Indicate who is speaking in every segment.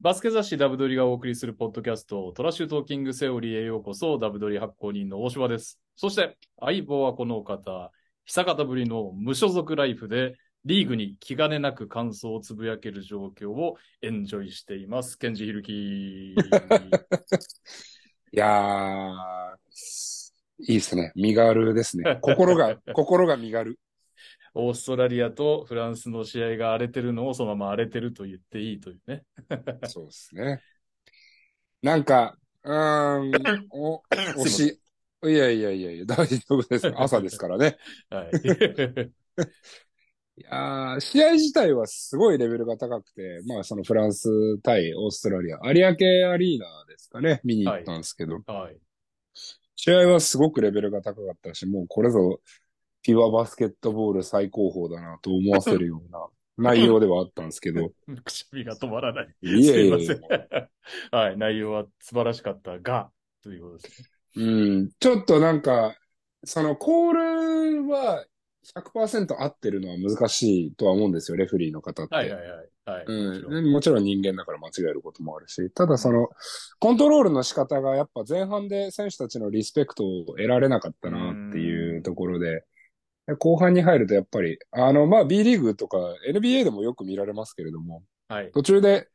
Speaker 1: バスケ雑誌ダブドリがお送りするポッドキャスト、トラッシュトーキングセオリーへようこそ、ダブドリ発行人の大島です。そして、相棒はこのお方、久方ぶりの無所属ライフで、リーグに気兼ねなく感想をつぶやける状況をエンジョイしています。ケンジヒルキ
Speaker 2: いやー、いいですね。身軽ですね。心が、心が身軽。
Speaker 1: オーストラリアとフランスの試合が荒れてるのをそのまま荒れてると言っていいというね。
Speaker 2: そうですね。なんか、うーん、お、惜しい。いやいやいやいや、大丈夫です。朝ですからね。
Speaker 1: はい。
Speaker 2: いやー試合自体はすごいレベルが高くて、まあそのフランス対オーストラリア、有明アリーナですかね、見に行ったんですけど、
Speaker 1: はい。
Speaker 2: 試合はすごくレベルが高かったし、もうこれぞ、ピュアバスケットボール最高峰だなと思わせるような内容ではあったんですけど、
Speaker 1: くしゃみが止まらない。
Speaker 2: い
Speaker 1: す
Speaker 2: え
Speaker 1: い
Speaker 2: い
Speaker 1: ま
Speaker 2: え
Speaker 1: せん。 はい。内容は素晴らしかったが、ということですね。
Speaker 2: うん、ちょっとなんか、そのコールは100%合ってるのは難しいとは思うんですよ、レフェリーの方って。
Speaker 1: はいはいはい。はい。もちろん
Speaker 2: うん、もちろん人間だから間違えることもあるし、ただその、コントロールの仕方がやっぱ前半で選手たちのリスペクトを得られなかったなっていうところで、で後半に入るとやっぱり、あの、まあ B リーグとか NBA でもよく見られますけれども、
Speaker 1: はい。
Speaker 2: 途中で、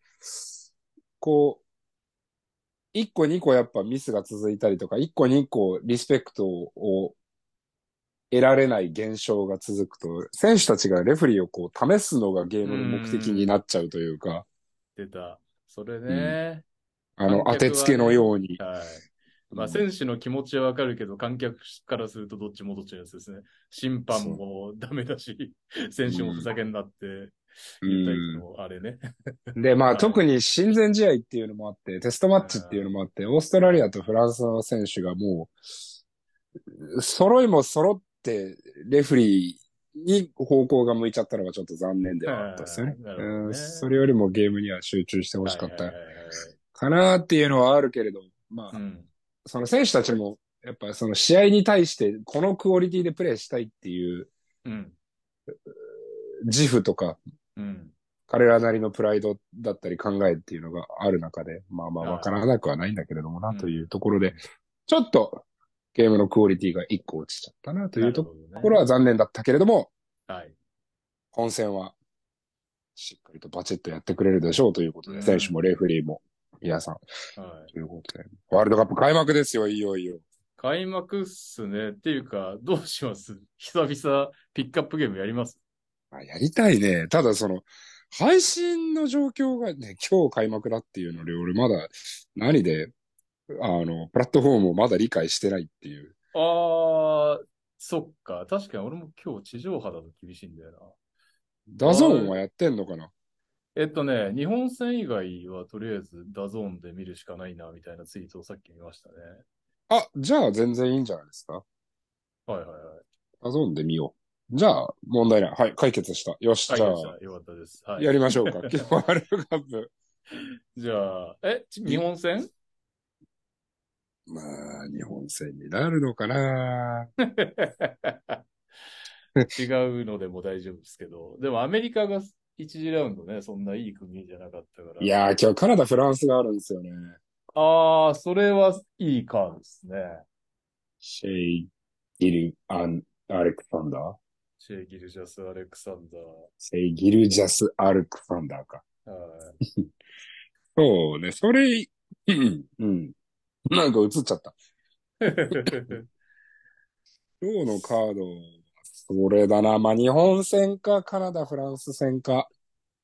Speaker 2: こう、一個二個やっぱミスが続いたりとか、一個二個リスペクトを得られない現象が続くと、選手たちがレフェリーをこう試すのがゲームの目的になっちゃうというか、
Speaker 1: 出た。それね。
Speaker 2: あの、
Speaker 1: 観
Speaker 2: 当
Speaker 1: 客はね
Speaker 2: てつけのように。
Speaker 1: はい。まあ、選手の気持ちはわかるけど、観客からするとどっちもどっちのやつですね。審判もダメだし、 選手もふざけんなって、言ったりのあれね。
Speaker 2: うんで、ま
Speaker 1: は
Speaker 2: あ
Speaker 1: い
Speaker 2: 特に親善試合っていうのもあって、テストマッチっていうのもあって、オーストラリアとフランスの選手がもう、揃いも揃って、レフェリーに方向が向いちゃったのがちょっと残念ではあったですよね。
Speaker 1: あーなるほどね
Speaker 2: うんそれよりもゲームには集中してほしかっ
Speaker 1: はい
Speaker 2: た
Speaker 1: はいはいはい
Speaker 2: かなっていうのはあるけれど、まあ、
Speaker 1: うん。
Speaker 2: その選手たちも、やっぱその試合に対してこのクオリティでプレーしたいっていう
Speaker 1: うん。
Speaker 2: 自負とか、
Speaker 1: うん。
Speaker 2: 彼らなりのプライドだったり考えっていうのがある中で、まあまあ
Speaker 1: はい
Speaker 2: わからなくはないんだけれども
Speaker 1: う
Speaker 2: なんというところで、ちょっとゲームのクオリティが一個落ちちゃったなというと
Speaker 1: なるほどね
Speaker 2: ころは残念だったけれども、
Speaker 1: はい。
Speaker 2: 本戦はしっかりとバチッとやってくれるでしょうということ
Speaker 1: う
Speaker 2: で、
Speaker 1: ん
Speaker 2: 選手もレフェリーも皆さん
Speaker 1: はい。
Speaker 2: ということで、ワールドカップ開幕ですよ、いよいよ。
Speaker 1: 開幕っすね。っていうか、どうします 久々ピックアップゲームやります
Speaker 2: あやりたいね。ただその、配信の状況がね、今日開幕だっていうので、俺まだ何で、あの、プラットフォームをまだ理解してないっていう。
Speaker 1: あー、そっか。確かに俺も今日地上波だと厳しいんだよな。
Speaker 2: ダゾーンはやってんのかな
Speaker 1: えっとね、日本戦以外はとりあえずダゾーンで見るしかないな、みたいなツイートをさっき見ましたね。
Speaker 2: あ、じゃあ全然いいんじゃないですか
Speaker 1: はいはいはい。
Speaker 2: ダゾーンで見よう。じゃあ、問題ない。はい、解決した。よし、
Speaker 1: はい、
Speaker 2: じゃ
Speaker 1: よっしゃよかったです。
Speaker 2: あ、
Speaker 1: はい。
Speaker 2: やりましょうか。 今日ワールドカップ。
Speaker 1: じゃあ、え、ち日本 戦
Speaker 2: まあ、日本戦になるのかな
Speaker 1: 違うのでも大丈夫ですけど。でもアメリカが1次ラウンドね、そんないい組じゃなかったから。
Speaker 2: いやー、今日カナダ、フランスがあるんですよね。
Speaker 1: ああ、それはいいカードですね。
Speaker 2: シェイ、ギル、アン、アレクサンダー
Speaker 1: シェイ・ギルジャス・アレクサンダ
Speaker 2: シェイ、ギルジャス、アレクサンダーか。
Speaker 1: ー。はい
Speaker 2: そうね、それ、うん、うん。なんか映っちゃった。今日のカード、それだな。まあ、日本戦か、カナダ、フランス戦か。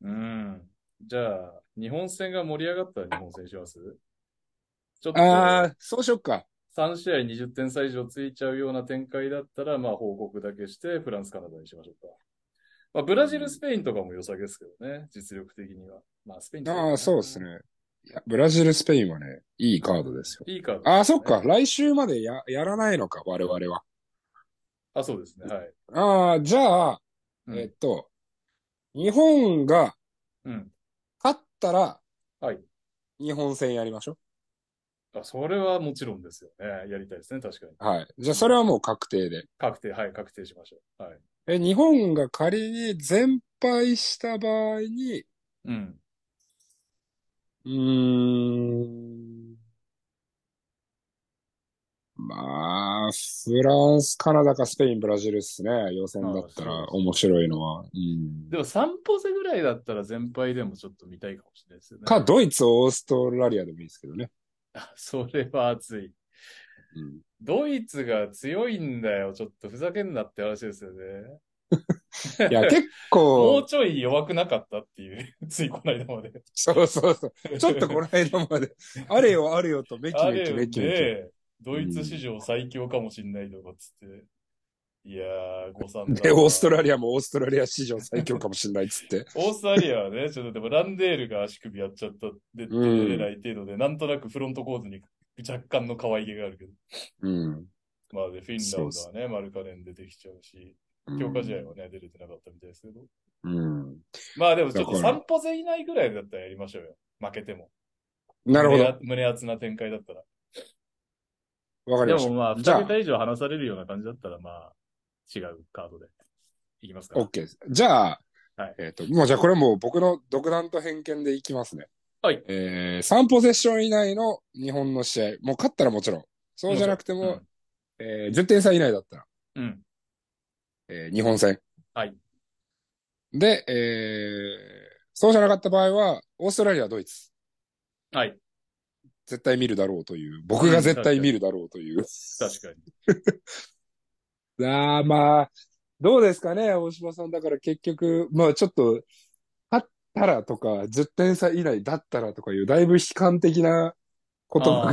Speaker 1: うん。じゃあ、日本戦が盛り上がったら日本戦しますちょっと、
Speaker 2: ああ、そうしよっか。
Speaker 1: 3試合20点差以上ついちゃうような展開だったら、まあ報告だけして、フランス、カナダにしましょうか。まあ、ブラジル、スペインとかも良さげですけどね、実力的には。まあ、スペイン
Speaker 2: ああ、そうです。ね。いやブラジル、スペインはね、いいカードですよ。
Speaker 1: いいカードですね、
Speaker 2: ああ、そっか。来週までや、やらないのか、我々は。
Speaker 1: あ、そうですね。はい。
Speaker 2: ああ、じゃあ、
Speaker 1: うん
Speaker 2: えっと、日本が
Speaker 1: うん。
Speaker 2: 勝ったら、
Speaker 1: はい。
Speaker 2: 日本戦やりましょ
Speaker 1: あ、それはもちろんですよね。やりたいですね、確かに。
Speaker 2: う。はい。じゃあ、それはもう確定で。
Speaker 1: 確定、はい、確定しましょう。はい。
Speaker 2: え、日本が仮に全敗した場合に、
Speaker 1: うん。
Speaker 2: うーん。まあ、フランス、カナダかスペイン、ブラジルっすね。予選だった
Speaker 1: ああ
Speaker 2: ら
Speaker 1: そう
Speaker 2: 面白いのは。うん
Speaker 1: でも3ポゼぐらいだったら全敗でもちょっと見たいかもしれないですよね。
Speaker 2: か、ドイツ、オーストラリアでもいいですけどね。
Speaker 1: あそれは熱い。
Speaker 2: うん
Speaker 1: ドイツが強いんだよ。ちょっとふざけんなって話ですよね。
Speaker 2: いや、結
Speaker 1: も
Speaker 2: 構
Speaker 1: う、ちょい弱くなかったっていう、ついこの間まで。
Speaker 2: そうそうそう。ちょっとこの間まで、あれよあれよと、めき
Speaker 1: あ
Speaker 2: め
Speaker 1: れ
Speaker 2: きめきめき。
Speaker 1: ね、ドイツ史上最強かもしんないとかっつって。いやー、誤算だ
Speaker 2: で、
Speaker 1: な
Speaker 2: オーストラリアもオーストラリア史上最強かもしれないっつって。
Speaker 1: オーストラリアはね、ちょっとでもランデールが足首やっちゃったで、出
Speaker 2: うん
Speaker 1: れない程度で、なんとなくフロントコートに若干の可愛げがあるけど。
Speaker 2: うん。
Speaker 1: まあで、フィンランドはね、マルカネン出てきちゃうし、強化試合はね、出れてなかったみたいですけど。
Speaker 2: うん。
Speaker 1: まあでもちょっと
Speaker 2: だから
Speaker 1: 3歩前以内ぐらいだったらやりましょうよ。負けても。
Speaker 2: なるほど。
Speaker 1: 胸胸熱な展開だったら。
Speaker 2: わかり
Speaker 1: で
Speaker 2: ました。
Speaker 1: もまあ、
Speaker 2: じゃ
Speaker 1: 2
Speaker 2: あ
Speaker 1: 桁以上離されるような感じだったら、まあ、違うカードで。いきますか。
Speaker 2: OK です。じゃあ、
Speaker 1: はい
Speaker 2: えっ、と、もうじゃあこれもう僕の独断と偏見でいきますね。
Speaker 1: はい。
Speaker 2: えー、3ポゼッション以内の日本の試合。もう勝ったらもちろん。そうじゃなくても、
Speaker 1: も
Speaker 2: えー、10点差以内だったら、
Speaker 1: うん。
Speaker 2: えー、日本戦。
Speaker 1: はい。
Speaker 2: で、えー、そうじゃなかった場合は、オーストラリア、ドイツ。
Speaker 1: はい。
Speaker 2: 絶対見るだろうという、僕が絶対見るだろうという。
Speaker 1: 確かに。
Speaker 2: ああ、まあ、どうですかね、大島さん。だから結局、まあちょっと、勝ったらとか、10点差以内だったらとかいう、だいぶ悲観的な言葉が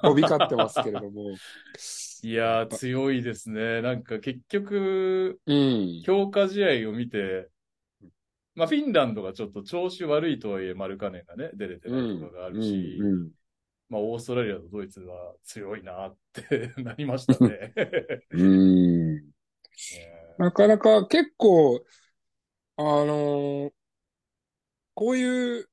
Speaker 1: あ
Speaker 2: 飛び交ってますけれども。
Speaker 1: ーいやー、強いですね。なんか結局、
Speaker 2: うん。
Speaker 1: 強化試合を見て、まあ、フィンランドがちょっと調子悪いとはいえ、マルカネンがね、出れてないとかがあ
Speaker 2: う
Speaker 1: るし、
Speaker 2: ん。うん。
Speaker 1: まあ、オーストラリアとドイツは強いなって なりました ね。
Speaker 2: うん。なかなか結構、あのーこういう、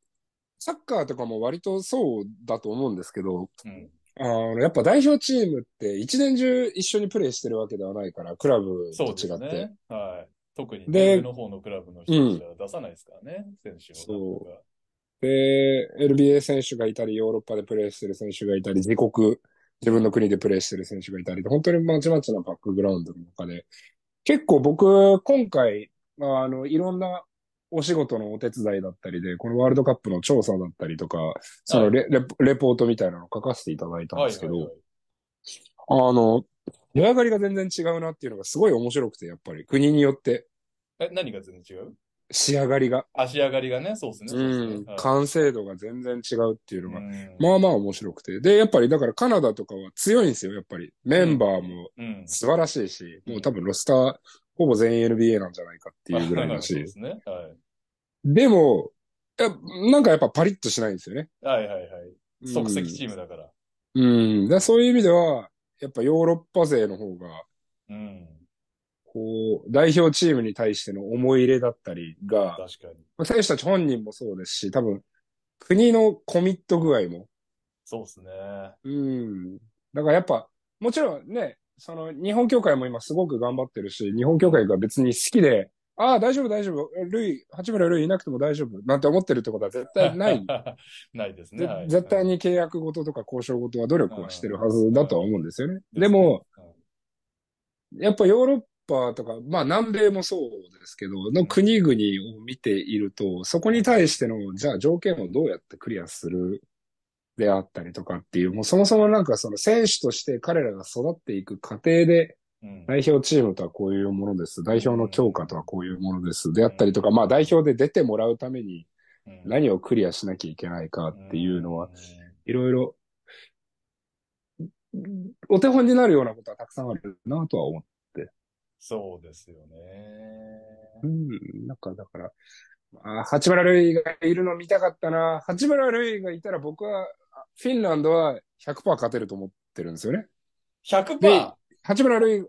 Speaker 2: サッカーとかも割とそうだと思うんですけど、
Speaker 1: うん
Speaker 2: あの、やっぱ代表チームって一年中一緒にプレーしてるわけではないから、クラブと
Speaker 1: そうで
Speaker 2: 違
Speaker 1: す
Speaker 2: って。
Speaker 1: ね。はい。特に
Speaker 2: で
Speaker 1: 上の方のクラブの人たちは出さないですからね、選手を
Speaker 2: そで、NBA 選手がいたり、ヨーロッパでプレーしてる選手がいたり、自国、自分の国でプレーしてる選手がいたり、本当にまちまちなバックグラウンドの中で、結構僕、今回、あの、いろんなお仕事のお手伝いだったりで、このワールドカップの調査だったりとか、そのレ、レポレポートみたいなの書かせていただいたん
Speaker 1: は
Speaker 2: で
Speaker 1: い
Speaker 2: すけ
Speaker 1: はいは、
Speaker 2: ど
Speaker 1: い
Speaker 2: あの、値上がりが全然違うなっていうのがすごい面白くて、やっぱり国によって。
Speaker 1: え、何が全然違う
Speaker 2: 仕上がりが、
Speaker 1: 足上がりがね、そうですね。そううんっすねはい
Speaker 2: 完成度が全然違うっていうのが、
Speaker 1: うん
Speaker 2: まあまあ面白くて。で、やっぱりだからカナダとかは強いんですよ、やっぱり。メンバーも
Speaker 1: うん。
Speaker 2: 素晴らしいし、
Speaker 1: うん
Speaker 2: もう多分ロスターほぼ全員 NBA なんじゃないかっていうぐ らいだ
Speaker 1: そう
Speaker 2: し
Speaker 1: で。すね。はい
Speaker 2: でも、やなんかやっぱパリッとしないんですよね。
Speaker 1: はいはいはい。
Speaker 2: うん
Speaker 1: 即席チームだから。
Speaker 2: うん。だからそういう意味では、やっぱヨーロッパ勢の方が、
Speaker 1: うん。
Speaker 2: こう、代表チームに対しての思い入れだったり
Speaker 1: 確
Speaker 2: が、
Speaker 1: かに。
Speaker 2: まあ選手たち本人もそうですし、多分、国のコミット具合も、
Speaker 1: そうですね。
Speaker 2: うん。だからやっぱ、もちろんね、その日本協会も今すごく頑張ってるし、日本協会が別に好きで、ああ、大丈夫大丈夫、ルイ、八村ルイいなくても大丈夫なんて思ってるってことは絶対 ない。。
Speaker 1: ないですね。
Speaker 2: ぜ
Speaker 1: はい
Speaker 2: 絶対。に契約ごととか交渉ごとは努力はしてるはずだとは思うんですよね。
Speaker 1: うん
Speaker 2: でも、、
Speaker 1: うん
Speaker 2: やっぱヨーロッパとか、まあ南米もそうですけど、の国々を見ていると、そこに対しての、じゃあ条件をどうやってクリアするであったりとかっていう、もうそもそもなんかその選手として彼らが育っていく過程で、
Speaker 1: うん
Speaker 2: 代表チームとはこういうものです。代表の強化とはこういうものです。であったりとか、まあ代表で出てもらうために何をクリアしなきゃいけないかっていうのは、、
Speaker 1: ん
Speaker 2: いろいろ、お手本になるようなことはたくさんあるなとは思
Speaker 1: そうですよね。
Speaker 2: う。うん、なんかだから、あー八村塁がいるの見たかったな。八村塁がいたら僕は、あフィンランドは100%勝てると思ってるんですよね。
Speaker 1: 100%!
Speaker 2: 八村塁、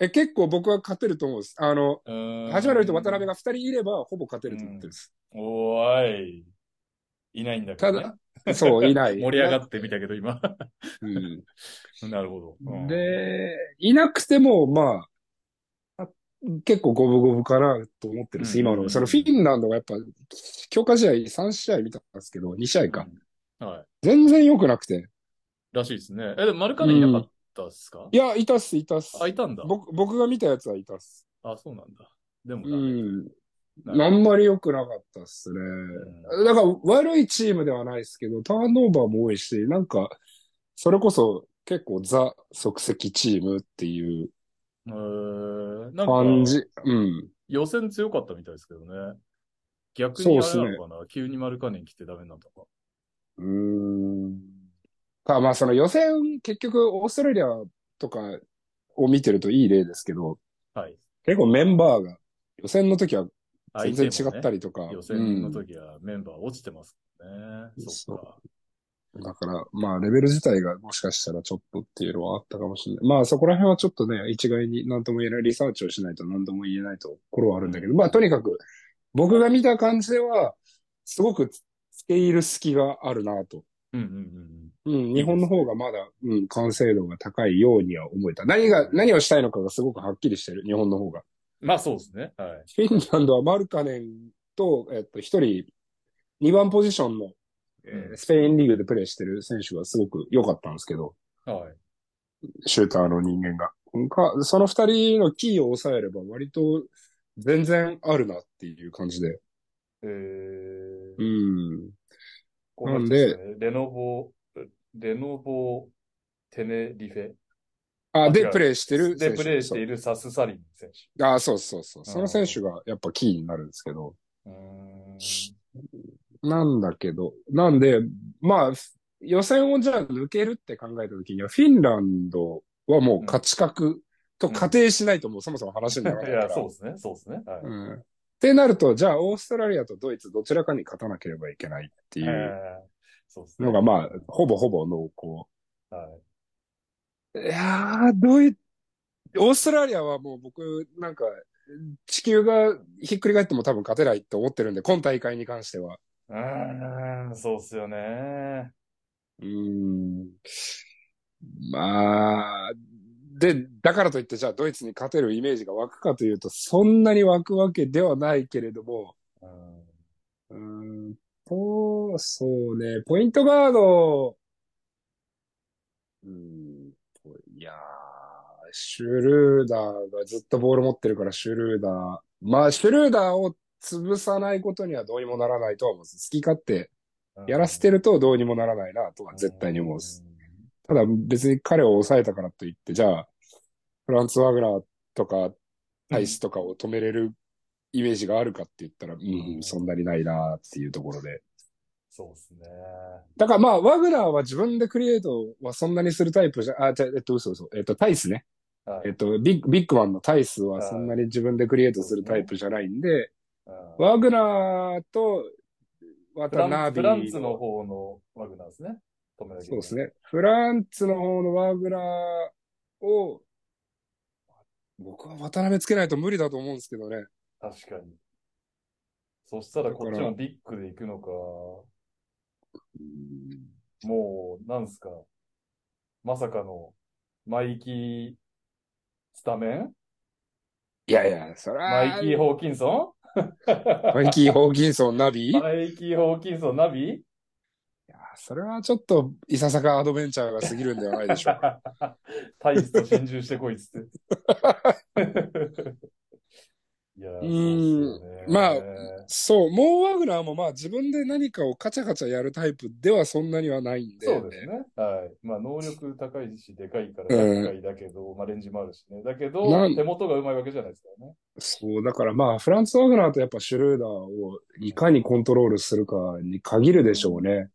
Speaker 2: え、結構僕は勝てると思うんです。あの、八
Speaker 1: 始
Speaker 2: 村塁と渡辺が2人いれば、ほぼ勝てると思ってるんです。
Speaker 1: おーい。いないんだけどね。
Speaker 2: たそう、いない。
Speaker 1: 盛り上がってみたけど、今。
Speaker 2: うん
Speaker 1: なるほど。うん、
Speaker 2: で、いなくても、まあ、勝結構五分五分かなと思ってるし、
Speaker 1: うん
Speaker 2: 今の、そのフィンランドがやっぱ、強化試合3試合見たんですけど、2試合か。
Speaker 1: うんはい。
Speaker 2: 全然良くなくて。
Speaker 1: らしいですね。え、でもマルカネンいなかったっすか、
Speaker 2: いや、いたっす、いたっす。
Speaker 1: あ、いたんだ。
Speaker 2: 僕、僕が見たやつはいたっす。
Speaker 1: あ、そうなんだ。でも
Speaker 2: う
Speaker 1: な、
Speaker 2: ん。
Speaker 1: な
Speaker 2: あんまり良くなかったっすね。
Speaker 1: う
Speaker 2: だから悪いチームではないですけど、ターンオーバーも多いし、なんか、それこそ結構ザ即席チームっていうん
Speaker 1: うーん。なんか、
Speaker 2: 感じ。うん。
Speaker 1: 予選強かったみたいですけどね。逆
Speaker 2: そう
Speaker 1: に
Speaker 2: っ
Speaker 1: あれ
Speaker 2: すね
Speaker 1: なのかな、急にマルカネン来てダメなんだか。
Speaker 2: うーん。か、まあその予選、結局オーストラリアとかを見てるといい例ですけど、
Speaker 1: はい。
Speaker 2: 結構メンバーが予選の時は全然違
Speaker 1: 相手もね
Speaker 2: ったりとか、
Speaker 1: 予選の時はメンバー落ちてますからね。
Speaker 2: うん
Speaker 1: そっか。
Speaker 2: うんだから、まあレベル自体がもしかしたらちょっとっていうのはあったかもしれない。まあそこら辺はちょっとね、一概に何とも言えない、リサーチをしないと何とも言えないところはあるんだけど、まあとにかく僕が見た感じでは、すごくつつけ入る隙があるなと。
Speaker 1: うんうんうん
Speaker 2: うん、日本の方がまだ、うん、完成度が高いようには思えた。何が、何をしたいのかがすごくはっきりしてる、日本の方が。
Speaker 1: うん。まあそうですね。はい。
Speaker 2: フィンランドはマルカネンと、えっと、一人、2番ポジションの、え
Speaker 1: う
Speaker 2: ー
Speaker 1: ん
Speaker 2: スペインリーグでプレーしてる選手がすごく良かったんですけど、
Speaker 1: はい。
Speaker 2: シューターの人間が。かその二人のキーを抑えれば割と全然あるなっていう感じで。
Speaker 1: え
Speaker 2: う
Speaker 1: ー、
Speaker 2: ん。
Speaker 1: この人すね、レノボ、レノボ、テネリフェ。
Speaker 2: あ、
Speaker 1: 違
Speaker 2: で、
Speaker 1: う
Speaker 2: プレーしてる選
Speaker 1: で、
Speaker 2: 手。
Speaker 1: プレーしているサスサリン選手。
Speaker 2: そうあ、そうそうそう。その選手がやっぱキーになるんですけど。
Speaker 1: うーん。
Speaker 2: なんだけど、なんで、まあ、予選をじゃあ抜けるって考えたときには、フィンランドはもう勝ち格と仮定しないともうそもそも話にならない
Speaker 1: い
Speaker 2: か
Speaker 1: や、
Speaker 2: ら。
Speaker 1: そうですね。そうですね。はい。
Speaker 2: うん。ってなると、じゃあオーストラリアとドイツどちらかに勝たなければいけないっていう
Speaker 1: えーそうですね。
Speaker 2: のが、まあ、ほぼほぼ濃
Speaker 1: あ、はい。
Speaker 2: 厚。いやー、ドイツ、オーストラリアはもう僕、なんか、地球がひっくり返っても多分勝てないって思ってるんで、今大会に関しては。
Speaker 1: うーん、そうっすよね。
Speaker 2: うーんまあ、で、だからといって、じゃあドイツに勝てるイメージが湧くかというと、そんなに湧くわけではないけれども、
Speaker 1: うん
Speaker 2: うーん、と、そうね、ポイントガード、うーん、といやー、シュルーダーがずっとボール持ってるから、シュルーダー、まあ、シュルーダーを潰さないことにはどうにもならないとは思う。好き勝手やらせてるとどうにもならないなとは絶対に思うです。ただ別に彼を抑えたからといって、じゃあ、フランツ・ワグナーとか、タイスとかを止めれるイメージがあるかって言ったら、うん、そんなにないなっていうところで。
Speaker 1: そうですね。
Speaker 2: だからまあ、ワグナーは自分でクリエイトはそんなにするタイプじゃ、あ、じゃ、えっと、嘘嘘。えっと、タイスね。
Speaker 1: はい
Speaker 2: えっと、ビッグ、ビッグマンのタイスはそんなに自分でクリエイトするタイプじゃないんで、
Speaker 1: うん
Speaker 2: ワグナーと、
Speaker 1: フラ
Speaker 2: 渡
Speaker 1: ンフ
Speaker 2: 辺
Speaker 1: ランツの方のワグナーですね。止めなきゃいけ
Speaker 2: そ
Speaker 1: な
Speaker 2: う
Speaker 1: い
Speaker 2: です。ね。フランツの方のワーグラーを、僕は渡辺つけないと無理だと思うんですけどね。
Speaker 1: 確かに。そしたらこっち
Speaker 2: だか
Speaker 1: も
Speaker 2: ら
Speaker 1: ビッグで行くのか、もう、なんすか、まさかの、マイキー、スタメン
Speaker 2: いやいや、そ
Speaker 1: マ
Speaker 2: ら、
Speaker 1: イキー・ホーキンソン
Speaker 2: マイキー・ホーキンソン、ナビいや、
Speaker 1: マイキー・ホーキンソン、ナビ
Speaker 2: それはちょっと、いささかアドベンチャーが過ぎるんではない で しょうか。
Speaker 1: タイスと心中してこいっつ って。いやー、そうっすよね
Speaker 2: うんまあそう、もうワーグラーもまあ自分で何かをカチャカチャやるタイプではそんなにはないんで。
Speaker 1: そうですね。はい。まあ、能力高いし、でかいから
Speaker 2: うん
Speaker 1: 厄介だけど、まあ、レンジもあるしね。だけど
Speaker 2: な、ん
Speaker 1: 手元がうまいわけじゃないですからね。
Speaker 2: そう、だからまあ、フランツ・ワグナーとやっぱシュルーダーをいかにコントロールするかに限るでしょうね。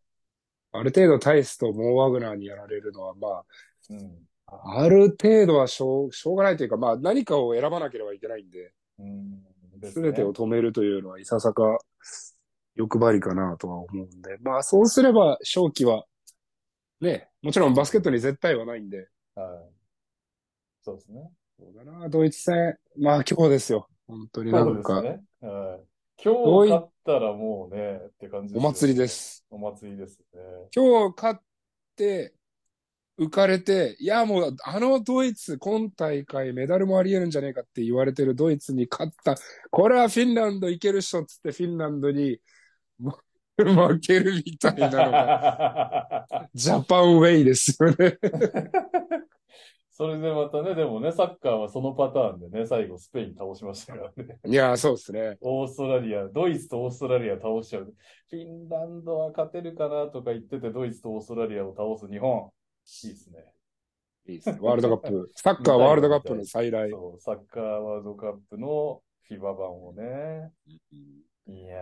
Speaker 2: ある程度タイスとモー・ワグナーにやられるのは、ま
Speaker 1: うん。
Speaker 2: あ、ある程度はしょう、しょうがないというか、まあ、何かを選ばなければいけないんで、
Speaker 1: うん。です
Speaker 2: す
Speaker 1: ね
Speaker 2: べてを止めるというのは、いささか欲張りかなとは思うんで、まあ、そうすれば、勝機は、ね、もちろんバスケットに絶対はないんで、
Speaker 1: はい。そうですね。
Speaker 2: そうだな、ドイツ戦、まあ、今日ですよ。本当にな
Speaker 1: そ
Speaker 2: ん
Speaker 1: うです
Speaker 2: か、
Speaker 1: ね。はい。今日勝ったらもうね、って感じ
Speaker 2: お
Speaker 1: よ
Speaker 2: 祭りで。す。
Speaker 1: お祭りですね。
Speaker 2: 今日勝って、浮かれて、いや、もう、あのドイツ、今大会メダルもあり得るんじゃねえかって言われてるドイツに勝った、これはフィンランドいけるっしょっつってフィンランドに、 も負けるみたいなの が、 ジャパンウェイですよね。
Speaker 1: それでまたね、でもね、サッカーはそのパターンでね、最後スペイン倒しましたからね。
Speaker 2: いや、そうですね。
Speaker 1: オーストラリア、ドイツとオーストラリア倒しちゃう。フィンランドは勝てるかなとか言ってて、ドイツとオーストラリアを倒す日本。いいですね。
Speaker 2: いいですね。ワールドカップ、 サッカーワールドカップの再来。
Speaker 1: そう、サッカーワールドカップの FIBA 版をね。いや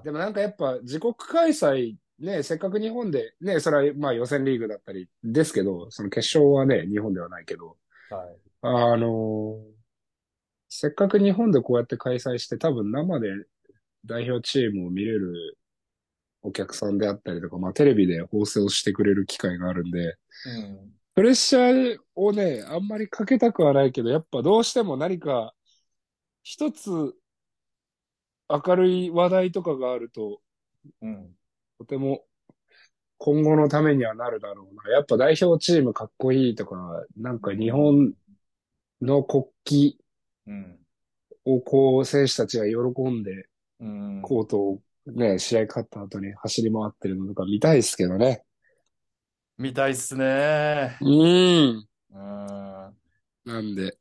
Speaker 1: ー。
Speaker 2: でもなんかやっぱ自国開催、ね、せっかく日本で、ね、それはまあ予選リーグだったりですけど、その決勝はね、日本ではないけど、
Speaker 1: はい。
Speaker 2: あのーせっかく日本でこうやって開催して、多分生で代表チームを見れるお客さんであったりとか、まあテレビで放送してくれる機会があるんで、
Speaker 1: うん。
Speaker 2: プレッシャーをね、あんまりかけたくはないけど、やっぱどうしても何か、一つ明るい話題とかがあると、
Speaker 1: うん。
Speaker 2: とても今後のためにはなるだろうな。やっぱ代表チームかっこいいとか、なんか日本の国
Speaker 1: うん。
Speaker 2: 旗をこう選手たちが喜んで、
Speaker 1: うん。
Speaker 2: コートをね、試合勝った後に走り回ってるのとか見たいですけどね。
Speaker 1: 見たいっすね。
Speaker 2: うん。
Speaker 1: うん。
Speaker 2: なんで、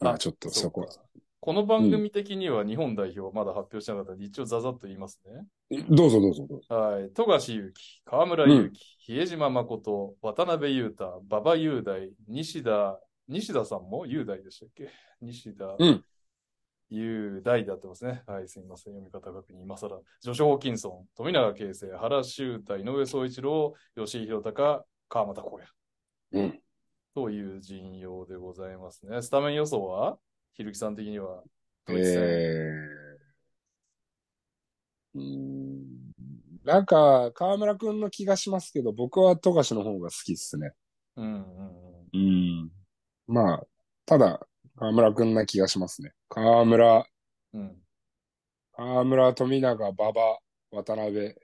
Speaker 2: まあちょっとそこ
Speaker 1: う、かこの番組的には日本代表はまだ発表してなかったんで、一応ざざっと言いますね。
Speaker 2: どうぞどうぞどうぞ。
Speaker 1: はい。富樫勇樹、河村勇樹、比江島誠、渡辺裕太、馬場雄大、西田、西田さんも雄大でしたっけ西田
Speaker 2: うん
Speaker 1: 雄大だってますね。はい、すみません。読み方確認。今更。ジョシュ・ホーキンソン、富永啓生、原修太、井上宗一郎、吉井宏隆、川又光也。
Speaker 2: うん。
Speaker 1: という陣容でございますね。スタメン予想はひるきさん的にはドイツ戦
Speaker 2: えーうーんなんか、河村くんの気がしますけど、僕は富樫の方が好きっすね。
Speaker 1: うんうんうん。
Speaker 2: うん。まあ、ただ、河村くんな気がしますね。河村、
Speaker 1: うん。
Speaker 2: 河村、富永、馬場、渡辺、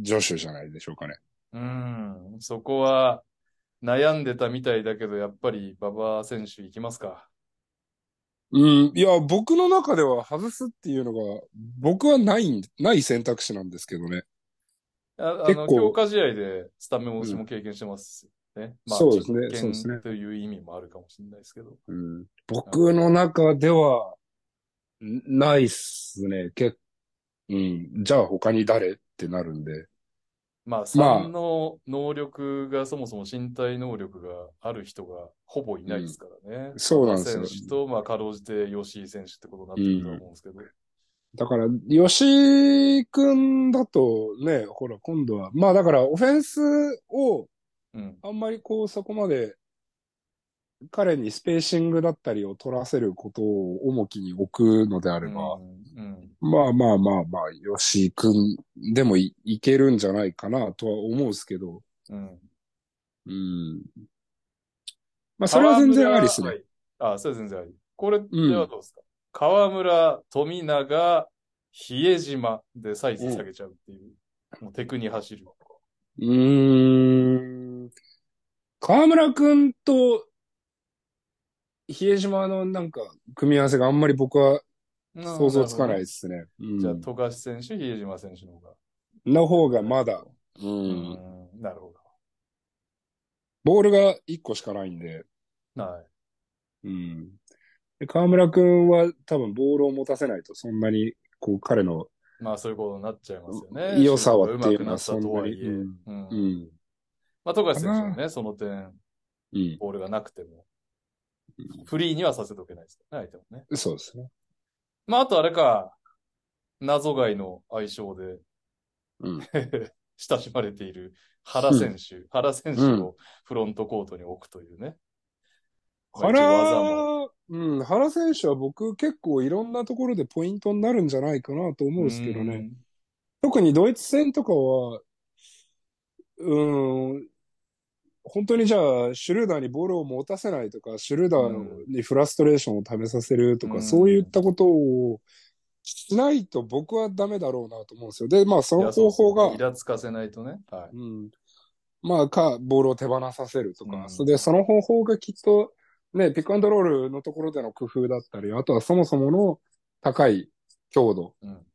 Speaker 2: ジョシュじゃないでしょうかね。
Speaker 1: うん、そこは悩んでたみたいだけど、やっぱり馬場選手いきますか。
Speaker 2: うん。いや、僕の中では外すっていうのが、僕はないん、ない選択肢なんですけどね。
Speaker 1: ああ
Speaker 2: 結
Speaker 1: の、
Speaker 2: 構
Speaker 1: 強化試合でスタメン落ちも経験してますね。まあ、
Speaker 2: そうですね
Speaker 1: 実験
Speaker 2: そうですね
Speaker 1: という意味もあるかもしれないですけど。
Speaker 2: うん僕の中では、んないっすね。け、うん。じゃあ他に誰ってなるんで。
Speaker 1: まあ、3の能力が、そもそも身体能力がある人がほぼいないですからね。
Speaker 2: そうなんですよ
Speaker 1: 馬場選手と、まあ、かろうじて吉井選手ってことになってくると思うんですけど。
Speaker 2: だから、吉井くんだとね、ほら、今度は、まあだから、オフェンスを、
Speaker 1: うん。
Speaker 2: あんまりこう、そこまで、彼にスペーシングだったりを取らせることを重きに置くのであれば、
Speaker 1: うんうん
Speaker 2: まあまあまあまあ、吉井くんでもいいけるんじゃないかなとは思うんですけど、
Speaker 1: うん。
Speaker 2: うん。まあ、それは全然ありですね。
Speaker 1: 河村。はいあ、それは全然あり。これで
Speaker 2: うん
Speaker 1: はどうですか、河村、富永、比江島でサイズ下げちゃうっていう。もうテクに走る。
Speaker 2: うーん。河村くんと、比江島のなんか、組み合わせがあんまり僕は想像つかないで
Speaker 1: です
Speaker 2: ね。
Speaker 1: すじゃあ、
Speaker 2: うん。
Speaker 1: 富樫選手、比江島選手の方が。
Speaker 2: の方がまだ、う。
Speaker 1: うんん。なるほ
Speaker 2: ボールが1個しかないんで、
Speaker 1: ど。はい。
Speaker 2: うん。で河村くんは多分ボールを持たせないと、そんなに、こう、彼の、
Speaker 1: まあ、そういうことになっちゃいますよね。
Speaker 2: 良さはっていうのは
Speaker 1: シュートが上手くなったとはいえ。
Speaker 2: そんなに
Speaker 1: うん
Speaker 2: う。ん。
Speaker 1: まあ、富樫選手はね、その点、
Speaker 2: うん。
Speaker 1: ボールがなくても、フリーにはさせておけないですからね、相手もね。
Speaker 2: そうですね。
Speaker 1: まあ、あとあれか、謎外の愛称で、
Speaker 2: うん
Speaker 1: 親しまれている原選手、原選手をフロントコートに置くというね。まあ一応技も
Speaker 2: 原、うん、原選手は僕結構いろんなところでポイントになるんじゃないかなと思うんですけどね。特にドイツ戦とかは、うん、本当にじゃあ、シュルーダーにボールを持たせないとか、シュルーダーにフラストレーションを溜めさせるとか、
Speaker 1: うん
Speaker 2: そういったことをしないと僕はダメだろうなと思うんですよ。で、まあ、そ
Speaker 1: うん。い
Speaker 2: の
Speaker 1: やそう
Speaker 2: 方
Speaker 1: そう
Speaker 2: 法が、
Speaker 1: イラつかせないとね。はい。
Speaker 2: うん。まあ、か、ボールを手放させると
Speaker 1: う
Speaker 2: か、
Speaker 1: ん
Speaker 2: それで、その方法がきっと、ね、ピックアンドロールのところでの工夫だったり、あとはそもそもの高い強度、
Speaker 1: うん。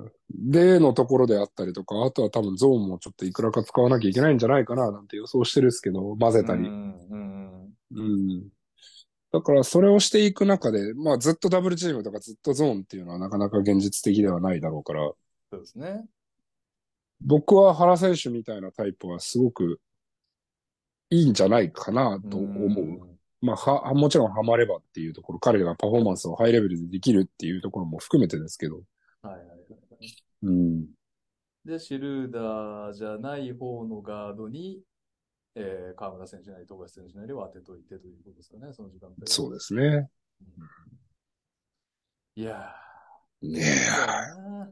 Speaker 2: うん、でのところであったりとか、あとは多分ゾーンもちょっといくらか使わなきゃいけないんじゃないかな、なんて予想してるんですけど、混ぜた
Speaker 1: う
Speaker 2: り。
Speaker 1: んうん
Speaker 2: うん。だからそれをしていく中で、まあずっとダブルチームとかずっとゾーンっていうのはなかなか現実的ではないだろうから、
Speaker 1: そうですね。
Speaker 2: 僕は原選手みたいなタイプはすごくいいんじゃないかなと思う。
Speaker 1: ん
Speaker 2: まあは、もちろんハマればっていうところ、彼がパフォーマンスをハイレベルでできるっていうところも含めてですけど。
Speaker 1: はいはいはい。
Speaker 2: うん。
Speaker 1: で、シュルーダーじゃない方のガードに、えー、河村選手なり、富樫選手なりを当てといてということですかね、その時間帯は
Speaker 2: そうですね。
Speaker 1: いや
Speaker 2: ね
Speaker 1: ー。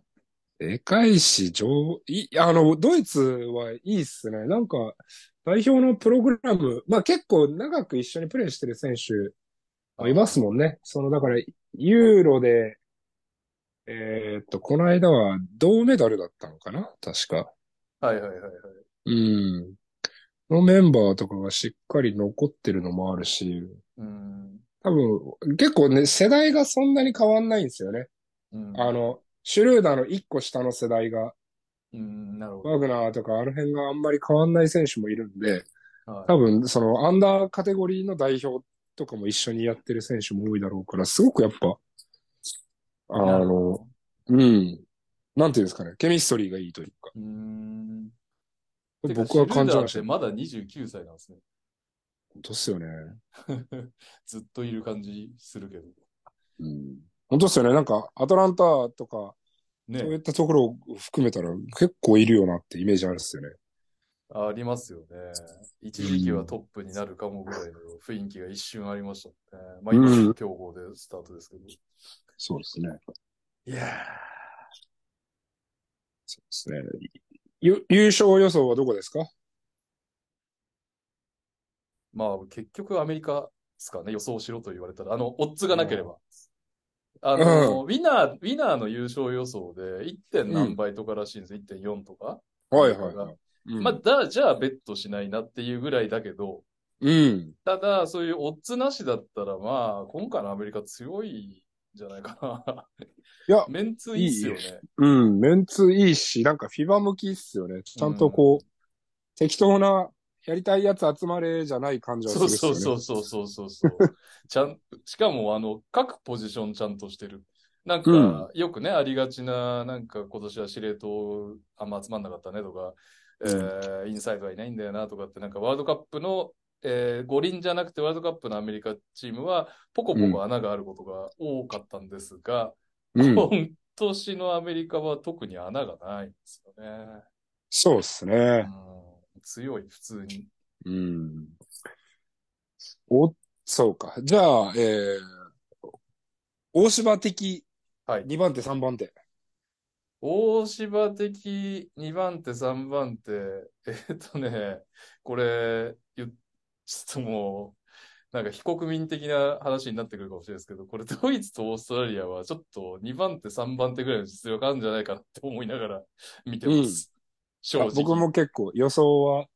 Speaker 2: え、でかいし、上、い、あの、ドイツはいいっすね。なんか、代表のプログラム、まあ結構長く一緒にプレーしてる選手、まあいます
Speaker 1: ん。
Speaker 2: もんね。その、だから、ユーロで、えーっと、この間は銅メダルだったのかな確か。
Speaker 1: はいはいはいはい。
Speaker 2: うん。のメンバーとかがしっかり残ってるのもあるし、
Speaker 1: うん。
Speaker 2: 多分、結構ね、世代がそんなに変わんないんですよね。
Speaker 1: うん
Speaker 2: あ、の、シュルーダーの一個下の世代が、
Speaker 1: うん、なるほ
Speaker 2: ワグナーとかあの辺があんまり変わんない選手もいるんで、
Speaker 1: ど。はい
Speaker 2: 多分、その、アンダーカテゴリーの代表とかも一緒にやってる選手も多いだろうから、すごくやっぱ、あ
Speaker 1: なる
Speaker 2: の、
Speaker 1: ほ
Speaker 2: うん。なんていうんですかね。ケミストリーがいいというか。
Speaker 1: どうん。てか
Speaker 2: 僕は感じまし
Speaker 1: シ
Speaker 2: た。
Speaker 1: ュルーダーってまだ29歳なんですね。
Speaker 2: 本当っすよね。
Speaker 1: ずっといる感じするけど。
Speaker 2: うん。本当っすよね。なんか、アトランタとか、そうい
Speaker 1: ね
Speaker 2: っ。たところを含めたら結構いるよなってイメージあるっすよね。
Speaker 1: ありますよね。一時期はトップになるかもぐらいの雰囲気が一瞬ありましたね。まあ
Speaker 2: う
Speaker 1: 今、
Speaker 2: ん
Speaker 1: 競合でスタートですけど。い
Speaker 2: そうですね。
Speaker 1: や
Speaker 2: そうですね。ゆ優勝予想はどこですか
Speaker 1: ーまあ結局アメリカですかね、予想しろと言われたら、あの、オッズがなければ。あの、ウィナー、ウィナーの優勝予想で 1. 点何倍とからしいんですよ。1.4とか。
Speaker 2: はいはいはい。うん
Speaker 1: まあ、だ、じゃあベットしないなっていうぐらいだけど、
Speaker 2: うん。
Speaker 1: ただ、そういうオッズなしだったら、まあ、今回のアメリカ強いんじゃないかな。
Speaker 2: い や
Speaker 1: メンツいいっすよね。
Speaker 2: うん。メンツいいし、なんかフィバ向きっすよね。ちゃんとこう、適当な、やりたいやつ集まれじゃない感じはす
Speaker 1: そう
Speaker 2: るっすよ
Speaker 1: そ
Speaker 2: ね。
Speaker 1: うそうそうそうそうそう。ちゃん、しかも、あの、各ポジションちゃんとしてる。なんか、
Speaker 2: うん
Speaker 1: よくね、ありがちな、なんか今年は司令塔あんま集まんなかったねとか、えーインサイドはいないんだよなとかって、なんかワールドカップの、えー、五輪じゃなくてワールドカップのアメリカチームは、ポコポコ穴があることが多かったんですが、
Speaker 2: うん。
Speaker 1: 今年のアメリカは特に穴がないんですよね。
Speaker 2: そうっすね。
Speaker 1: うん、強い、普通に。
Speaker 2: うん。お、そうか。じゃあ、えー、大芝的
Speaker 1: はい
Speaker 2: 2番手、3番手。
Speaker 1: 大芝的2番手、3番手、 えっとね、これ、言っちょっともう、なんか非国民的な話になってくるかもしれないですけど、これドイツとオーストラリアはちょっと2番手、3番手ぐらいの実力あるんじゃないかなって思いながら見てます。正
Speaker 2: あ
Speaker 1: 直。
Speaker 2: 僕も結構予想は、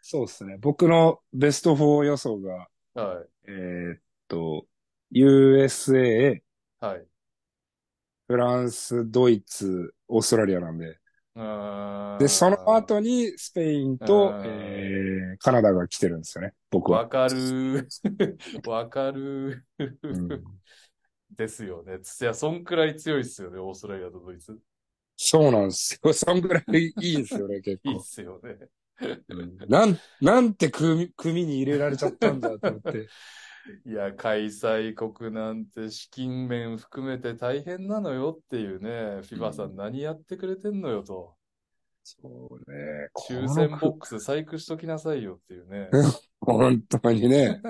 Speaker 2: そうですね。僕のベスト4予想が、
Speaker 1: は
Speaker 2: えーっと、USA、
Speaker 1: い。はい。
Speaker 2: フランス、ドイツ、オーストラリアなんで。
Speaker 1: うーん
Speaker 2: で、その後にスペインと
Speaker 1: あ、ー
Speaker 2: えー、カナダが来てるんですよね。僕は。
Speaker 1: わかるー。 わかるー。
Speaker 2: うん
Speaker 1: ですよね。いや、そんくらい強いっすよね、オーストラリアとドイツ。
Speaker 2: そうなんですよ。 そんぐらいいいんです よね、結
Speaker 1: い
Speaker 2: 構
Speaker 1: いっ。すよね。
Speaker 2: なん、なんて組、組に入れられちゃったんだと思って。
Speaker 1: いや、開催国なんて資金面含めて大変なのよっていうね、FIBA さん何やってくれてんのよと。
Speaker 2: そうね。
Speaker 1: 抽選ボックス細工しときなさいよっていう ね。
Speaker 2: 本当 にね。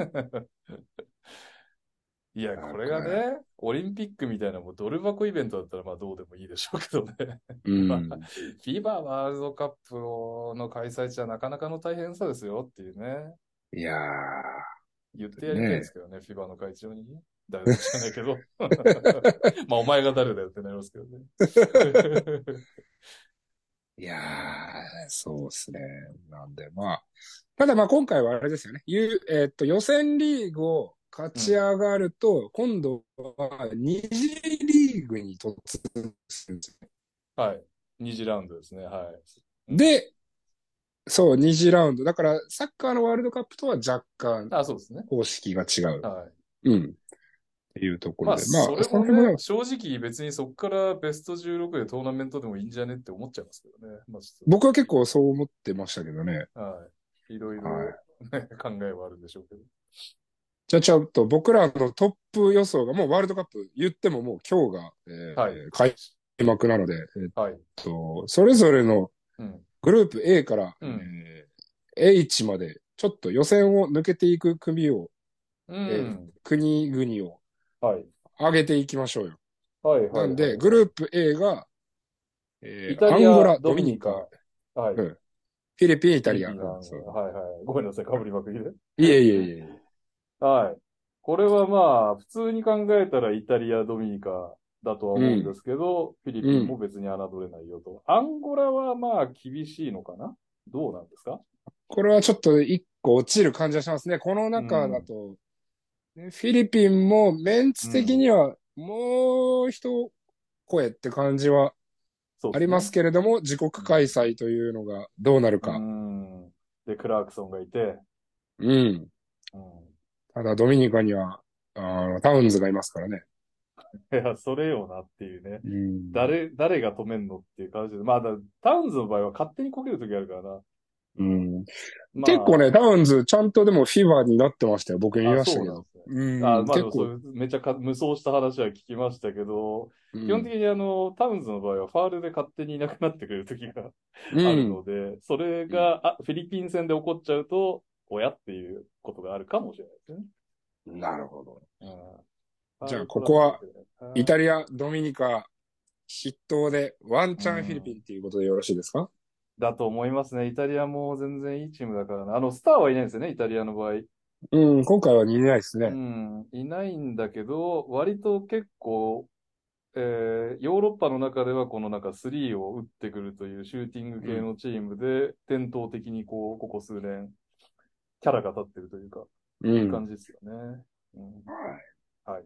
Speaker 1: いや、これがね、オリンピックみたいなもうドル箱イベントだったらまあどうでもいいでしょうけどね。
Speaker 2: うん。
Speaker 1: FIBA ワールドカップの開催地はなかなかの大変さですよっていうね。
Speaker 2: いや
Speaker 1: 言ってやりたいですけどね、フィバの会長に。誰だか知らないけ ど。 まあ、お前が誰だよってなりますけどね。
Speaker 2: いやー、そうですね。なんで、まあ。ただまあ今回はあれですよね。ゆえーっと、予選リーグを勝ち上がると、今度は二次リーグに突入するんですよ
Speaker 1: はい。二次ラウンドですね。はい。
Speaker 2: で、そう、二次ラウンド。だから、サッカーのワールドカップとは若干、
Speaker 1: あ、そうですね。
Speaker 2: 方式が違う。
Speaker 1: はい。
Speaker 2: うん。っていうとこ
Speaker 1: ま
Speaker 2: ろ
Speaker 1: あ、
Speaker 2: で。
Speaker 1: そ
Speaker 2: まあ、
Speaker 1: れ
Speaker 2: そ
Speaker 1: も
Speaker 2: の辺も
Speaker 1: ね、
Speaker 2: ね
Speaker 1: 正直別にそこからベスト16でトーナメントでもいいんじゃねって思っちゃいますけどね。まあ、ちょっ
Speaker 2: 僕は結構そう思ってましたけどね。
Speaker 1: と、はい。いろいろ、
Speaker 2: はい
Speaker 1: ね考えはあるんでしょうけど。
Speaker 2: じゃあちょっと僕らのトップ予想がもうワールドカップ言ってももう今日が、えー
Speaker 1: はい
Speaker 2: 開幕なので、えーっ
Speaker 1: はい。
Speaker 2: と、それぞれの
Speaker 1: うん。
Speaker 2: グループ A から、
Speaker 1: うん
Speaker 2: えー H までちょっと予選を抜けていく組を、
Speaker 1: うん。
Speaker 2: 国々を
Speaker 1: はい。
Speaker 2: 上げていきましょうよ。
Speaker 1: はい。はい。
Speaker 2: なんで、グ
Speaker 1: ー
Speaker 2: ループ A が、えー
Speaker 1: イタリ
Speaker 2: アンゴ
Speaker 1: ア、
Speaker 2: ラ、
Speaker 1: ド
Speaker 2: ド
Speaker 1: ミ
Speaker 2: ミ
Speaker 1: ニ
Speaker 2: ニ
Speaker 1: カ
Speaker 2: カ、。
Speaker 1: はい。
Speaker 2: うんフィリピン、イタリア。
Speaker 1: フィリピン
Speaker 2: うんそう
Speaker 1: はいはい。ごめんなさい。かぶりまくりで。
Speaker 2: いえいえいえ。
Speaker 1: はい。これはまあ、普通に考えたらイタリア、ドミニカだとは思うんですけど、フィリピンも別に侮れないよと。アンゴラはまあ、厳しいのかなどうなんですか
Speaker 2: これはちょっと一個落ちる感じがしますね。この中だと、フィリピンもメンツ的にはもう一声って感じは
Speaker 1: そう
Speaker 2: ありますけれども、自国開催というのがどうなる
Speaker 1: う
Speaker 2: か。
Speaker 1: ん。で、クラークソンがいて、
Speaker 2: うん。
Speaker 1: う
Speaker 2: ただドミニカには、あのタウンズがいますからね。
Speaker 1: ん。いや、それよなっていうね。
Speaker 2: うん
Speaker 1: 誰、誰が止めんのっていう感じで。まあ、だタウンズの場合は勝手にこけるときあるからな。
Speaker 2: うん
Speaker 1: まあ
Speaker 2: 結構ね、タウンズちゃんとでもフィーバーになってましたよ。僕見ま
Speaker 1: あ、
Speaker 2: し
Speaker 1: そ
Speaker 2: た
Speaker 1: う
Speaker 2: け
Speaker 1: なんで。すね。
Speaker 2: どうん
Speaker 1: あまあ、で
Speaker 2: 結
Speaker 1: も
Speaker 2: 構
Speaker 1: そ、うめっちゃか無双した話は聞きましたけど、
Speaker 2: うん
Speaker 1: 基本的にあの、タウンズの場合はファールで勝手にいなくなってくれる時があるので、それが、あ、フィリピン戦で起こっちゃうと、親っていうことがあるかもしれないですね。
Speaker 2: うん、なるほど。
Speaker 1: うん
Speaker 2: じゃあここは、イ
Speaker 1: リ
Speaker 2: タリア、ドミニカ、筆頭でワンチャンフィリピンっていうことでよろしいですか、
Speaker 1: だと思いますね。イタリアも全然いいチームだからな。あの、スターはいないんですよね、イタリアの場合。
Speaker 2: うん、今回は似ないです
Speaker 1: う
Speaker 2: ね。
Speaker 1: ん、いないんだけど、割と結構、えーヨーロッパの中ではこのなんか3を打ってくるというシューティング系のチームで、伝統的にこう、ここ数年、キャラが立ってるというか、
Speaker 2: うん。
Speaker 1: いい感じですよね。うんはい。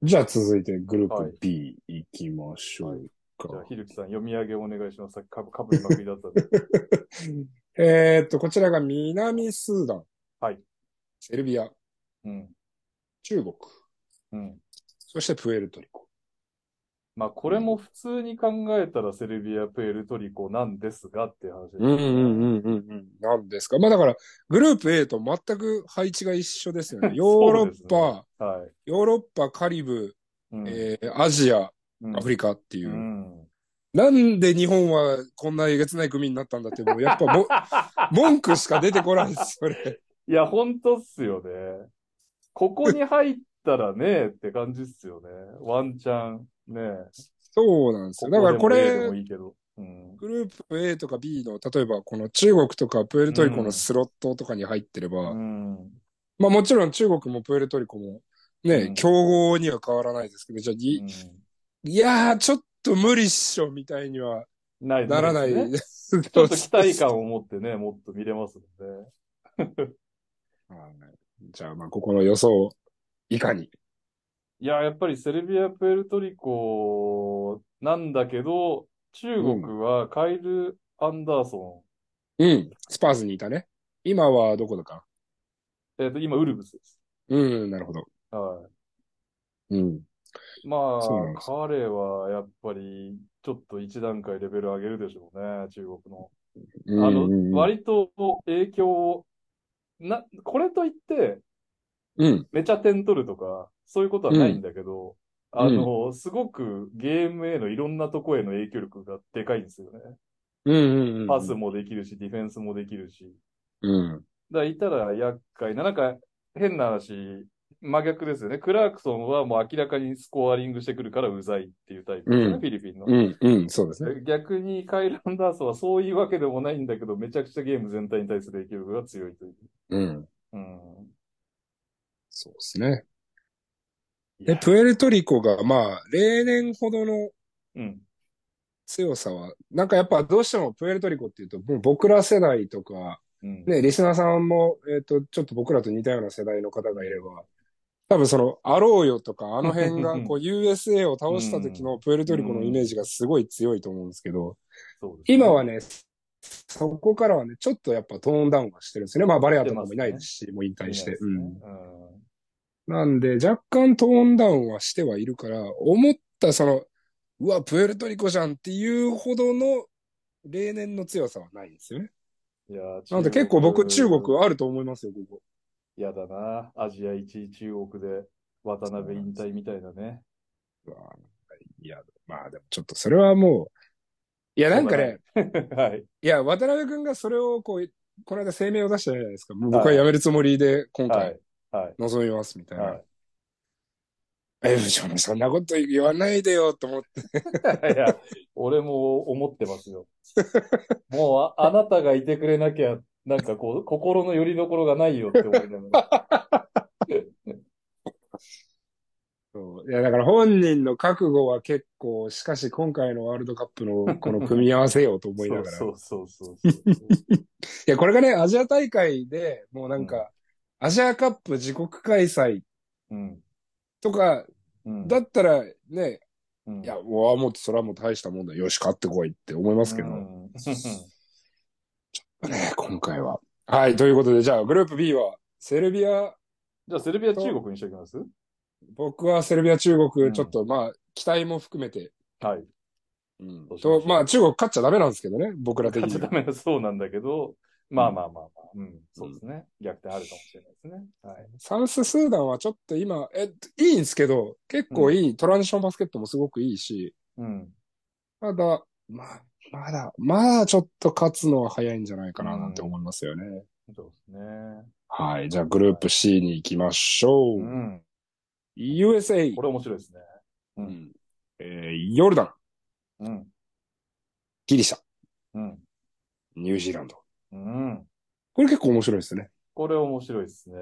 Speaker 2: じゃあ続いてグループ B 行きましょうか。
Speaker 1: じゃあ、ひるきさん、読み上げお願いします。さっきかぶかぶりまくりだったん で。
Speaker 2: えーっと、こちらが南スーダン。
Speaker 1: はい。
Speaker 2: セルビア、
Speaker 1: うん。
Speaker 2: 中国、
Speaker 1: うん。
Speaker 2: そしてプエルトリコ。
Speaker 1: まあ、これも普通に考えたらセルビア、プエルトリコなんですがっていう話ですね。
Speaker 2: んうん。なんですかまあだから、グループ A と全く配置が一緒ですよね。ヨーロッパ、
Speaker 1: はい。
Speaker 2: ヨーロッパ、カリブ、
Speaker 1: うん
Speaker 2: えーアジア、
Speaker 1: うん
Speaker 2: アフリカっていうう。
Speaker 1: ん。
Speaker 2: なんで日本はこんなえげつない組になったんだって、もうやっぱ も文句しか出てこないです、それ。
Speaker 1: いや、ほんとっすよね。ここに入ったらね、って感じっす よね。ワンチャン、ね。
Speaker 2: そうなんですよ。だからこ
Speaker 1: ここでも A で
Speaker 2: れ
Speaker 1: も、いいけど。うん。
Speaker 2: グループ A とか B の、例えばこの中国とかプエルトリコのスロットとかに入ってれば、
Speaker 1: うん。
Speaker 2: まあもちろん中国もプエルトリコもね、
Speaker 1: うん
Speaker 2: 強豪には変わらないですけど、じゃあ、いいやー、ちょっと無理っしょ、みたいには
Speaker 1: ない
Speaker 2: ならない。
Speaker 1: ね
Speaker 2: ち
Speaker 1: ちょっと期待感を持ってね、もっと見れますので。
Speaker 2: じゃあ、まあ、ここの予想をいかに。
Speaker 1: いや、やっぱりセルビア、プエルトリコなんだけど、中国はカイル・アンダーソ
Speaker 2: うん。スパーズにいたね。今はどこだか。
Speaker 1: ン。えっと、今、ウルブスです。
Speaker 2: うん、なるほど。
Speaker 1: はい。
Speaker 2: うん。
Speaker 1: まあ
Speaker 2: そうなんで、す
Speaker 1: 彼はやっぱり、ちょっと一段階レベル上げるでしょうね、中国の。あ
Speaker 2: うんうんうん
Speaker 1: の、割と影響を、な、これといって、
Speaker 2: うん。
Speaker 1: めちゃ点取るとか、そういうことはないんだけど、
Speaker 2: ん
Speaker 1: あの、すごくゲームへのいろんなとこへの影響力がでかいんですよね。
Speaker 2: うんうんうん。
Speaker 1: パスもできるし、ディフェンスもできるし。
Speaker 2: うん。
Speaker 1: だからいたら厄介な、なんか変な話、真逆ですよね。クラークソンはもう明らかにスコアリングしてくるからうざいっていうタイプですよね、
Speaker 2: うん
Speaker 1: フィリピンの。
Speaker 2: うん。うん。そうですね。
Speaker 1: 逆にカイル・アンダーソンはそういうわけでもないんだけど、めちゃくちゃゲーム全体に対する影響力が強いという。
Speaker 2: うん。
Speaker 1: うん。
Speaker 2: そうですね。
Speaker 1: い
Speaker 2: で、
Speaker 1: や
Speaker 2: プエルトリコが、まあ、例年ほどの
Speaker 1: うん。
Speaker 2: 強さは、なんかやっぱどうしてもプエルトリコっていうと、もう僕ら世代とか、
Speaker 1: うん
Speaker 2: ね、リスナーさんも、えっ、と、ちょっと僕らと似たような世代の方がいれば、多分その、あろうよとか、あの辺が、 こう、USA を倒した時のプエルトリコのイメージがすごい強いと思うんですけど、
Speaker 1: そうですね
Speaker 2: 今はね、そこからはね、ちょっとやっぱトーンダウンはしてるんですよね。まあ、バレアとかもいないですし、もう引退して。
Speaker 1: そう
Speaker 2: う
Speaker 1: ですね
Speaker 2: ん。
Speaker 1: うん
Speaker 2: なんで、若干トーンダウンはしてはいるから、思ったその、うわ、プエルトリコじゃんっていうほどの例年の強さはないんですよね。
Speaker 1: いやー
Speaker 2: なんで結構僕、中国あると思いますよ、ここ。
Speaker 1: 嫌だな。アジア一位中国で渡辺引退みたいな ね。
Speaker 2: うわいや、まあでもちょっとそれはもう、いや、なんかね、
Speaker 1: はい。
Speaker 2: いや、渡辺くんがそれをこう、この間声明を出したじゃないですか。もう僕は辞めるつもりで今
Speaker 1: は
Speaker 2: 回
Speaker 1: い。はい。
Speaker 2: 臨みますみたいな。
Speaker 1: はい。
Speaker 2: え、そそんなこと言わないでよと思って。
Speaker 1: いや、俺も思ってますよ。もうあ、あなたがいてくれなきゃ、なんかこう、心の拠り所がないよって思いながら。
Speaker 2: そういや、だから本人の覚悟は結構、しかし今回のワールドカップのこの組み合わせようと 思いながら。
Speaker 1: そうそうそうそうそう。
Speaker 2: いや、これがね、アジア大会でもうなんか、アジアカップ自国開催
Speaker 1: うん。
Speaker 2: とか、
Speaker 1: うん。
Speaker 2: だったらね、
Speaker 1: うん、
Speaker 2: いや、もう、もうそれはもう大したもんだ。よし、勝ってこいって思いますけど。
Speaker 1: うん。
Speaker 2: ね、今回は。はい、ということで、じゃあグループ B は、セルビア、
Speaker 1: じゃあ、セルビア中国にしておきます
Speaker 2: 僕はセルビア、中
Speaker 1: うん
Speaker 2: 国、ちょっと、まあ、期待も含めて、
Speaker 1: はい。
Speaker 2: うん
Speaker 1: そうしましょう
Speaker 2: と、まあ、中国勝っちゃダメなんですけどね、僕ら的
Speaker 1: 勝っちゃ
Speaker 2: に
Speaker 1: ダ
Speaker 2: は。
Speaker 1: メだそうなんだけど、まあまあまあまあ、うん、そうですね。逆転あるかもしれないですね。はい。
Speaker 2: サウススーダンはちょっと今、え、いいんですけど、結構いい、トランジションバスケットもすごくいいし、
Speaker 1: うん。
Speaker 2: ただ、まあ、まだ、まだちょっと勝つのは早いんじゃないかななんて思いますよね。
Speaker 1: そうですね。
Speaker 2: はい、じゃあグループ C に行きましょう。
Speaker 1: うん。
Speaker 2: USA、
Speaker 1: これ面白いですね。
Speaker 2: うんえーヨルダン、
Speaker 1: うん。
Speaker 2: ギリシャ、
Speaker 1: うん。
Speaker 2: ニュージーランド。
Speaker 1: うん。
Speaker 2: これ結構面白いで すね。
Speaker 1: これ面白いですね。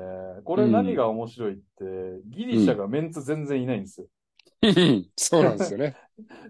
Speaker 1: これ何が面白いって、ギリシャがメンツ全然いないんですよ。
Speaker 2: そうなんですよね。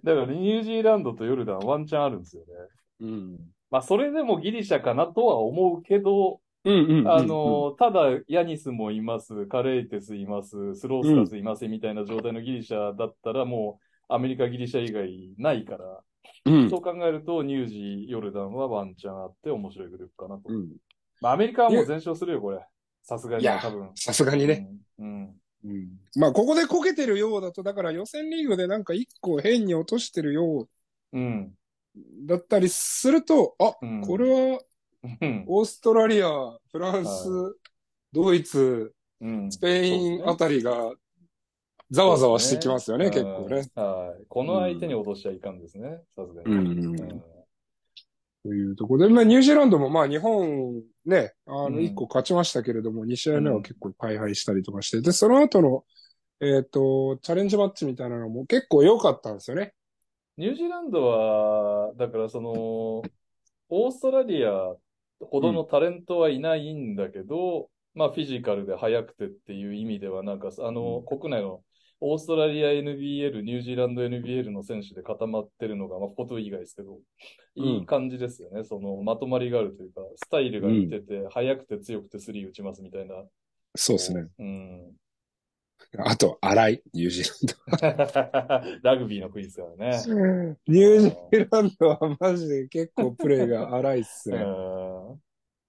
Speaker 1: だからニュージーランドとヨルダンワンチャンあるんですよね。
Speaker 2: うん。
Speaker 1: まあ、それでもギリシャかなとは思うけど、
Speaker 2: うんうんうんうん
Speaker 1: あの、ただ、ヤニスもいます、カレイテスいます、スロースタスいませんみたいな状態のギリシャだったら、もう、アメリカ、ギリシャ以外ないから、
Speaker 2: うん
Speaker 1: そう考えると、ニュージー、ヨルダンはワンチャンあって面白いグループかなと。
Speaker 2: うん。
Speaker 1: まあ、アメリカはもう全勝するよ、これ。さすが
Speaker 2: い
Speaker 1: に、
Speaker 2: や
Speaker 1: 多分。
Speaker 2: さすがにね。
Speaker 1: うん。うん。
Speaker 2: まあ、ここでこけてるようだと、だから予選リーグでなんか一個変に落としてるよ
Speaker 1: うん。
Speaker 2: うだったりすると、あ、
Speaker 1: うん
Speaker 2: これは
Speaker 1: うん。
Speaker 2: オーストラリア、フランス、ドイツ、
Speaker 1: うん
Speaker 2: ス。ペインあたりがざわざわしてきますよね、結構ね。
Speaker 1: うん。はい。この相手に落としちゃいかんですね、さすがに。
Speaker 2: うん
Speaker 1: うん
Speaker 2: というところで、まあ、ニュージーランドもまあ、日本ね、あ
Speaker 1: う
Speaker 2: の、
Speaker 1: ん
Speaker 2: 一個勝ちましたけれども、2試合目は結構大敗したりとかして、で、その後の、えっと、チャレンジマッチみたいなのも結構良かったんですよね。
Speaker 1: ニュージーランドは、だからその、オーストラリアほどのタレントはいないんだけど、まあフィジカルで速くてっていう意味では、なんか、あの、国内のオーストラリア NBL、ニュージーランド NBL の選手で固まってるのが、まあ、こと以外ですけど、いい感じですよね。その、まとまりがあるというか、スタイルが似てて、速くて強くてスリー打ちますみたいな。
Speaker 2: そううですね。。
Speaker 1: うん。
Speaker 2: あと、荒い、ニュージーランド。
Speaker 1: ラグビーの国ですからね。
Speaker 2: ニュージーランドはマジで結構プレーが荒いっす
Speaker 1: う
Speaker 2: ね。
Speaker 1: ん。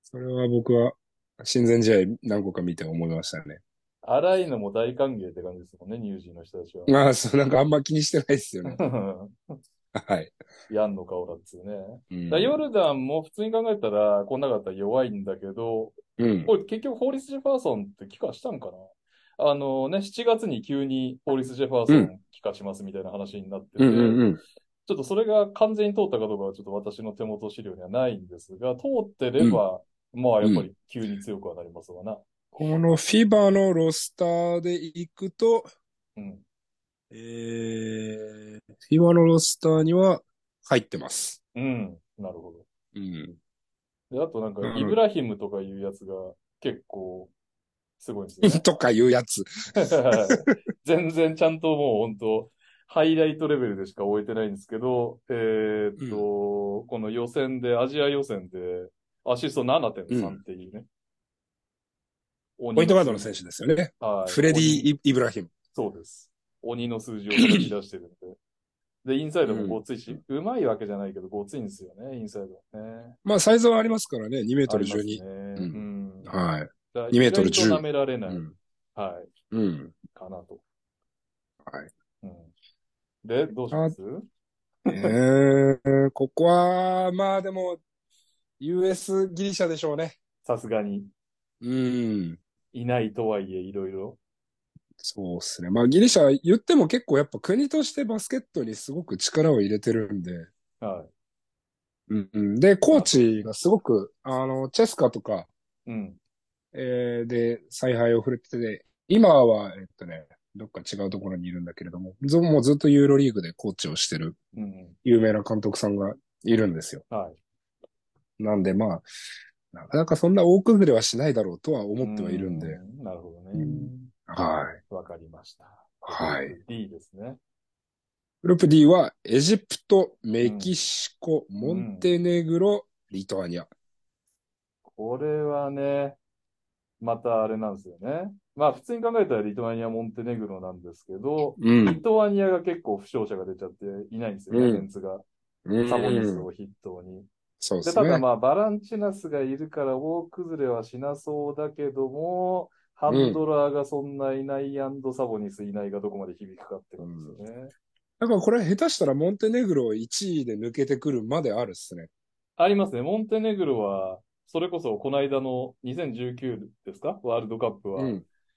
Speaker 2: それは僕は、親善試合何個か見て思いましたね。
Speaker 1: 荒いのも大歓迎って感じですもんね、ニュージーの人たちは。
Speaker 2: まあ、そう、なんかあんま気にしてないっすよね。はい。
Speaker 1: ヤンの顔だっつうね。
Speaker 2: うん
Speaker 1: だからヨルダンも普通に考えたら、こんなかったら弱いんだけど、
Speaker 2: うん。
Speaker 1: これ結局ホーリス・ジェファーソンって帰化したんかなあのね、7月に急にホーリス・ジェファーソ
Speaker 2: う
Speaker 1: ン帰化しますみたいな話になってて、
Speaker 2: うんうんうん。
Speaker 1: ちょっとそれが完全に通ったかどうかはちょっと私の手元資料にはないんですが、通ってれば、まあやっぱり急に強くはなりますわな。
Speaker 2: このフィバのロスターで行くと、
Speaker 1: うん。
Speaker 2: えー、フィバのロスターには入ってます。
Speaker 1: うん。なるほど。
Speaker 2: うん。
Speaker 1: で、あとなんか
Speaker 2: う、ん
Speaker 1: イブラヒムとかいうやつが結構
Speaker 2: 。
Speaker 1: すごいんですよね
Speaker 2: とかいうやつ。
Speaker 1: 全然ちゃんともう本当ハイライトレベルでしか終えてないんですけど、えーっと、この予選で、アジア予選で、アシスト7.3っていうね。
Speaker 2: ポイントガードの選手ですよね。
Speaker 1: 手。はい。
Speaker 2: フレデ
Speaker 1: 鬼
Speaker 2: ィ・イイブラヒム。
Speaker 1: そうです。鬼の数字を叩き出してるん で。で、インサイドもごついし、うまいわけじゃないけど、ごついんですよね、インサイドはね。
Speaker 2: まあ、サイズはありますからね、2メート
Speaker 1: あ
Speaker 2: ル
Speaker 1: ります
Speaker 2: 12。
Speaker 1: ね。
Speaker 2: う
Speaker 1: うん。
Speaker 2: はい。
Speaker 1: 2
Speaker 2: 2メートル10
Speaker 1: 舐められない。
Speaker 2: うん。
Speaker 1: は
Speaker 2: うん。
Speaker 1: い。かなと。
Speaker 2: はい。
Speaker 1: うん。で、どうします
Speaker 2: えー、ここは、まあでも、US ギリシャでしょうね。
Speaker 1: さすがに。
Speaker 2: うん。
Speaker 1: いないとはいえ、いろいろ。
Speaker 2: そうですね。まあギリシャ言っても結構やっぱ国としてバスケットにすごく力を入れてるんで。
Speaker 1: は
Speaker 2: うんうん、で、コーチがすごく、あの、チェスカとか、
Speaker 1: い。うん。
Speaker 2: えーで、采配を振るってて、今は、えっとね、どっか違うところにいるんだけれども、ずもうずっとユーロリーグでコーチをしてる
Speaker 1: うん。
Speaker 2: 有名な監督さんがいるんですよ。
Speaker 1: はい。
Speaker 2: なんでまあ、なかなかそんな大崩れはしないだろうとは思ってはいるんで。
Speaker 1: う。なるほどね。
Speaker 2: はい。
Speaker 1: わかりました。
Speaker 2: はい。
Speaker 1: D ですね。
Speaker 2: グループ D は、エジプト、メキシコ、
Speaker 1: ん
Speaker 2: モンテネグロ、リトアニア。
Speaker 1: これはね、またあれなんですよね。まあ普通に考えたらリトアニア、モンテネグロなんですけど、
Speaker 2: う
Speaker 1: リ。トアニアが結構負傷者が出ちゃっていないんですよね、
Speaker 2: うん
Speaker 1: メンツが。
Speaker 2: うん
Speaker 1: サボニスを筆頭に。
Speaker 2: そうで
Speaker 1: で、
Speaker 2: す
Speaker 1: ただ
Speaker 2: ね。
Speaker 1: まあ、バランチナスがいるから大崩れはしなそうだけども、ハンドラーがそんないないサボニスいないがどこまで響くかってことですよね。
Speaker 2: だからこれ下手したらモンテネグロ1位で抜けてくるまであるっすね。
Speaker 1: ありますね。モンテネグロは、それこそこの間の2019ですかワールドカップは、
Speaker 2: ん。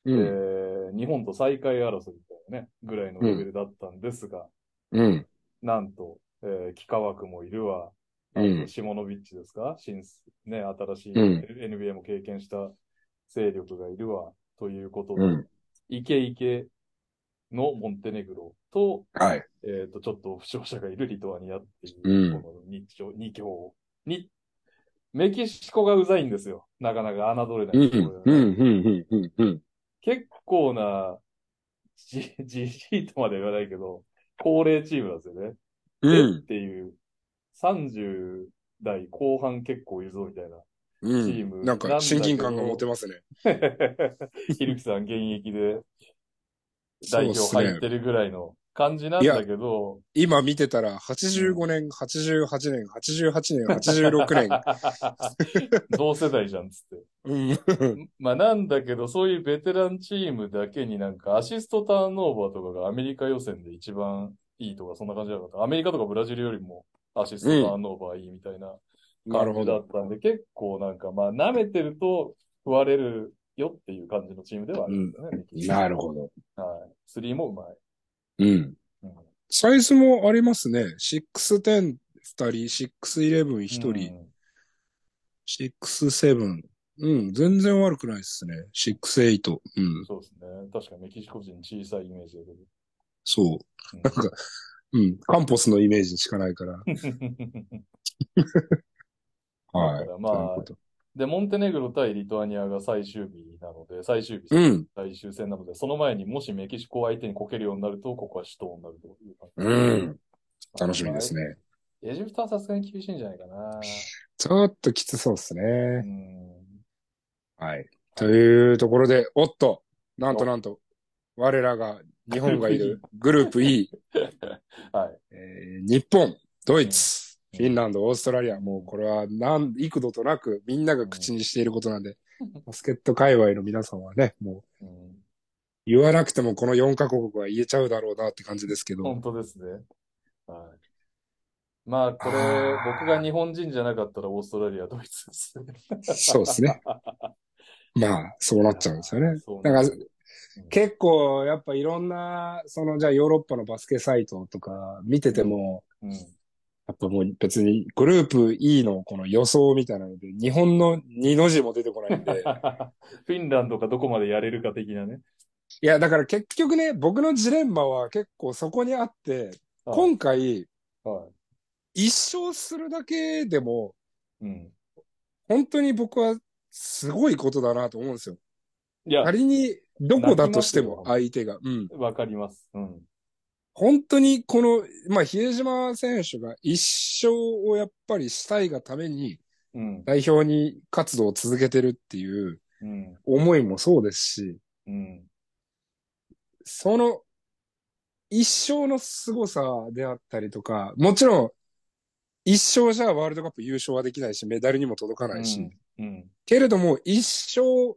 Speaker 1: え
Speaker 2: うん。
Speaker 1: ー日本と最下位争いみたいなね、ぐらいのレベルだったんですが、
Speaker 2: うん。
Speaker 1: なんと、えー、幾何枠もいるわ、
Speaker 2: うん
Speaker 1: シモノビッチですか新す、ね、新しい
Speaker 2: うん
Speaker 1: NBA も経験した勢力がいるわ、ということで、
Speaker 2: うん。
Speaker 1: イケイケのモンテネグロと、
Speaker 2: はい。
Speaker 1: えっ、と、ちょっと負傷者がいるリトアニアっていうう、
Speaker 2: ん
Speaker 1: この二強、二強に、メキシコがうざいんですよ。なかなか侮れない、
Speaker 2: うん。うん。うん。うん。うん。
Speaker 1: 結構な、じ、じじいとまでは言わないけど、高齢チームなんですよね。
Speaker 2: うん
Speaker 1: っ。ていう、30代後半結構いるぞみたい な。
Speaker 2: うん
Speaker 1: チーム
Speaker 2: なんか親近感が持てますね。
Speaker 1: ひるきさん現役で代表
Speaker 2: そうっ
Speaker 1: 入
Speaker 2: す
Speaker 1: っ
Speaker 2: ね。
Speaker 1: てるぐらいの感じなんだけど、
Speaker 2: 今見てたら、85年、88年、88年、86年。
Speaker 1: 同世代じゃんっつって。
Speaker 2: うん。
Speaker 1: まあなんだけど、そういうベテランチームだけになんかアシストターンオーバーとかがアメリカ予選で一番いいとか、そんな感じじゃなかった。アメリカとかブラジルよりもアシストターンオーバーいいみたいな
Speaker 2: なる
Speaker 1: 感じだ
Speaker 2: ほど
Speaker 1: っ。たんで、結構なんかまあ舐めてると食われるよっていう感じのチームではあるんですよね。メキシコ
Speaker 2: なるほど。
Speaker 1: はい。スリーもうまい。
Speaker 2: うん。
Speaker 1: うん
Speaker 2: サイズもありますね。610、2人、611、1人、67。うん、全然悪くないですね。68。う
Speaker 1: うん
Speaker 2: ん、
Speaker 1: そうですね。確かメキシコ人小さいイメージだけど。
Speaker 2: そう。なんか、うん、カンポスのイメージしかないから。 はい。
Speaker 1: まあ
Speaker 2: ということ
Speaker 1: で、モンテネグロ対リトアニアが最終日なので、最終日、
Speaker 2: うん、
Speaker 1: 最終戦なので、その前にもしメキシコを相手にこけるようになると、ここは死闘になるという感じ
Speaker 2: うん。楽しみです。ね。
Speaker 1: エジプトはさすがに厳しいんじゃないかな。
Speaker 2: ちょっときつそうです
Speaker 1: う
Speaker 2: ね。
Speaker 1: ん。
Speaker 2: はい。というところで、おっと、なんとなんと、我らが、日本がいるグループ E、
Speaker 1: はい。
Speaker 2: えー日本、ドイツ、
Speaker 1: うん
Speaker 2: フィンランド、オーストラリア、もうこれは何、幾度となくみんなが口にしていることなんで、バスケット界隈の皆さんはね、もう
Speaker 1: うん
Speaker 2: 言わなくてもこの4カ国は言えちゃうだろうなって感じです けど、
Speaker 1: 本当ですね。はい。まあ、これ、
Speaker 2: あー
Speaker 1: 僕が日本人じゃなかったらオーストラリア、ドイツですね。
Speaker 2: そうですね。まあ、そうなっちゃうんですよね。
Speaker 1: そう
Speaker 2: なん
Speaker 1: です
Speaker 2: か
Speaker 1: ね、
Speaker 2: 結構やっぱいろんな、そのじゃあヨーロッパのバスケサイトとか見てても、
Speaker 1: うん
Speaker 2: やっぱもう別にグループ E のこの予想みたいなので、日本の2の字も出てこない ん
Speaker 1: フ
Speaker 2: で、
Speaker 1: ィンランドがどこまでやれるか的なね。
Speaker 2: いや、だから結局ね、僕のジレンマは結構そこにあって、
Speaker 1: はい
Speaker 2: 今回、
Speaker 1: は
Speaker 2: 一勝するだけでも、
Speaker 1: い。うん。
Speaker 2: 本当に僕はすごいことだなと思うんですよ。
Speaker 1: いや、
Speaker 2: 仮に、どこだとして
Speaker 1: 泣きま
Speaker 2: も
Speaker 1: す
Speaker 2: 相手が。うん。
Speaker 1: わかります。うん。
Speaker 2: 本当にこの、まあ、比江島選手が一生をやっぱりしたいがために、
Speaker 1: うん。
Speaker 2: 代表に活動を続けてるっていう
Speaker 1: うん。
Speaker 2: 思いもそうですし、
Speaker 1: うん。
Speaker 2: その一生の凄さであったりとか、もちろん一生じゃワールドカップ優勝はできないし、メダルにも届かないし、
Speaker 1: うん。
Speaker 2: けれども一生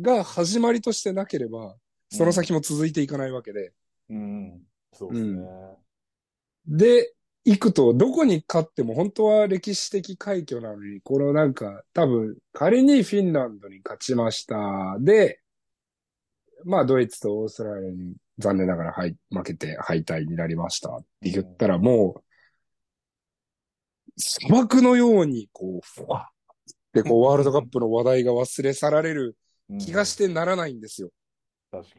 Speaker 2: が始まりとしてなければ、その先も続いていかないわけで、
Speaker 1: うん。そうですね。
Speaker 2: で、行くと、どこに勝っても本当は歴史的快挙なのに、このなんか、多分、仮にフィンランドに勝ちました。で、まあ、ドイツとオーストラリアに残念ながら敗負けて敗退になりましたって言ったら、もう、砂漠のように、こう、ふわって、こう、ワールドカップの話題が忘れ去られる
Speaker 1: うん
Speaker 2: 気がしてならないんですよ。
Speaker 1: 確か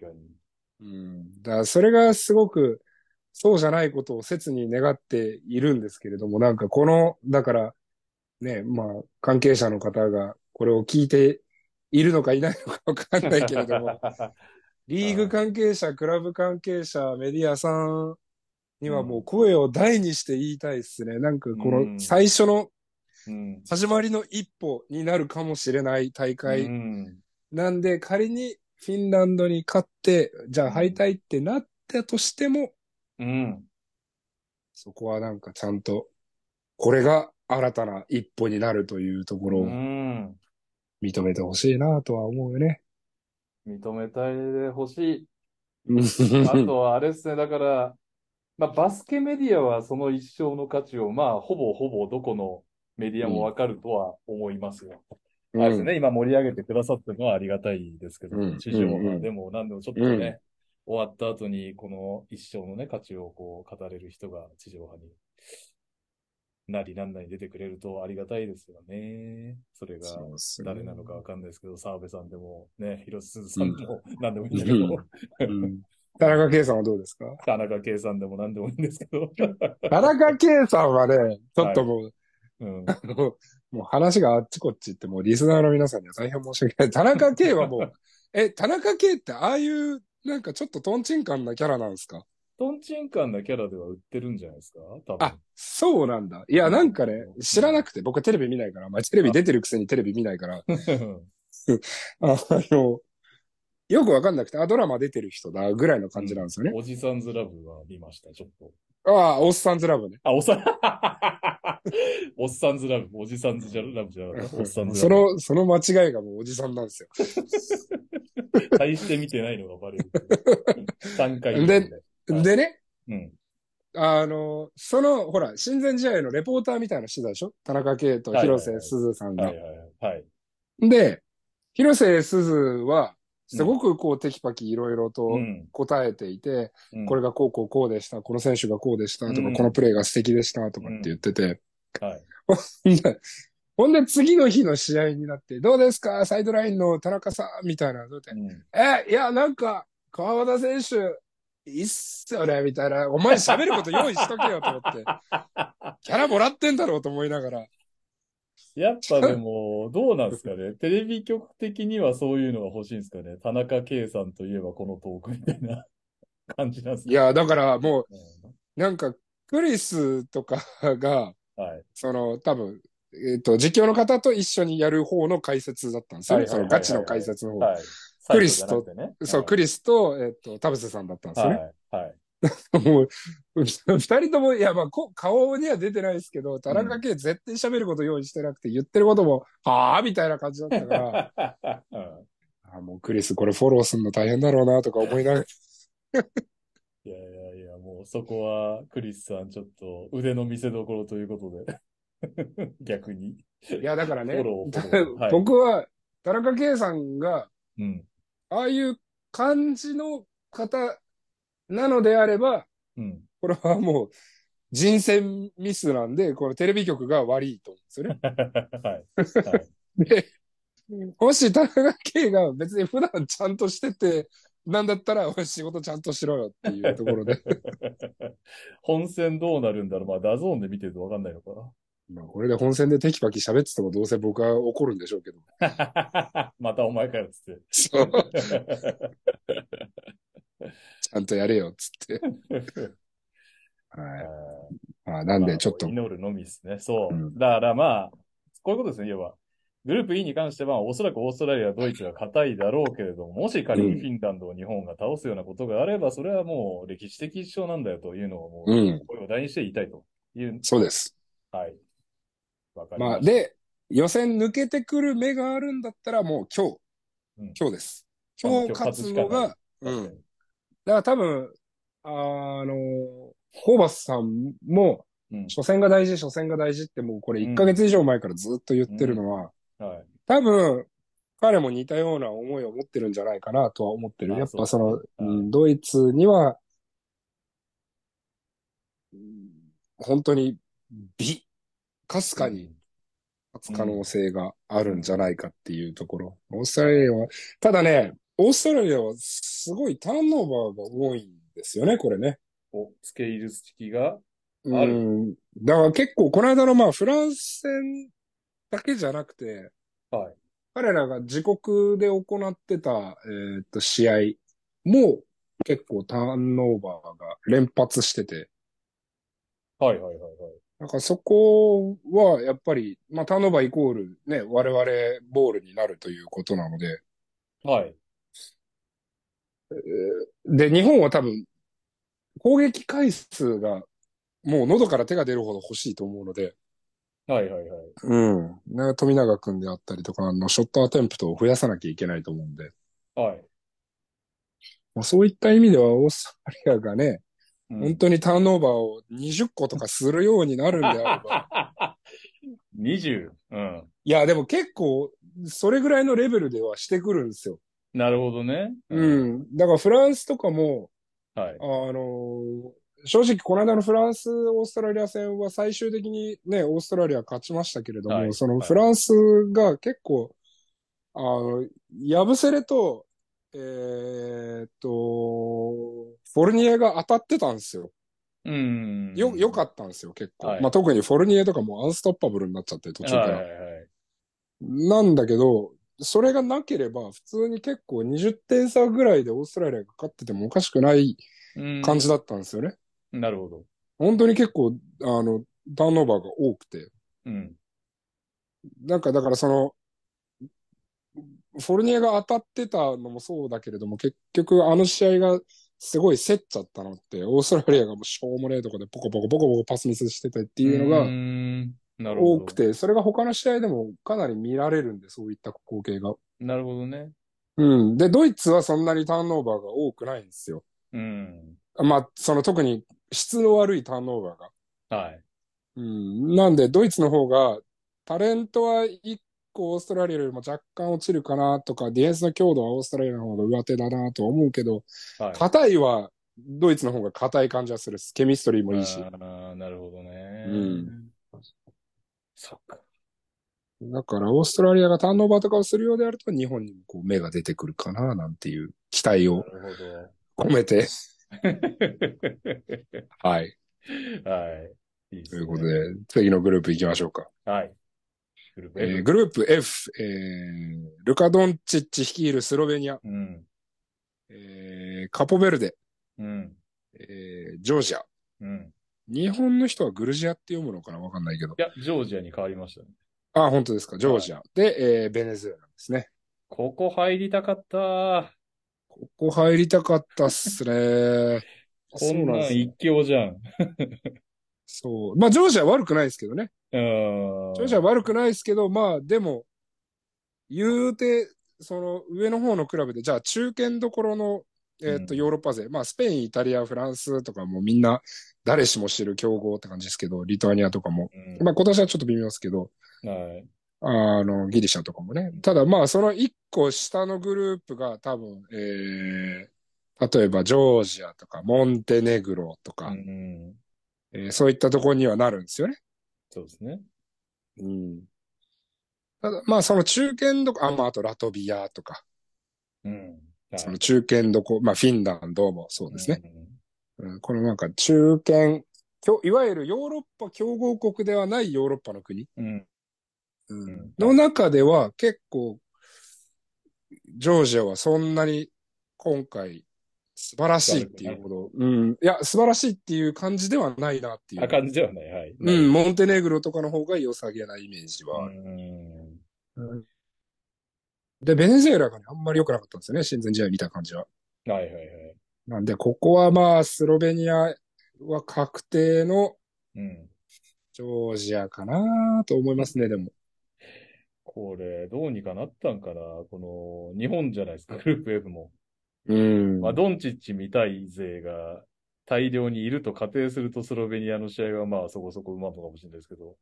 Speaker 1: に。
Speaker 2: うん。だからそれがすごく、そうじゃないことを切に願っているんですけれども、なんかこの、だから、ね、まあ、関係者の方がこれを聞いているのかいないのかわかんないけれ ども、リーグ関係者、クラブ関係者、メディアさんにはもう声を大にして言いたいですね。なんかこ
Speaker 1: うん
Speaker 2: の最初の
Speaker 1: うん。
Speaker 2: 始まりの一歩になるかもしれない大会
Speaker 1: うん。
Speaker 2: なんで、仮にフィンランドに勝って、じゃあ敗退ってなったとしても、
Speaker 1: うん。
Speaker 2: そこはなんかちゃんと、これが新たな一歩になるというところ
Speaker 1: う
Speaker 2: を
Speaker 1: ん。
Speaker 2: 認めてほしいなとは思うよね。
Speaker 1: 認めたいでほしい。
Speaker 2: あ
Speaker 1: あとはあれですね、だから、まあ、バスケメディアはその一生の価値を、まあ、ほぼほぼどこのメディアもわかるとは思いますよ。あれですね、今盛り上げてくださったのはありがたいですけど、
Speaker 2: うん
Speaker 1: 市場
Speaker 2: うんう
Speaker 1: が、
Speaker 2: ん
Speaker 1: でも何でもちょっとね、終わった後に、この一生のね、価値をこう、語れる人が地上波になりなんなり出てくれるとありがたいですよね。それが。誰なのかわかんないですけど、澤部さんでも、ね、広瀬すずさんでも、 何でもいいんだけど、
Speaker 2: うん田中圭さんはどうですか
Speaker 1: 田中圭さんでも何でもいいんですけ ど、
Speaker 2: 田中圭さんはね、ちょっともう、
Speaker 1: うん、
Speaker 2: あの もう話があっちこっち行って、もうリスナーの皆さんには大変申し訳ない。田中圭はも う、え、田中圭ってああいう、なんかちょっとトンチンカンなキャラなんですか
Speaker 1: トンチンカンなキャラでは売ってるんじゃないですか多分
Speaker 2: あ、そうなんだ。いや、なんかね、知らなくて、僕はテレビ見ないから、まあ、テレビ出てるくせにテレビ見ないから、あの、よくわかんなくて、あ、ドラマ出てる人だ、ぐらいの感じなんですよね。
Speaker 1: おじさんずラブは見ました、ちょっと。
Speaker 2: ああ、オッサンズラブね。
Speaker 1: あ、おさ、 おっさんずラブ、おじさんずラブじゃなかった。おっさんず
Speaker 2: そ
Speaker 1: ラ
Speaker 2: の、その間違いがもうおじさんなんですよ。
Speaker 1: ブ。対して見てないのがバレる。3回 目
Speaker 2: で
Speaker 1: はい
Speaker 2: でね、
Speaker 1: うん。
Speaker 2: あの、その、ほら、親善試合のレポーターみたいなのしてたでしょ田中圭と広
Speaker 1: はいはいは
Speaker 2: 瀬
Speaker 1: い
Speaker 2: すずさんが。
Speaker 1: はいはいはい。はい。
Speaker 2: で、広瀬すずは、すごくこう、テキパキいろいろと
Speaker 1: ん。
Speaker 2: 答えていて、
Speaker 1: うん
Speaker 2: これがこうこうこうでした、この選手がこうでしたとか、
Speaker 1: うん
Speaker 2: このプレーが素敵でしたとかって言ってて、
Speaker 1: はい。
Speaker 2: ほんで次の日の試合になって、どうですかサイドラインの田中さんみたいな、
Speaker 1: うん
Speaker 2: え、いや、なんか、川端選手、いいっすよねみたいな、お前喋ること用意しとけよと 思って、キャラもらってんだろうと思いながら、
Speaker 1: やっぱでも、どうなんですかね。 テレビ局的にはそういうのが欲しいんですかね。田中圭さんといえばこのトークみたいな感じなんです
Speaker 2: い
Speaker 1: か
Speaker 2: や、だからも
Speaker 1: ね。
Speaker 2: う、なんか、クリスとかが、
Speaker 1: はい。
Speaker 2: その、多分、えっ、と、実況の方と一緒にやる方の解説だったんですよ
Speaker 1: はい
Speaker 2: ね。
Speaker 1: は
Speaker 2: そ
Speaker 1: いはい
Speaker 2: の
Speaker 1: はい
Speaker 2: ガチの解説の方。
Speaker 1: はい。
Speaker 2: クリスと
Speaker 1: サイドじゃなくてね。
Speaker 2: そう、クリスと、えっと、田臥さんだったんですよね。
Speaker 1: はい。はい。
Speaker 2: もう、二人とも、いや、まあ、こ顔には出てないですけど、田中圭絶対喋ること用意してなくて、言ってることも、はあみたいな感じだっ たから、
Speaker 1: うん
Speaker 2: あもうクリスこれフォローするの大変だろうな、とか思いながら、
Speaker 1: いやいやいや、もうそこは、クリスさん、ちょっと腕の見せ所ということで。 逆に。
Speaker 2: いや、だからね
Speaker 1: フォローフォローは、い
Speaker 2: 僕は、田中圭さんが、
Speaker 1: うん。
Speaker 2: ああいう感じの方なのであれば、
Speaker 1: うん。
Speaker 2: これはもう、人選ミスなんで、このテレビ局が悪いと思うんですよね。
Speaker 1: はい。
Speaker 2: で、もし田中圭が別に普段ちゃんとしてて、なんだったら、おい仕事ちゃんとしろよっていうところで。
Speaker 1: 本戦どうなるんだろう。まあ、ダゾーンで見てるとわかんないのかな。
Speaker 2: まあこれで本戦でテキパキ喋っててもどうせ僕は怒るんでしょうけど。
Speaker 1: またお前からっつって。
Speaker 2: そう。ちゃんとやれよ、つって。はい。まあ、なんで、ちょっと、
Speaker 1: 祈るのみですね。そう。
Speaker 2: うん
Speaker 1: だからまあ、こういうことですね、要は。グループ E に関しては、おそらくオーストラリア、ドイツが硬いだろうけれども、もし仮
Speaker 2: う
Speaker 1: に
Speaker 2: ん
Speaker 1: フィンランドを日本が倒すようなことがあれば、それはもう歴史的一生なんだよというのをもう、
Speaker 2: うん
Speaker 1: 声を大にして言いたいという。
Speaker 2: そうです。
Speaker 1: はい。わかり
Speaker 2: ま
Speaker 1: ま
Speaker 2: あ、
Speaker 1: した。
Speaker 2: で、予選抜けてくる目があるんだったら、もう今日
Speaker 1: うん、
Speaker 2: 今日です。
Speaker 1: あもう
Speaker 2: 今日
Speaker 1: 今日
Speaker 2: 勝つのが
Speaker 1: 勝、
Speaker 2: う
Speaker 1: 確
Speaker 2: ん
Speaker 1: か。に
Speaker 2: だから多分、あの、ホーバスさんも、
Speaker 1: うん。
Speaker 2: 初戦が大事、初戦が大事ってもうこれ1ヶ月以上前からずっと言ってるのは、
Speaker 1: はい。
Speaker 2: 多分、彼も似たような思いを持ってるんじゃないかなとは思ってる。
Speaker 1: あ
Speaker 2: やっぱその、
Speaker 1: そうだね
Speaker 2: うんドイツには、うん本当に美、かすかに勝つ可能性があるんじゃないかっていうところ。オーストラリアは、ただね、オーストラリアはすごいターンオーバーが多いんですよね、これね。
Speaker 1: お、スケイルスキが、ある
Speaker 2: うん。だから結構、この間のまあ、フランス戦だけじゃなくて、
Speaker 1: はい。
Speaker 2: 彼らが自国で行ってた、えーっと、試合も結構ターンオーバーが連発してて、
Speaker 1: はいはいはいはい。
Speaker 2: なんかそこはやっぱり、まあ、ターンオーバーイコールね、我々ボールになるということなので、
Speaker 1: はい。
Speaker 2: えーで、日本は多分、攻撃回数がもう喉から手が出るほど欲しいと思うので、
Speaker 1: はいはいはい。
Speaker 2: うん。な富永君であったりとか、あの、ショットアテンプトを増やさなきゃいけないと思うんで、
Speaker 1: はい。
Speaker 2: まあ、そういった意味ではオーストラリアがね、
Speaker 1: う
Speaker 2: 本
Speaker 1: ん
Speaker 2: 当にターンオーバーを20個とかするようになるんであれ ば。
Speaker 1: 20。うん。
Speaker 2: いや、でも結構、それぐらいのレベルではしてくるんですよ。
Speaker 1: なるほどね。
Speaker 2: うん。だからフランスとかも、
Speaker 1: はい
Speaker 2: あ。のー正直この間のフランス、オーストラリア戦は最終的にね、オーストラリア勝ちましたけれども、
Speaker 1: はい
Speaker 2: その
Speaker 1: はい
Speaker 2: フランスが結構、あの、ヤブセレと、えーっと、フォルニエが当たってたんですよ。
Speaker 1: うん。
Speaker 2: よ、良かったんですよ、結構。
Speaker 1: はい
Speaker 2: まあ、特にフォルニエとかもアンストッパブルになっちゃって、途中から。
Speaker 1: はいはいはい。
Speaker 2: なんだけど、それがなければ、普通に結構20点差ぐらいでオーストラリアが勝っててもおかしくない
Speaker 1: うん
Speaker 2: 感じだったんですよね。
Speaker 1: なるほど。
Speaker 2: 本当に結構、あの、ターンオーバーが多くて。
Speaker 1: うん。
Speaker 2: なんか、だからその、フォルニエが当たってたのもそうだけれども、結局あの試合がすごい競っちゃったのって、オーストラリアがもうしょうもねえとこでポコポコポコポコパスミスしててっていうのが、
Speaker 1: んなるほ
Speaker 2: 多
Speaker 1: ど
Speaker 2: く。て、それが他の試合でもかなり見られるんで、そういった光景が。
Speaker 1: なるほどね。
Speaker 2: うん。で、ドイツはそんなにターンオーバーが多くないんですよ。
Speaker 1: うん。
Speaker 2: まあ、その特に質の悪いターンオーバーが。
Speaker 1: はい。
Speaker 2: うん。なんで、ドイツの方が、タレントは一個オーストラリアよりも若干落ちるかなとか、ディフェンスの強度はオーストラリアの方が上手だなとは思うけど、
Speaker 1: はい。
Speaker 2: 硬いはドイツの方が硬い感じはするっす。ケミストリーもいいし。
Speaker 1: ああ、なるほどね。
Speaker 2: うん。
Speaker 1: そっか。
Speaker 2: だから、オーストラリアがターンオーバーとかをするようであると、日本にもこう目が出てくるかな、なんていう期待
Speaker 1: な
Speaker 2: を
Speaker 1: る
Speaker 2: 込めて、
Speaker 1: ほ
Speaker 2: はい。
Speaker 1: ど。 はい。いいで
Speaker 2: と
Speaker 1: す
Speaker 2: い
Speaker 1: ね
Speaker 2: うことで、次のグループ行きましょうか。
Speaker 1: はい。グループ
Speaker 2: え
Speaker 1: F
Speaker 2: ーグループ F、えールカ・ドンチッチ率いるスロベニア、
Speaker 1: うん。
Speaker 2: えーカポベルデ、
Speaker 1: うん。
Speaker 2: えージョージア。
Speaker 1: うん。
Speaker 2: 日本の人はグルジアって読むのかなわかんないけど。
Speaker 1: いや、ジョージアに変わりましたね。
Speaker 2: あ、本当ですか。ジョージア。で、えーベネズエラですね。
Speaker 1: ここ入りたかった。
Speaker 2: ここ入りたかったっ すね。
Speaker 1: こんなん
Speaker 2: す。
Speaker 1: 一強じゃん。
Speaker 2: そう。まあ、ジョージア悪くないですけどね。
Speaker 1: うん。
Speaker 2: ジョージア悪くないですけど、まあ、でも、言うて、その上の方のクラブで、じゃあ中堅どころの、えーっと、
Speaker 1: うん
Speaker 2: ヨーロッパ勢、まあ、スペイン、イタリア、フランスとかもみんな、誰しも知る競合って感じですけど、リトアニアとかも。
Speaker 1: うん
Speaker 2: まあ、今年はちょっと微妙ですけど、
Speaker 1: はい。
Speaker 2: あの、ギリシャとかもね。ただまあ、その一個下のグループが多分、えー、例えばジョージアとか、モンテネグロとか、
Speaker 1: うん。
Speaker 2: えーそういったところにはなるんですよね。
Speaker 1: そうですね。
Speaker 2: うん。ただまあ、その中堅どこ、あ、まあ、あとラトビアとか、
Speaker 1: うん。
Speaker 2: その中堅どこ、まあ、フィンランドもそうですね。
Speaker 1: ね。
Speaker 2: うんこのなんか中堅、きょいわゆるヨーロッパ強豪国ではないヨーロッパの国、
Speaker 1: うん。
Speaker 2: うん
Speaker 1: ん
Speaker 2: の中では結構、ジョージアはそんなに今回素晴らしいっていうほど、うん。いや、素晴らしいっていう感じではないなってい
Speaker 1: あ、
Speaker 2: う。
Speaker 1: 感じではない。はい。
Speaker 2: うん、モンテネグロとかの方が良さげなイメージはある。
Speaker 1: うん。
Speaker 2: で、ベネズエラがね、あんまり良くなかったんですよね、親善試合見た感じは。
Speaker 1: はいはいはい。
Speaker 2: なんで、ここはまあ、スロベニアは確定の
Speaker 1: うん。
Speaker 2: ジョージアかなと思いますね、でも。
Speaker 1: これ、どうにかなったんかなこの、日本じゃないですか、グループ F も。
Speaker 2: うん。
Speaker 1: まあ、ドンチッチみたい勢が大量にいると仮定するとスロベニアの試合はまあそこそこうまいのかもしれないですけど、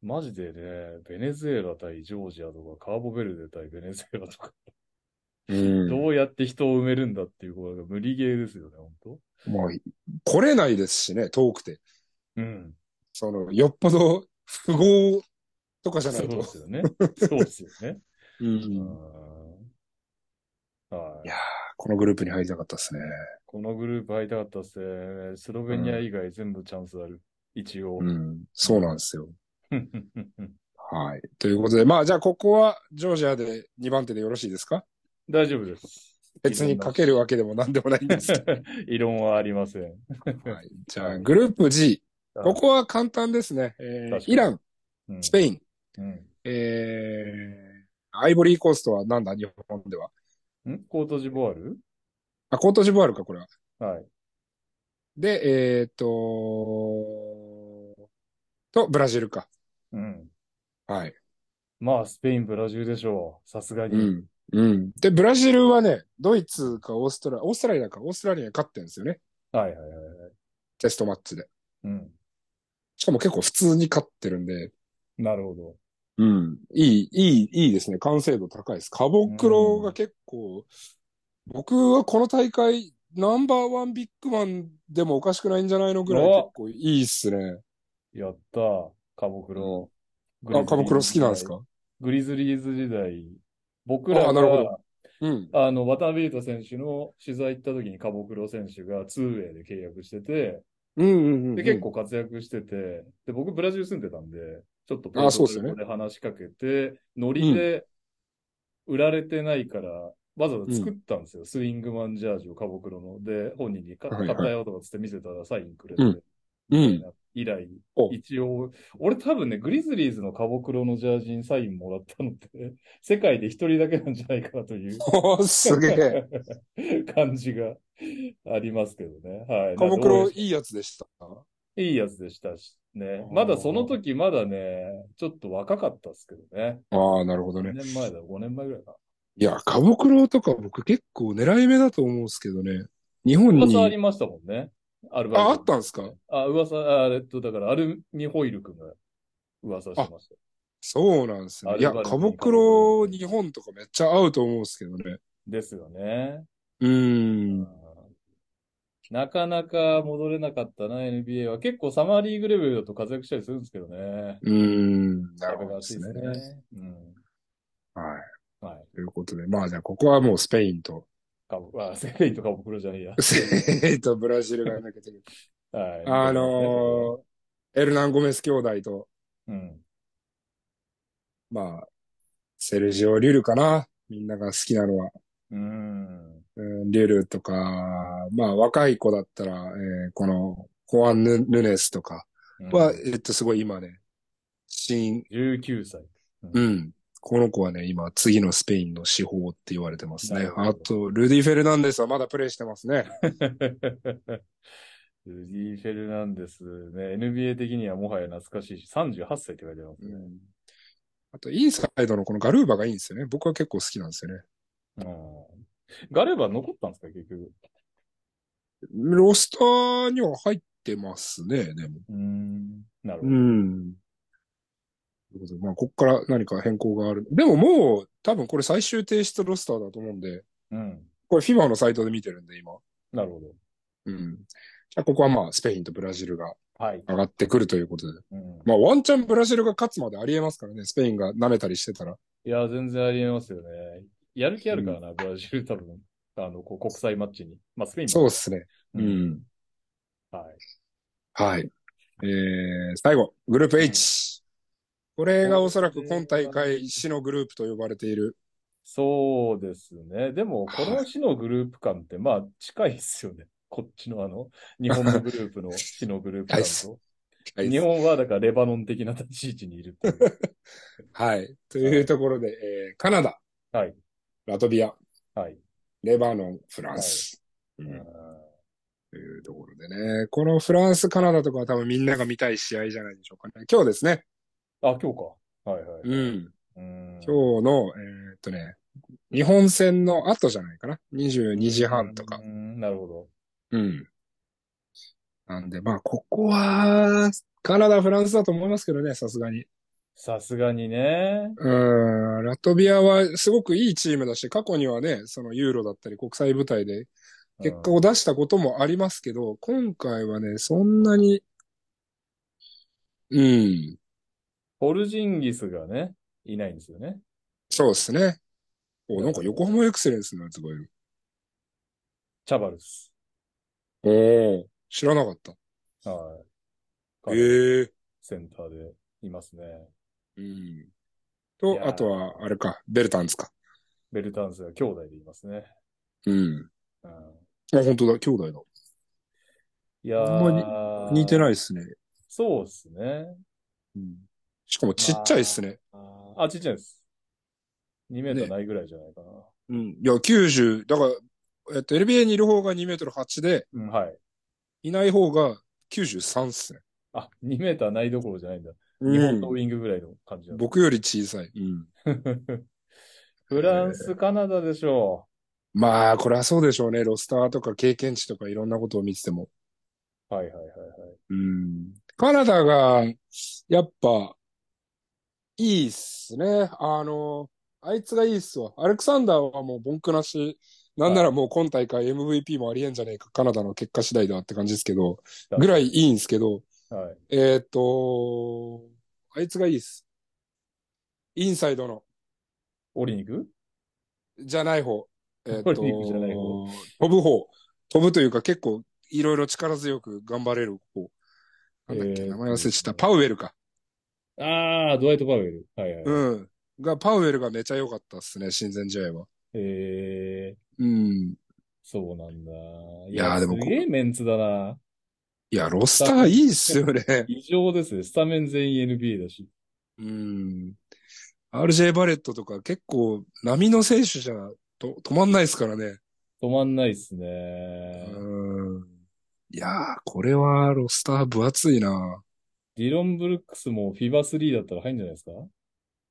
Speaker 1: マジでね、ベネズエラ対ジョージアとか、カーボベルデ対ベネズエラとか、
Speaker 2: うん
Speaker 1: どうやって人を埋めるんだっていうことが無理ゲーですよね、本
Speaker 2: もう、来れないですしね、遠くて。
Speaker 1: 当うん。
Speaker 2: その、よっぽど、富豪とかじゃな
Speaker 1: そう
Speaker 2: い
Speaker 1: で
Speaker 2: と。
Speaker 1: すよね。そうですよね。
Speaker 2: う。
Speaker 1: うんんはい
Speaker 2: いやーこのグループに入りたかったですね。
Speaker 1: このグループ入りたかったっすね。スロベニア以外全部チャンスある。一応。
Speaker 2: うん。そうなんですよ。
Speaker 1: 大
Speaker 2: はい。ということで、まあ、じゃあ、ここは、ジョージアで2番手でよろしいですか
Speaker 1: 丈夫です。
Speaker 2: 別にかけるわけでも何でもないんですけ
Speaker 1: 異論はありません。
Speaker 2: ど。はい。じゃあ、グループ G。
Speaker 1: はい
Speaker 2: ここは簡単ですね。えー
Speaker 1: 確かに
Speaker 2: イラン、
Speaker 1: うん
Speaker 2: スペイン、
Speaker 1: うん
Speaker 2: えー、アイボリーコーストはなんだ、日本では。
Speaker 1: んコートジボワール
Speaker 2: あ、コートジボワールか、これは。
Speaker 1: はい。
Speaker 2: で、えーっと、と、ブラジルか。
Speaker 1: うん。
Speaker 2: はい。
Speaker 1: まあ、スペイン、ブラジルでしょう。さすが
Speaker 2: う
Speaker 1: に。
Speaker 2: ん。うん。で、ブラジルはね、ドイツかオーストラリア、オーストラリアか、オーストラリアに勝ってるんですよね。
Speaker 1: はいはいはいはい。
Speaker 2: テストマッチで。
Speaker 1: うん。
Speaker 2: しかも結構普通に勝ってるんで、
Speaker 1: なるほど。
Speaker 2: うん。いい、いい、いいですね。完成度高いです。カボクロが結構、僕はこの大会、ナンバーワンビッグマンでもおかしくないんじゃないのぐらい
Speaker 1: お
Speaker 2: 結構いいっすね。
Speaker 1: やった。カボクロ。グリズ
Speaker 2: あ、
Speaker 1: リーズ
Speaker 2: カボクロ好きなんですか
Speaker 1: グリズリーズ時代。僕ら
Speaker 2: あなるほ
Speaker 1: が、
Speaker 2: うん。
Speaker 1: あの、渡辺裕太選手の取材行った時にカボクロ選手が 2way で契約してて、
Speaker 2: うんうんうん。
Speaker 1: で、結。構活躍してて、で、僕ブラジル住んでたんで、ちょっと
Speaker 2: あそうっすよね
Speaker 1: ポルトガル語で話しかけて、ノリで売られてないから、わざわざ作ったんですよ。スイングマンジャージをカボクロの。で、本人にか
Speaker 2: はいは
Speaker 1: 買
Speaker 2: い
Speaker 1: ったよとかつって見せたらサインくれて。
Speaker 2: うんうん。
Speaker 1: 以来
Speaker 2: お、
Speaker 1: 一応、俺多分ね、グリズリーズのカボクロのジャージにサインもらったのって、世界で一人だけなんじゃないかなと いう。
Speaker 2: おーすげえ。
Speaker 1: 感じがありますけどね。はい。
Speaker 2: カモクロいいやつでした。
Speaker 1: いいやつでしたしね
Speaker 2: あ。ー
Speaker 1: まだその時まだね、ちょっと若かったですけどね。
Speaker 2: ああ、なるほど
Speaker 1: 4
Speaker 2: ね。
Speaker 1: 年前だ、5年前ぐらいか
Speaker 2: いや、カモクロとか僕結構狙い目だと思うんですけどね。日本
Speaker 1: な。噂あり
Speaker 2: に。
Speaker 1: ましたもんね。アルバイ
Speaker 2: あ、
Speaker 1: ト
Speaker 2: あったんですか
Speaker 1: あ、噂、あえっと、だからアルミホイル君が噂してました。
Speaker 2: そうなんですよ、ね。いや
Speaker 1: アルバ、ルク
Speaker 2: カモクロ日本とかめっちゃ合うと思うんですけどね。
Speaker 1: ですよね。
Speaker 2: うーん。
Speaker 1: なかなか戻れなかったな、NBA は。結構サマーリーグレベルだと活躍したりするんですけどね。
Speaker 2: うーん。なるほど
Speaker 1: やっぱ
Speaker 2: で
Speaker 1: り
Speaker 2: す
Speaker 1: 熱い
Speaker 2: ね。
Speaker 1: ですね。うん。
Speaker 2: はい。
Speaker 1: はい。
Speaker 2: ということで、まあじゃあここはもうスペインと、
Speaker 1: カボ、あ、 セペインとカボクロじゃねえや。
Speaker 2: スペインとブラジルが抜けてる。
Speaker 1: はい。
Speaker 2: あの ー、エルナンゴメス兄弟と、
Speaker 1: うん。
Speaker 2: まあ、セルジオ・リュルかな。みんなが好きなのは。
Speaker 1: うん。
Speaker 2: うんリュルとか、まあ若い子だったら、えーこの、コアンヌ・ヌネスとかは、
Speaker 1: うん
Speaker 2: えっと、すごい今ね、新、
Speaker 1: 19歳。
Speaker 2: うん。この子はね、今、次のスペインの司法って言われてます
Speaker 1: な
Speaker 2: ね
Speaker 1: る。ほど
Speaker 2: あと、ルディ・フェルナンデスはまだプレイしてますね。
Speaker 1: ルディ・フェルナンデスね、NBA 的にはもはや懐かしいし、38歳って書いてあります
Speaker 2: う
Speaker 1: ね。
Speaker 2: んあと、イーサイドのこのガルーバがいいんですよね。僕は結構好きなんですよね。
Speaker 1: うんガレーバ残ったんですか、結局。
Speaker 2: ロスターには入ってますね、でも。
Speaker 1: うん。なるほ
Speaker 2: う
Speaker 1: ど。
Speaker 2: ん。ということでまあ、ここから何か変更がある。でももう、多分これ最終提出ロスターだと思うんで、
Speaker 1: うん。
Speaker 2: これ FIFA のサイトで見てるんで、今。
Speaker 1: なるほど。
Speaker 2: うん。じゃあ、ここはまあ、スペインとブラジルが
Speaker 1: はい。
Speaker 2: 上がってくるということで。
Speaker 1: うん、
Speaker 2: まあ、ワンチャンブラジルが勝つまでありえますからね、スペインが舐めたりしてたら。
Speaker 1: いや、全然ありえますよね。やる気あるからな、ブラジル多分。あの、こう国際マッチに。まあ、スペインも
Speaker 2: そうですね。
Speaker 1: う。
Speaker 2: うんん。
Speaker 1: はい。
Speaker 2: はい。えー、最後、グループ H。これがおそらく今大会一のグループと呼ばれている
Speaker 1: そうですね。でも、この死のグループ感 って、まあ、近いですよね。こっちのあの、日本のグル ープの死のグループ感と。日本は、だから、レバノン的な立ち位置にいるって いう。
Speaker 2: はい。というところで、えーカナダ、
Speaker 1: はい。
Speaker 2: ラトビア、
Speaker 1: はい。
Speaker 2: レバノン、フランス。
Speaker 1: うん
Speaker 2: うんというところでね、このフランス、カナダとかは多分みんなが見たい試合じゃないでしょうかね。今日ですね。
Speaker 1: あ、今日か。はいはい。
Speaker 2: うん。
Speaker 1: うん
Speaker 2: 今日の、えーっとね、日本戦の後じゃないかな。22時半とか。
Speaker 1: うんなるほど。
Speaker 2: うん。なんで、まあ、ここは、カナダ、フランスだと思いますけどね、さすがに。
Speaker 1: さすがにね。
Speaker 2: うん、ラトビアはすごくいいチームだし、過去にはね、そのユーロだったり国際舞台で結果
Speaker 1: うん
Speaker 2: を出したこともありますけど、今回はね、そんなに、うん、
Speaker 1: ポルジンギスがね、いないんですよね。
Speaker 2: そうですね。お、なんか横浜エクセレンスのやつがいる。
Speaker 1: チャバルス。
Speaker 2: おー知らなかった。
Speaker 1: はい。
Speaker 2: え。
Speaker 1: センターでいますね。
Speaker 2: うん。
Speaker 1: いや
Speaker 2: と、
Speaker 1: ー
Speaker 2: あとは、あれか、ベルタンズか。
Speaker 1: ベルタンスが兄弟でいますね。
Speaker 2: うん。
Speaker 1: うん
Speaker 2: あ、本当だ、兄弟だ。
Speaker 1: いや
Speaker 2: あん
Speaker 1: ー
Speaker 2: 似てないですね。
Speaker 1: そうですね。
Speaker 2: しかもちっちゃいですね。
Speaker 1: あー、あちっちゃいです。2メートルないぐらいじゃないかな。
Speaker 2: うん。いや、90、だから、えっと、LBA にいる方が2メートル8で、
Speaker 1: うん、はい。
Speaker 2: いない方が93っすね。
Speaker 1: あ、2メーターないどころじゃないんだ。日
Speaker 2: う
Speaker 1: 本の
Speaker 2: ん
Speaker 1: ウイングぐらいの感じだ、
Speaker 2: 僕より小さい。うん。
Speaker 1: フランス、カナダでしょ
Speaker 2: まあ、これはそうでしょうね。ロスターとか経験値とかいろんなことを見てても。
Speaker 1: う。はいはいはいはい。
Speaker 2: うん。カナダが、やっぱ、いいっすね。あの、あいつがいいっすわ。アレクサンダーはもうボンクなし。なんならもう今大会 MVP もありえんじゃねえか。カナダの結果次第だって感じですけど、ぐらいいいんですけど、
Speaker 1: はい。
Speaker 2: えーっと、あいつがいいっす。インサイドの、
Speaker 1: 降りに行く
Speaker 2: じゃない方。えーっと、
Speaker 1: オリンピックじゃない方
Speaker 2: 飛ぶ方。飛ぶというか結構いろいろ力強く頑張れる方。なんだっけ、
Speaker 1: えー
Speaker 2: 名前忘れちゃった。パウエルか。
Speaker 1: ああ、ドワイト・パウエル。はいはい。
Speaker 2: うん。が、パウエルがめちゃ良かったっすね、親善試合は。
Speaker 1: えー、
Speaker 2: うん。
Speaker 1: そうなんだ。い
Speaker 2: いやーでもこ
Speaker 1: すげえメンツだな。
Speaker 2: いや、ロスターいいっすよね。
Speaker 1: 異常ですね。スタメン全員 NBA だし。
Speaker 2: うん。RJ バレットとか結構波の選手じゃと止まんないですからね。
Speaker 1: 止まんないっすね。
Speaker 2: うん。いやー、これはロスター分厚いな。
Speaker 1: ディロン・ブルックスもフィバ3だったら入んじゃないですか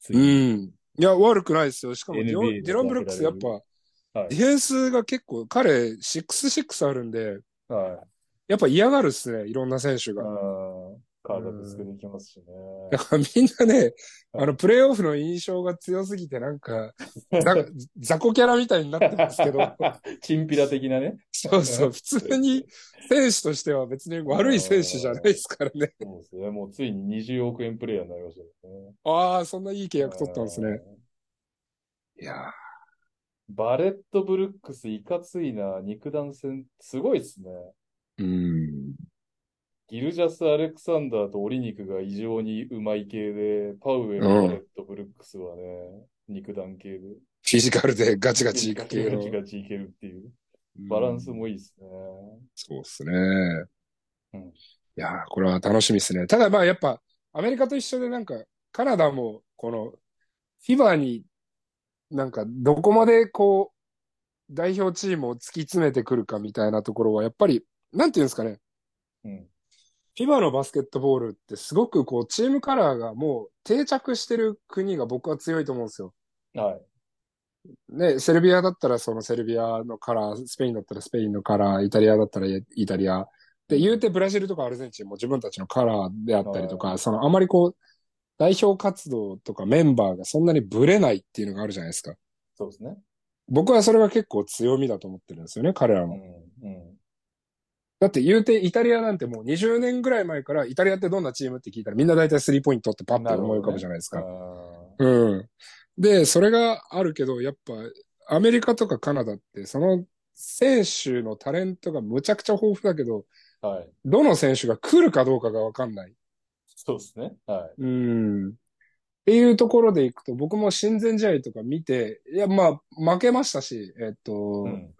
Speaker 1: つ
Speaker 2: う
Speaker 1: い
Speaker 2: ん。いや、悪くないですよ。しかもディロン
Speaker 1: NBA
Speaker 2: ディロン・ブルックスやっぱ、
Speaker 1: はい
Speaker 2: ディフェンスが結構、彼、6-6あるんで、
Speaker 1: はい。
Speaker 2: やっぱ嫌がるっすね。いろんな選手
Speaker 1: あ
Speaker 2: が。
Speaker 1: ーカードぶつけていきますし ね。
Speaker 2: だからみんなね、あの、プレイオフの印象が強すぎて、な んか、ざ雑魚キャラみたいになってますけど、
Speaker 1: チンピラ的なね。
Speaker 2: そうそう、普通に選手としては別に悪い選手じゃないですからね。
Speaker 1: そうですね。もうついに20億円プレイヤーになりましたよね。
Speaker 2: ああ、そんないい契約取ったんですね。
Speaker 1: あー。
Speaker 2: いやー
Speaker 1: バレット・ブルックス、いかついな。肉弾戦、すごいっすね。
Speaker 2: うん。
Speaker 1: ギルジャス・アレクサンダーとオリニクが異常にうまい系で、パウエル、バ
Speaker 2: うん
Speaker 1: レット・ブルックスはね、肉弾系で。
Speaker 2: フィジカルでガチガチいく系
Speaker 1: ガ
Speaker 2: の
Speaker 1: チ。ガチいけるっていう。バランスもいいですね。
Speaker 2: そうですね。
Speaker 1: うん
Speaker 2: いやーこれは楽しみですね。ただまあやっぱ、アメリカと一緒でなんか、カナダも、この、フィバーに、なんか、どこまでこう、代表チームを突き詰めてくるかみたいなところは、やっぱり、なんていうんですかね。
Speaker 1: うん。
Speaker 2: フィバーのバスケットボールってすごくこう、チームカラーがもう定着してる国が僕は強いと思うんですよ。
Speaker 1: はい。
Speaker 2: ね、セルビアだったらそのセルビアのカラー、スペインだったらスペインのカラー、イタリアだったらイタリア。で、言うてブラジルとかアルゼンチンも自分たちのカラーであったりとか、そのあまりこう、代表活動とかメンバーがそんなにブレないっていうのがあるじゃないですか。
Speaker 1: そうですね。
Speaker 2: 僕はそれが結構強みだと思ってるんですよね、彼ら
Speaker 1: う
Speaker 2: の。
Speaker 1: ん。うん。
Speaker 2: だって言うてイタリアなんてもう20年ぐらい前からイタリアってどんなチームって聞いたらみんな大体スリーポイントってパッと思い浮かぶじゃないです
Speaker 1: あ
Speaker 2: か。うん。で、それがあるけど、やっぱ、アメリカとかカナダって、その選手のタレントがむちゃくちゃ豊富だけど、
Speaker 1: ーはい。
Speaker 2: どの選手が来るかどうかがわかんない。
Speaker 1: そうですね。は
Speaker 2: うん。っていうところでいくと、僕も親善試合とか見て、いや、まあ、負けましたし、えっと、
Speaker 1: うん。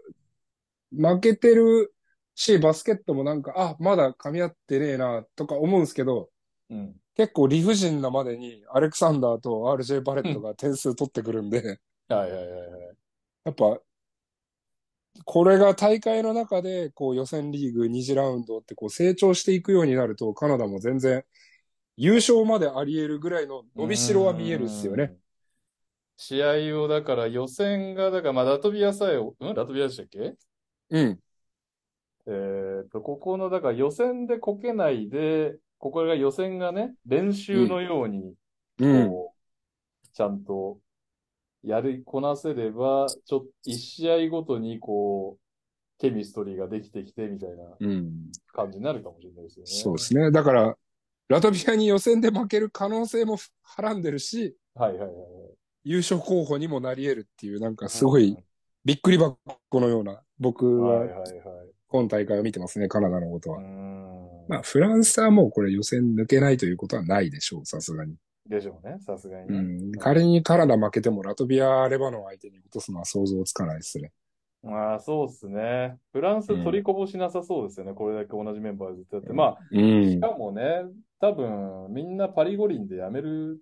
Speaker 2: 負けてるし、バスケットもなんか、あ、まだ噛み合ってねえな、とか思うんですけど、
Speaker 1: うん。
Speaker 2: 結構理不尽なまでに、アレクサンダーと RJ バレットが点数取ってくるんで、
Speaker 1: はいはいはいはい。
Speaker 2: やっぱ、これが大会の中で、こう予選リーグ2次ラウンドってこう成長していくようになると、カナダも全然優勝まであり得るぐらいの伸びしろは見えるっすよ
Speaker 1: う
Speaker 2: ね。
Speaker 1: ん。試合を、だから予選が、だから、まあ、ラトビアさえ、うんラトビアでしたっけ
Speaker 2: うん。
Speaker 1: えーと、ここの、だから予選でこけないで、ここが予選がね、練習のように、
Speaker 2: うん。
Speaker 1: こう、ちゃんと、やりこなせれば、ちょっと、一試合ごとに、こう、ケミストリーができてきて、みたいな
Speaker 2: うん。
Speaker 1: 感じになるかもしれないですよね。
Speaker 2: そうですね。だから、ラトビアに予選で負ける可能性もはらんでるし、
Speaker 1: はいはいはいはい。
Speaker 2: 優勝候補にもなり得るっていう、なんかすごいびっくり箱のような、
Speaker 1: う
Speaker 2: 僕
Speaker 1: ん。はい
Speaker 2: は
Speaker 1: はいはい。
Speaker 2: 今大会を見てますね、カナダのことは
Speaker 1: う。ん。
Speaker 2: まあ、フランスはもうこれ予選抜けないということはないでしょう、さすがに。
Speaker 1: でしょうね、さすがに
Speaker 2: う
Speaker 1: ね。
Speaker 2: ん。仮にカナダ負けても、ラトビア、レバノン相手に落とすのは想像つかないですね。
Speaker 1: まあ、そうですね。フランス
Speaker 2: うん
Speaker 1: 取りこぼしなさそうですよね。これだけ同じメンバーでずっとやって。ま
Speaker 2: う
Speaker 1: あ、し
Speaker 2: ん。
Speaker 1: かもね、多分、みんなパリ五輪でやめる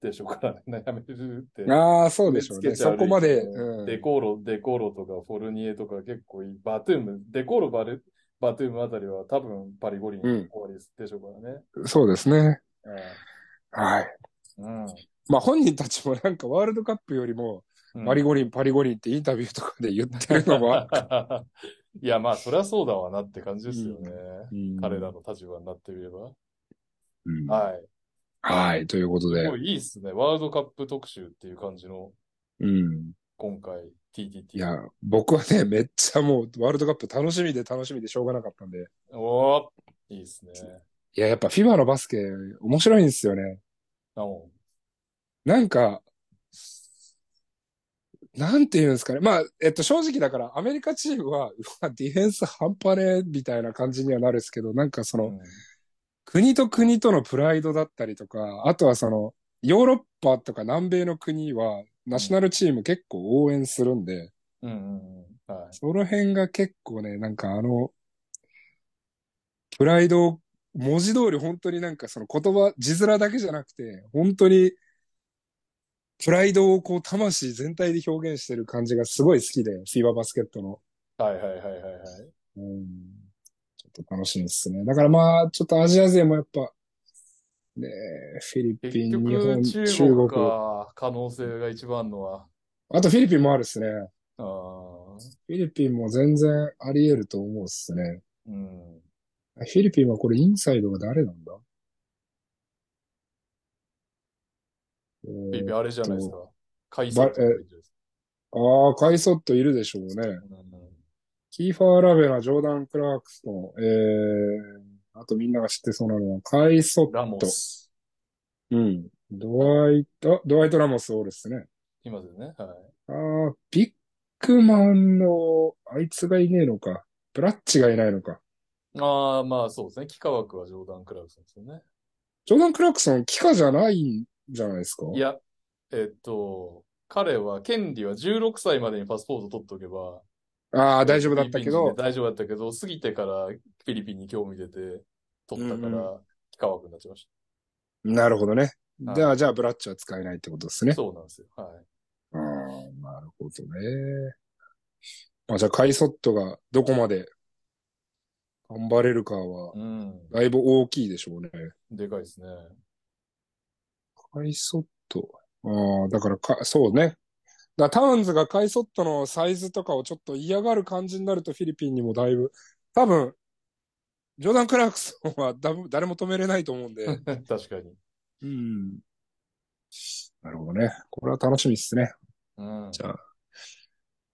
Speaker 1: でしょうからね。 やめるって。
Speaker 2: ああ、そうでしょ
Speaker 1: つ
Speaker 2: う
Speaker 1: け
Speaker 2: ね。
Speaker 1: ちゃ
Speaker 2: そうこまで、
Speaker 1: 人
Speaker 2: うん。
Speaker 1: デコーロ、デコーロとかフォルニエとか結構いい。バトゥーム、デコーロバル、バトゥームあたりは多分パリ五輪
Speaker 2: うん
Speaker 1: 終わりでしょうからね。
Speaker 2: そうですね。はい。
Speaker 1: うん。うん
Speaker 2: まあ、本人たちもなんかワールドカップよりも、
Speaker 1: うん
Speaker 2: パリ五輪、パリ五輪ってインタビューとかで言ってるの は、
Speaker 1: いや、まあ、そりゃそうだわなって感じですよね。
Speaker 2: うん
Speaker 1: 彼ら。の立場になってみれば。
Speaker 2: うん
Speaker 1: はい。
Speaker 2: はい、ということ
Speaker 1: す
Speaker 2: で
Speaker 1: ご。いいいっすね。ワールドカップ特集っていう感じの、
Speaker 2: うん。
Speaker 1: 今回、TTT。
Speaker 2: いや、僕はね、めっちゃもう、ワールドカップ楽しみで楽しみでしょうがなかったんで。
Speaker 1: おーいいっすね。
Speaker 2: いや、やっぱ FIBA のバスケ、面白いんですよね。
Speaker 1: なお、
Speaker 2: なんか、なんて言うんですかね。まあ、えっと、正直だから、アメリカチームは、うわ、ディフェンス半端ねえ、みたいな感じにはなるんですけど、なんかその、
Speaker 1: うん
Speaker 2: 国と国とのプライドだったりとか、あとはその、ヨーロッパとか南米の国は、ナショナルチーム結構応援するんで、
Speaker 1: うんうんうん。はい。
Speaker 2: その辺が結構ね、なんかあの、プライドを、文字通り本当になんかその言葉、字面だけじゃなくて、本当に、プライドをこう魂全体で表現してる感じがすごい好きで、フィーバーバスケットの。
Speaker 1: はいはいはいはいはい。
Speaker 2: うん。ちょっと楽しみですね。だからまあ、ちょっとアジア勢もやっぱ、ねえフィリピ
Speaker 1: 結
Speaker 2: ン、日
Speaker 1: 局、
Speaker 2: 本、
Speaker 1: 中
Speaker 2: 中
Speaker 1: 国
Speaker 2: 国。
Speaker 1: か、可能性が一番あるのは。
Speaker 2: あとフィリピンもあるっすね。
Speaker 1: あ
Speaker 2: フィリピンも全然あり得ると思うっすね。
Speaker 1: ーうん。
Speaker 2: フィリピンはこれインサイドが誰なんだえ
Speaker 1: ビ
Speaker 2: ー
Speaker 1: ビ、あれじゃないですか。海
Speaker 2: ば
Speaker 1: 藻とかいいんじゃないです
Speaker 2: ああ、カイソットいるでしょうね。
Speaker 1: か。うんうん
Speaker 2: キーファー・ラベナ、ジョーダン・クラークストン、えー、あとみんなが知ってそうなのは、カイソッ
Speaker 1: ラモ
Speaker 2: ト、
Speaker 1: ス。
Speaker 2: うん、ドワイト、あドワイト・ラモス・オールですね。
Speaker 1: いますよね。は
Speaker 2: ああ、ビッグマンの、あいつがいねえのか。ブラッチがいないのか。
Speaker 1: い。ああ、まあそうですね。幾何学はジョーダン・クラークソンですよね。
Speaker 2: ジョーダン・クラークソン、キカじゃないんじゃないですか
Speaker 1: いや、えっと、彼は、権利は16歳までにパスポート取っておけば、
Speaker 2: ああ、大丈夫だったけど
Speaker 1: フィリピン人、で大丈夫だったけど、過ぎてからフィリピンに興味出て、取ったか
Speaker 2: うん
Speaker 1: ら、幾何学になっちゃいまし
Speaker 2: なるほどね。
Speaker 1: はい
Speaker 2: では、じゃあ、ブラッチは使えないってことです
Speaker 1: た。
Speaker 2: ね。
Speaker 1: そうなんですよ。はい。
Speaker 2: ああ、なるほどね。まあ、じゃあ、カイソットがどこまで頑張れるかは、
Speaker 1: うん。
Speaker 2: だいぶ大きいでしょうね。
Speaker 1: でかいですね。
Speaker 2: カイソット。ああ、だからか、そうね。だからタウンズがカイソットのサイズとかをちょっと嫌がる感じになると、フィリピンにもだいぶ、多分、ジョーダン・クラークソンはだぶ誰も止めれないと思うんで。
Speaker 1: 確かに。
Speaker 2: うん。なるほどね。これは楽しみですね。
Speaker 1: うん。
Speaker 2: じゃ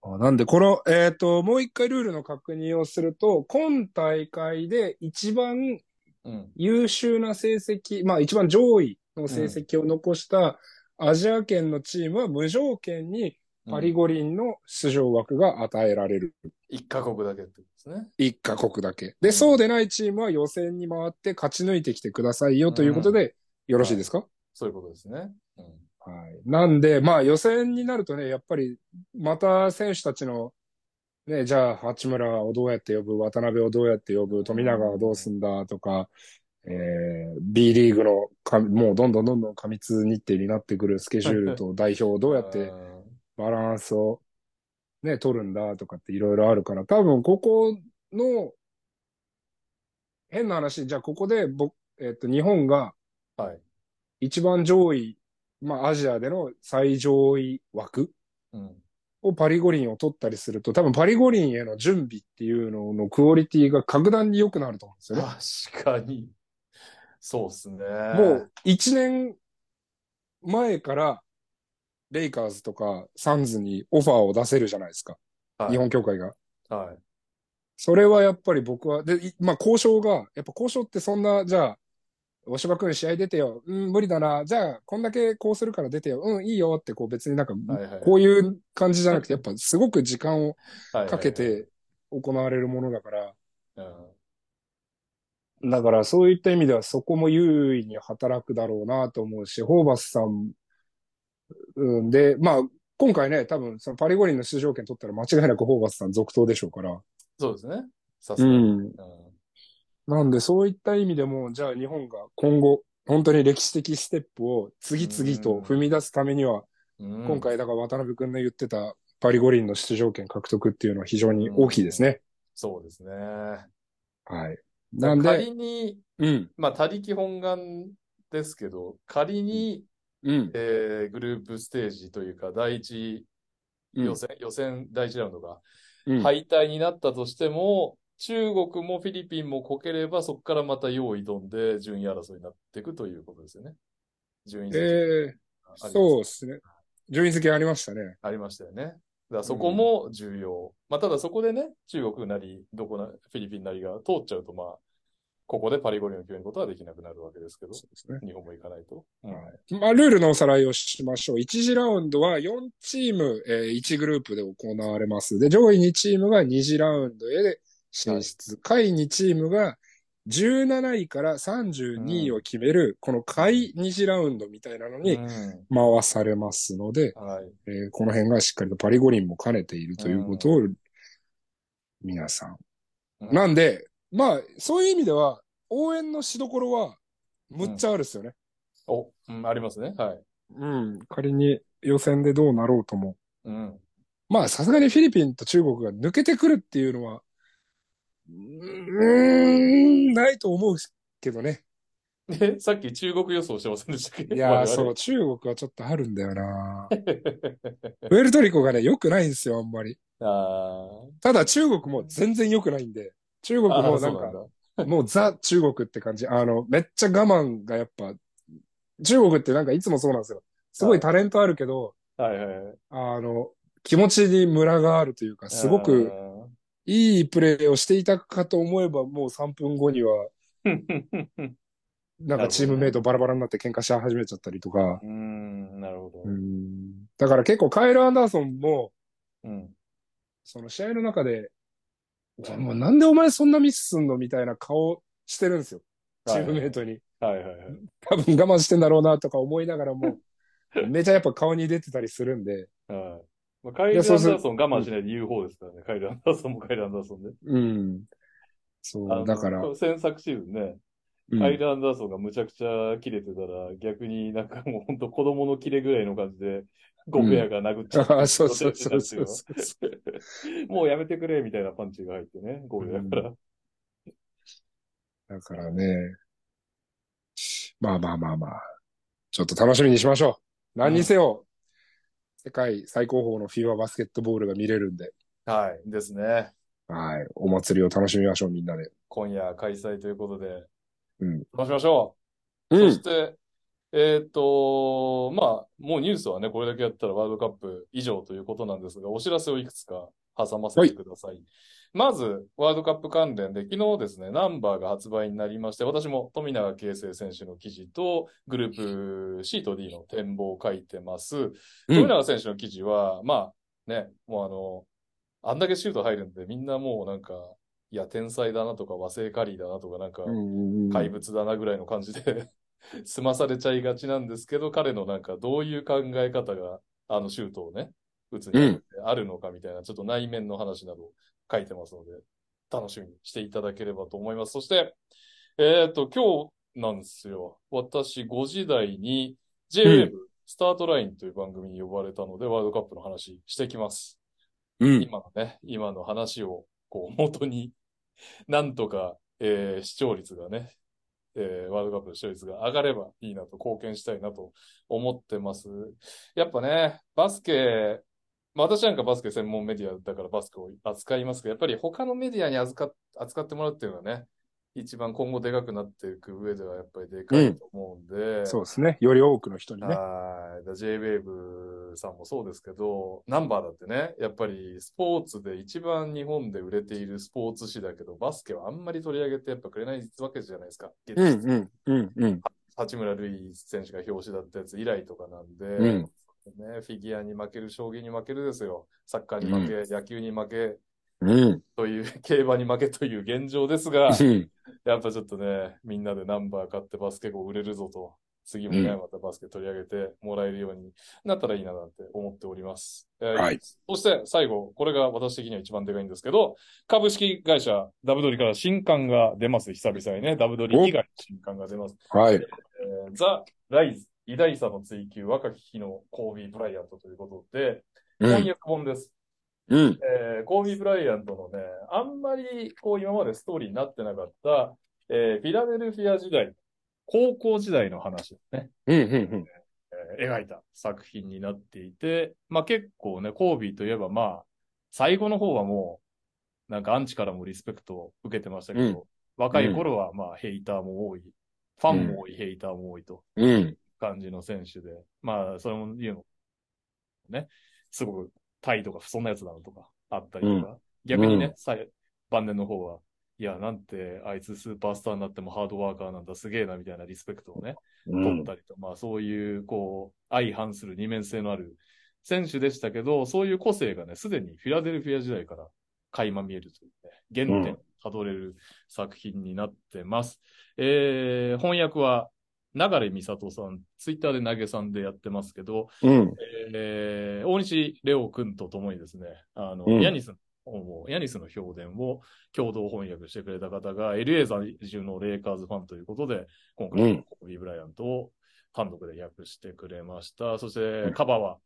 Speaker 2: あなんで、この、えっ、と、もう一回ルールの確認をすると、今大会で一番
Speaker 1: うん。
Speaker 2: 優秀な成績、まあ一番上位の成績を残したアジア圏のチームは無条件にパリ
Speaker 1: ゴ
Speaker 2: 五輪の出場枠が与えられる。
Speaker 1: 一カ国だけってことですね。
Speaker 2: 一カ国だけ。
Speaker 1: う
Speaker 2: で、
Speaker 1: ん
Speaker 2: そうでないチームは予選に回って勝ち抜いてきてくださいよということで、よろしいですか、
Speaker 1: そういうことですね。うん。
Speaker 2: はい。なんで、まあ予選になるとね、やっぱり、また選手たちの、ね、じゃあ、八村をどうやって呼ぶ、渡辺をどうやって呼ぶ、富永はどうすんだとか、えー、B リーグのか、もうどんどんどんどん過密日程になってくるスケジュールと代表をどうやって
Speaker 1: ん
Speaker 2: バランスをね、取るんだとかっていろいろあるから、多分ここの、変な話、じゃあここで僕、えっと、日本が
Speaker 1: はい。
Speaker 2: 一番上位、まあアジアでの最上位枠
Speaker 1: うん。
Speaker 2: をパリ五輪を取ったりすると、多分パリ五輪への準備っていうののクオリティが格段に良くなると思うんですよ
Speaker 1: 確
Speaker 2: ね。
Speaker 1: かに。そうっすね。
Speaker 2: もう一年前からレイカーズとかサンズにオファーを出せるじゃないですか。
Speaker 1: はい
Speaker 2: 日本協会が。
Speaker 1: はい。
Speaker 2: それはやっぱり僕は、で、いまあ交渉が、やっぱ交渉ってそんな、じゃあ、大島君試合出てよ。うん、無理だな。じゃあ、こんだけこうするから出てよ。うん、いいよって、こう別になんか、
Speaker 1: はいはい
Speaker 2: こういう感じじゃなくて、やっぱすごく時間を
Speaker 1: はいはい
Speaker 2: かけ、て行われるものだから、
Speaker 1: うん
Speaker 2: だからそういった意味ではそこも優位に働くだろうなと思うし、ホーバスさん、うん、で、まあ、今回ね、多分そのパリ五輪の出場権取ったら間違いなくホーバスさん続投でしょうから。
Speaker 1: そうですね。さす
Speaker 2: う
Speaker 1: がに。うん
Speaker 2: ん。なんでそういった意味でも、じゃあ日本が今後、本当に歴史的ステップを次々と踏み出すためには、
Speaker 1: うん
Speaker 2: 今回だから渡辺君の言ってたパリ五輪の出場権獲得っていうのは非常に大きいですね。
Speaker 1: そうですね。
Speaker 2: はい。なんで、
Speaker 1: 仮に、
Speaker 2: うん、
Speaker 1: まあ、他力本願ですけど、仮に、
Speaker 2: うん、
Speaker 1: えーグループステージというか、第一
Speaker 2: うん
Speaker 1: 予選、予選第一ラウンドが
Speaker 2: うん
Speaker 1: 敗退になったとしても、中国もフィリピンもこければ、そこからまた用意挑んで順位争いになっていくということですよね。順位
Speaker 2: え
Speaker 1: 付け
Speaker 2: ー、
Speaker 1: あります
Speaker 2: そうですね。順位付けありましたね。
Speaker 1: ありましたよね。だからそこも重要。まあ、ただそこでね、中国なり、どこな、フィリピンなりが通っちゃうと、まあ、ここでパリ五輪を決めることはできなくなるわけですけど、
Speaker 2: うですね。
Speaker 1: 日本も行かないと。うん
Speaker 2: はまあ、ルールのおさらいをしましょう。1次ラウンドは4チーム、えー1グループで行われます。で、上位2チームが2次ラウンドへで進出。下位2チームが17位から32位を決める、この下位2次ラウンドみたいなのに
Speaker 1: うん
Speaker 2: 回されますので、
Speaker 1: はい。
Speaker 2: えーこの辺がしっかりとパリ五輪も兼ねているということを、皆さん。
Speaker 1: うん
Speaker 2: なんで、まあ、そういう意味では、応援のしどころは、むっちゃあるですよね。
Speaker 1: お、うん、ありますね。はい。
Speaker 2: うん、仮に予選でどうなろうとも。
Speaker 1: うん。
Speaker 2: まあ、さすがにフィリピンと中国が抜けてくるっていうのは、うーん、ないと思うけどね。
Speaker 1: で、さっき中国予想してませんでしたっけ我
Speaker 2: いやー、
Speaker 1: 々
Speaker 2: そう、中国はちょっとあるんだよなウェルトリコがね、良くないんですよ、あんまり。
Speaker 1: あ
Speaker 2: ただ中国も全然良くないんで、中国
Speaker 1: ーあー。
Speaker 2: もな
Speaker 1: そ
Speaker 2: ん
Speaker 1: う
Speaker 2: か
Speaker 1: なん、だ。
Speaker 2: もうザ中国って感じ。あの、めっちゃ我慢がやっぱ、中国ってなんかいつもそうなんですよ。すごいタレントあるけど、
Speaker 1: はいはいはい。
Speaker 2: あの、気持ちにムラがあるというか、すごくいいプレーをしていたかと思えば、もう3分後には、
Speaker 1: あー。
Speaker 2: なんかチームメイトバラバラになって喧嘩し始めちゃったりと か。
Speaker 1: うん、なるほど
Speaker 2: う。んだから結構カエル・アンダーソンも、
Speaker 1: うん。
Speaker 2: その試合の中で、もうなんでお前そんなミスすんのみたいな顔してるんですよ。チームメイトに。
Speaker 1: はいはいはい。
Speaker 2: 多分我慢してんだろうなとか思いながらも、めちゃやっぱ顔に出てたりするんで、
Speaker 1: はい。まあ、カイル・アン
Speaker 2: や
Speaker 1: ダ
Speaker 2: そうする
Speaker 1: ーソン我慢しないで言う方ですからね。カイル・アンダーソンもカイル・アンダーソンで。
Speaker 2: うん。
Speaker 1: あ
Speaker 2: そ
Speaker 1: の
Speaker 2: う、だから、う
Speaker 1: 先昨シーズンね、
Speaker 2: ん
Speaker 1: カイル・アンダーソンがむちゃくちゃ切れてたら、逆になんかもう本当子供の切れぐらいの感じで、ゴベアが殴っちゃ
Speaker 2: あ
Speaker 1: う。
Speaker 2: あそうそうそうそうそう。
Speaker 1: もうやめてくれみたいなパンチが入ってね、ゴベアから。
Speaker 2: だからね、まあまあまあまあ、ちょっと楽しみにしましょう。何にせよ、世界最高峰のフィーバーバスケットボールが見れるんで、
Speaker 1: はい、ですね。
Speaker 2: はい、お祭りを楽しみましょう、みんなで。
Speaker 1: 今夜開催ということで、
Speaker 2: うん
Speaker 1: 楽しみましょう。
Speaker 2: う
Speaker 1: そし
Speaker 2: ん、
Speaker 1: て、えーっと、まあ、もうニュースはね、これだけやったらワールドカップ以上ということなんですが、お知らせをいくつか挟ませてください。まず、ワールドカップ関連で、昨日ですね、ナンバーが発売になりまして、私も富永啓生選手の記事と、グループ C と D の展望を書いてます。
Speaker 2: う
Speaker 1: 富
Speaker 2: ん、
Speaker 1: 永選手の記事は、まあ、ね、もうあの、あんだけシュート入るんで、みんなもうなんか、いや、天才だなとか、和製カリーだなとか、なんか、
Speaker 2: うん、
Speaker 1: 怪物だなぐらいの感じで 済まされちゃいがちなんですけど、彼のなんかどういう考え方が、あのシュートをね、打つにあたってあるのかみたいな、ちょっと内面の話などを書いてますので、楽しみにしていただければと思います。そして、えっ、と、今日なんですよ。私5時台に JWave、スタートラインという番組に呼ばれたので、ワールドカップの話してきます。
Speaker 2: うん。
Speaker 1: 今のね、今の話を、こう、元に、 なんとか、えー視聴率がね、えーワールドカップの視聴率が上がればいいなと、貢献したいなと思ってます。やっぱね、バスケ、まあ私なんかバスケ専門メディアだからバスケを扱いますけど、やっぱり他のメディアに預か扱ってもらうっていうのはね、一番今後でかくなっていく上ではやっぱりでかいと思うんで、
Speaker 2: そうですね。より多くの人にね。
Speaker 1: はい。だ JWAVE さんもそうですけど、ナンバーだってね、やっぱりスポーツで一番日本で売れているスポーツ誌だけど、バスケはあんまり取り上げてやっぱくれないわけじゃないですか。
Speaker 2: うんうんうんうん。
Speaker 1: 八村塁選手が表紙だったやつ以来とかなんで、
Speaker 2: うん
Speaker 1: ね、フィギュアに負ける、将棋に負けるですよ。サッカーに負け、野球に負け、
Speaker 2: うん。
Speaker 1: という、競馬に負けという現状です が、
Speaker 2: うん。
Speaker 1: やっぱちょっとね、みんなでナンバー買ってバスケが売れるぞと、次もね、
Speaker 2: うん
Speaker 1: またバスケ取り上げてもらえるようになったらいいななんて思っております。えー
Speaker 2: はい。
Speaker 1: そして最後、これが私的には一番でかいんですけど、株式会社ダブドリから新刊が出ます。久々にね、ダブドリ以外の新刊が出ます。
Speaker 2: はい。
Speaker 1: えーザ・ライズ、偉大さの追求、若き日のコービー・ブライアントということで、
Speaker 2: う
Speaker 1: 翻
Speaker 2: ん。
Speaker 1: 訳本です。
Speaker 2: うん。
Speaker 1: えーコービー・ブライアントのね、あんまりこう今までストーリーになってなかった、えーフィラデルフィア時代、高校時代の話をね、
Speaker 2: うん。うん。
Speaker 1: えー描いた作品になっていて、まあ結構ね、コービーといえばまあ、最後の方はもう、なんかアンチからもリスペクトを受けてましたけど、
Speaker 2: うん
Speaker 1: 若い頃はまあヘイターも多い、ファンも多い、ヘイターも多いと。
Speaker 2: うん。
Speaker 1: 感じの選手で、まあ、それも言うの、ね、すごく態度がそんなやつなのとかあったりとか、逆に
Speaker 2: う
Speaker 1: ね、さ晩年の方は、いや、なんて、あいつスーパースターになってもハードワーカーなんだ、すげえな、みたいなリスペクトをね、
Speaker 2: う
Speaker 1: 取っ
Speaker 2: ん。
Speaker 1: たりと、まあ、そういう、こう、相反する二面性のある選手でしたけど、そういう個性がね、すでにフィラデルフィア時代から垣間見えるというね、原点をたどれる作品になってます。えー翻訳は、流美里さん、ツイッターで投げさんでやってますけど、
Speaker 2: うん。
Speaker 1: えー大西レオ君とともにですね、あの、
Speaker 2: うん
Speaker 1: ヤニスの本を、ヤニスの評伝を共同翻訳してくれた方が、LA 在住のレイカーズファンということで、今
Speaker 2: う
Speaker 1: 回、
Speaker 2: ん
Speaker 1: コビー・ブライアントを単独で訳してくれました。そして、カバーは、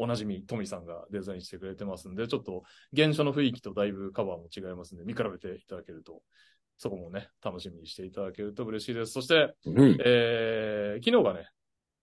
Speaker 1: おなじみ、トミさんがデザインしてくれてますんで、ちょっと、原書の雰囲気とだいぶカバーも違いますんで、見比べていただけると、そこもね、楽しみにしていただけると嬉しいです。そして、
Speaker 2: うん。
Speaker 1: えー昨日がね、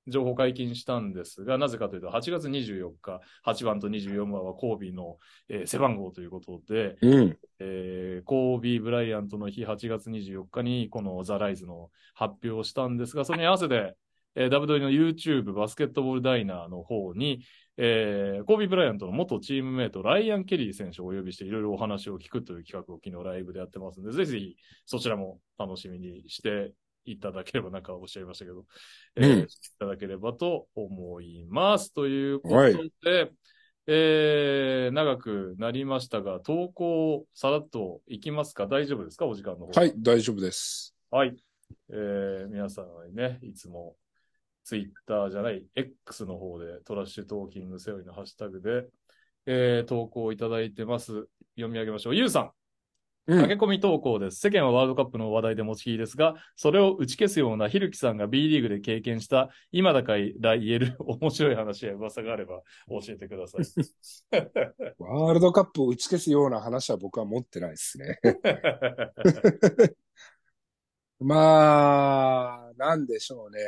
Speaker 1: 情報解禁したんですが、なぜかというと、8月24日、8番と24番はコービーの、えー背番号ということで、
Speaker 2: うん。
Speaker 1: えーコービー・ブライアントの日、8月24日に、このザ・ライズの発表をしたんですが、それに合わせて、えー、ダブドリの YouTube バスケットボールダイナーの方に、えーコービー・ブライアントの元チームメイト、ライアン・ケリー選手をお呼びして、いろいろお話を聞くという企画を昨日ライブでやってますので、ぜひぜひそちらも楽しみにしていただければ、なんかおっしゃいましたけど、えー
Speaker 2: うん
Speaker 1: していただければと思います。ということで、
Speaker 2: は
Speaker 1: えー長くなりましたが、投稿をさらっといきますか大丈夫ですかお時間の方。
Speaker 2: はい、大丈夫です。
Speaker 1: はい。えー皆さんにね、いつも、ツイッターじゃない、X の方で、トラッシュトーキングセオリーのハッシュタグで、えー投稿いただいてます。読み上げましょう。ゆうさん。
Speaker 2: う
Speaker 1: 駆。け込み投稿です。世間はワールドカップの話題で持ちきりですが、それを打ち消すようなひるきさんが B リーグで経験した、今だから言える 面白い話や噂があれば教えてください。
Speaker 2: ワールドカップを打ち消すような話は僕は持ってないですね。 まあ、なんでしょうね。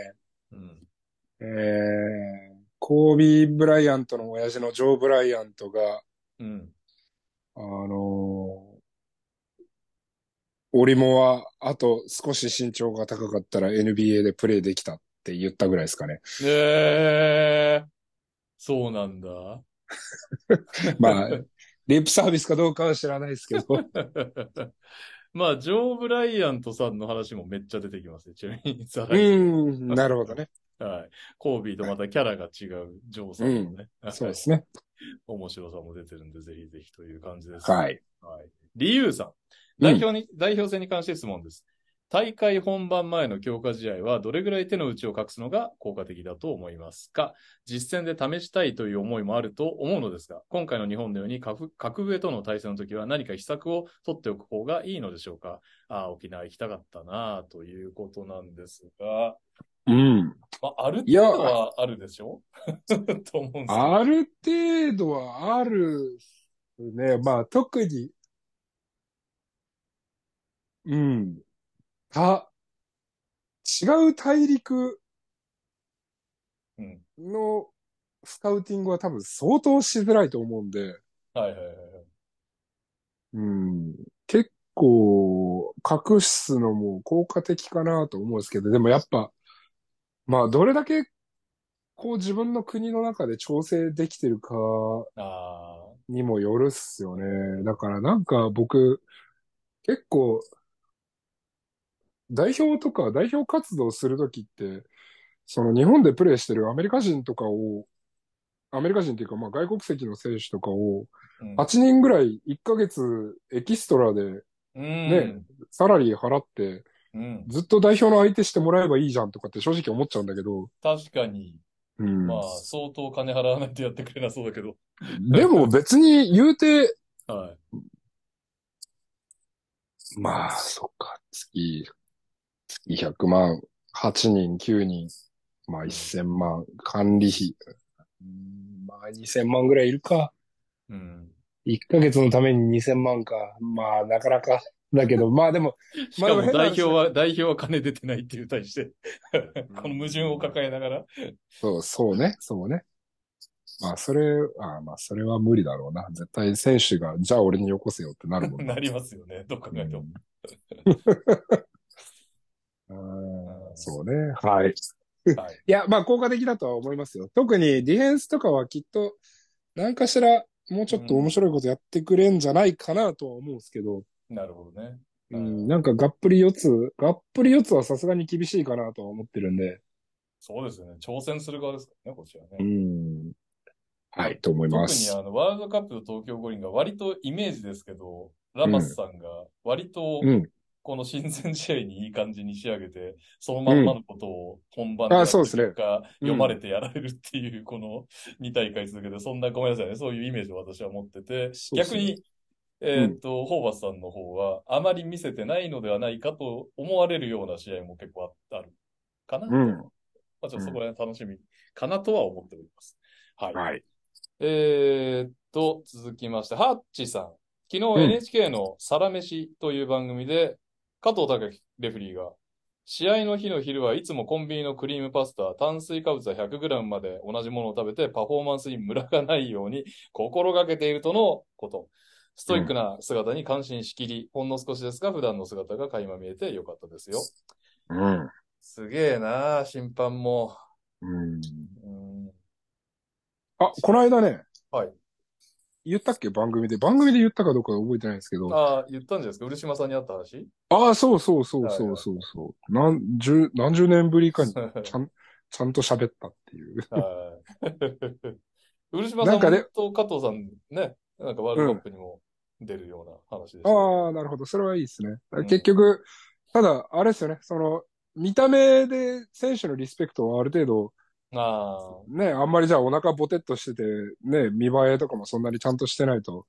Speaker 1: うん、
Speaker 2: えー、コービー・ブライアントの親父のジョー・ブライアントが、
Speaker 1: うん、
Speaker 2: あのーオリモはあと少し身長が高かったら NBA でプレーできたって言ったぐらいですかね。
Speaker 1: えー、そうなんだ。
Speaker 2: まあ、リップサービスかどうか は知らないですけど。
Speaker 1: まあ、ジョー・ブライアントさんの話もめっちゃ出てきますね。ちなみに、ザ
Speaker 2: う
Speaker 1: ライズ
Speaker 2: ん、なるほどね。
Speaker 1: はい。コービーとまたキャラが違うジョーさんのね、
Speaker 2: そうですね。
Speaker 1: 面白さも出てるんで、ぜひぜひという感じです。
Speaker 2: はい。
Speaker 1: はい。理由さん。代表に、代表戦に関して質問です。大会本番前の強化試合はどれぐらい手の内を隠すのが効果的だと思いますか実戦で試したいという思いもあると思うのですが、今回の日本のように格格上との対戦の時は何か秘策を取っておく方がいいのでしょうかああ、沖縄行きたかったなあということなんですが、
Speaker 2: うん。
Speaker 1: まあ、ある程度はあるでしょ と思うんですけど。
Speaker 2: ある程度はあるね。まあ特に、うん。た、違う大陸
Speaker 1: うん。
Speaker 2: のスカウティングは多分相当しづらいと思うんで、
Speaker 1: はいはいはいはい。
Speaker 2: うん。結構、隠すのも効果的かなと思うんですけど、でもやっぱ、まあどれだけ、こう自分の国の中で調整できてるか
Speaker 1: ああ、
Speaker 2: にもよるっすよね。だからなんか僕、結構、代表とか代表活動するときって、その日本でプレーしてるアメリカ人とかを、アメリカ人っていうかまあ外国籍の選手とかを、
Speaker 1: うん
Speaker 2: 8人ぐらい1ヶ月エキストラで
Speaker 1: うん。
Speaker 2: ねサラリー払って、
Speaker 1: うん。
Speaker 2: ずっと代表の相手してもらえばいいじゃんとかって正直思っちゃうんだけど、
Speaker 1: 確かに、
Speaker 2: うん。
Speaker 1: まあ、相当金払わないとやってくれなそうだけど。
Speaker 2: でも別に言うて、
Speaker 1: はい。
Speaker 2: まあ、そっか、月、月100万、8人、9人、まあ1000万、管理費、うんまあ2000万ぐらいいるか。
Speaker 1: うん。
Speaker 2: 1ヶ月のために2000万か。まあ、なかなか。だけど、まあでも、
Speaker 1: しかも
Speaker 2: まあでも変な話
Speaker 1: 代表は、代表は金出てないっていう対 して、この矛盾を抱えながら。
Speaker 2: そう、そうね、そうね。まあ、それ、あまあ、それは無理だろうな。絶対選手が、じゃあ俺によこせよってなるもん
Speaker 1: な
Speaker 2: な。
Speaker 1: りますよね。どう考えても。
Speaker 2: うんそうね。はい。
Speaker 1: はい。
Speaker 2: いや、まあ効果的だとは思いますよ。特にディフェンスとかはきっと、何かしら、もうちょっと面白いことやってくれんじゃないかなとは思うんですけど、
Speaker 1: なるほどね。
Speaker 2: う
Speaker 1: うん
Speaker 2: ん、なんかがっぷり四つ、がっぷり四つはさすがに厳しいかなとは思ってるんで、
Speaker 1: そうですよね。挑戦する側ですからね、こちら
Speaker 2: う
Speaker 1: ね。
Speaker 2: ん。はい、と思い
Speaker 1: 特
Speaker 2: ま
Speaker 1: に
Speaker 2: す。
Speaker 1: あの、ワールドカップと東京五輪が割とイメージですけど、ラマスさんが割と
Speaker 2: うん。
Speaker 1: この親善試合にいい感じに仕上げて、そのまんまのことを本番で
Speaker 2: うん
Speaker 1: や
Speaker 2: あ
Speaker 1: った
Speaker 2: そうですね
Speaker 1: 結果、読まれてやられるっていう、この2大会続けて、そんなごめんなさいね、そういうイメージを私は持ってて、
Speaker 2: そうです
Speaker 1: 逆
Speaker 2: ね
Speaker 1: に、えっと、ホーバスさんの方は、あまり見せてないのではないかと思われるような試合も結構ああるかな。
Speaker 2: う
Speaker 1: まあ、
Speaker 2: ん。
Speaker 1: ちょっとそこら辺楽しみかなとは思っております。はい。
Speaker 2: はい。
Speaker 1: えーっと、続きまして、ハッチさん。昨
Speaker 2: うん
Speaker 1: 日 NHK のサラメシという番組で、加藤隆樹レフェリーが、試合の日の昼はいつもコンビニのクリームパスタ、炭水化物は 100g まで同じものを食べてパフォーマンスにムラがないように心がけているとのこと。ストイックな姿に感心しきり、ほんの少しですが普段の姿が垣間見えてよかったですよ。
Speaker 2: うん。
Speaker 1: すげえなあ審判も。
Speaker 2: うん。
Speaker 1: うん
Speaker 2: あ、この間ね、
Speaker 1: はい。
Speaker 2: 言ったっけ番組で。番組で言ったかどうか覚えてないんですけど。
Speaker 1: ああ、言ったんじゃないですか漆島さんに会った話
Speaker 2: ああ、そうそうそうそうそうそう。何十、何十年ぶりかに、ち ゃん、ちゃんと喋ったっていう。
Speaker 1: はい。漆島さん
Speaker 2: なんかね
Speaker 1: と加藤さんね、なんかワールドカップにも出るような話でしたね、
Speaker 2: ああ、なるほど。それはいいですね。
Speaker 1: うん
Speaker 2: 結局、ただ、あれですよね。その、見た目で選手のリスペクトはある程度、
Speaker 1: あ
Speaker 2: ね、あんまりじゃあお腹ボテッとしてて、ね、見栄えとかもそんなにちゃんとしてないと、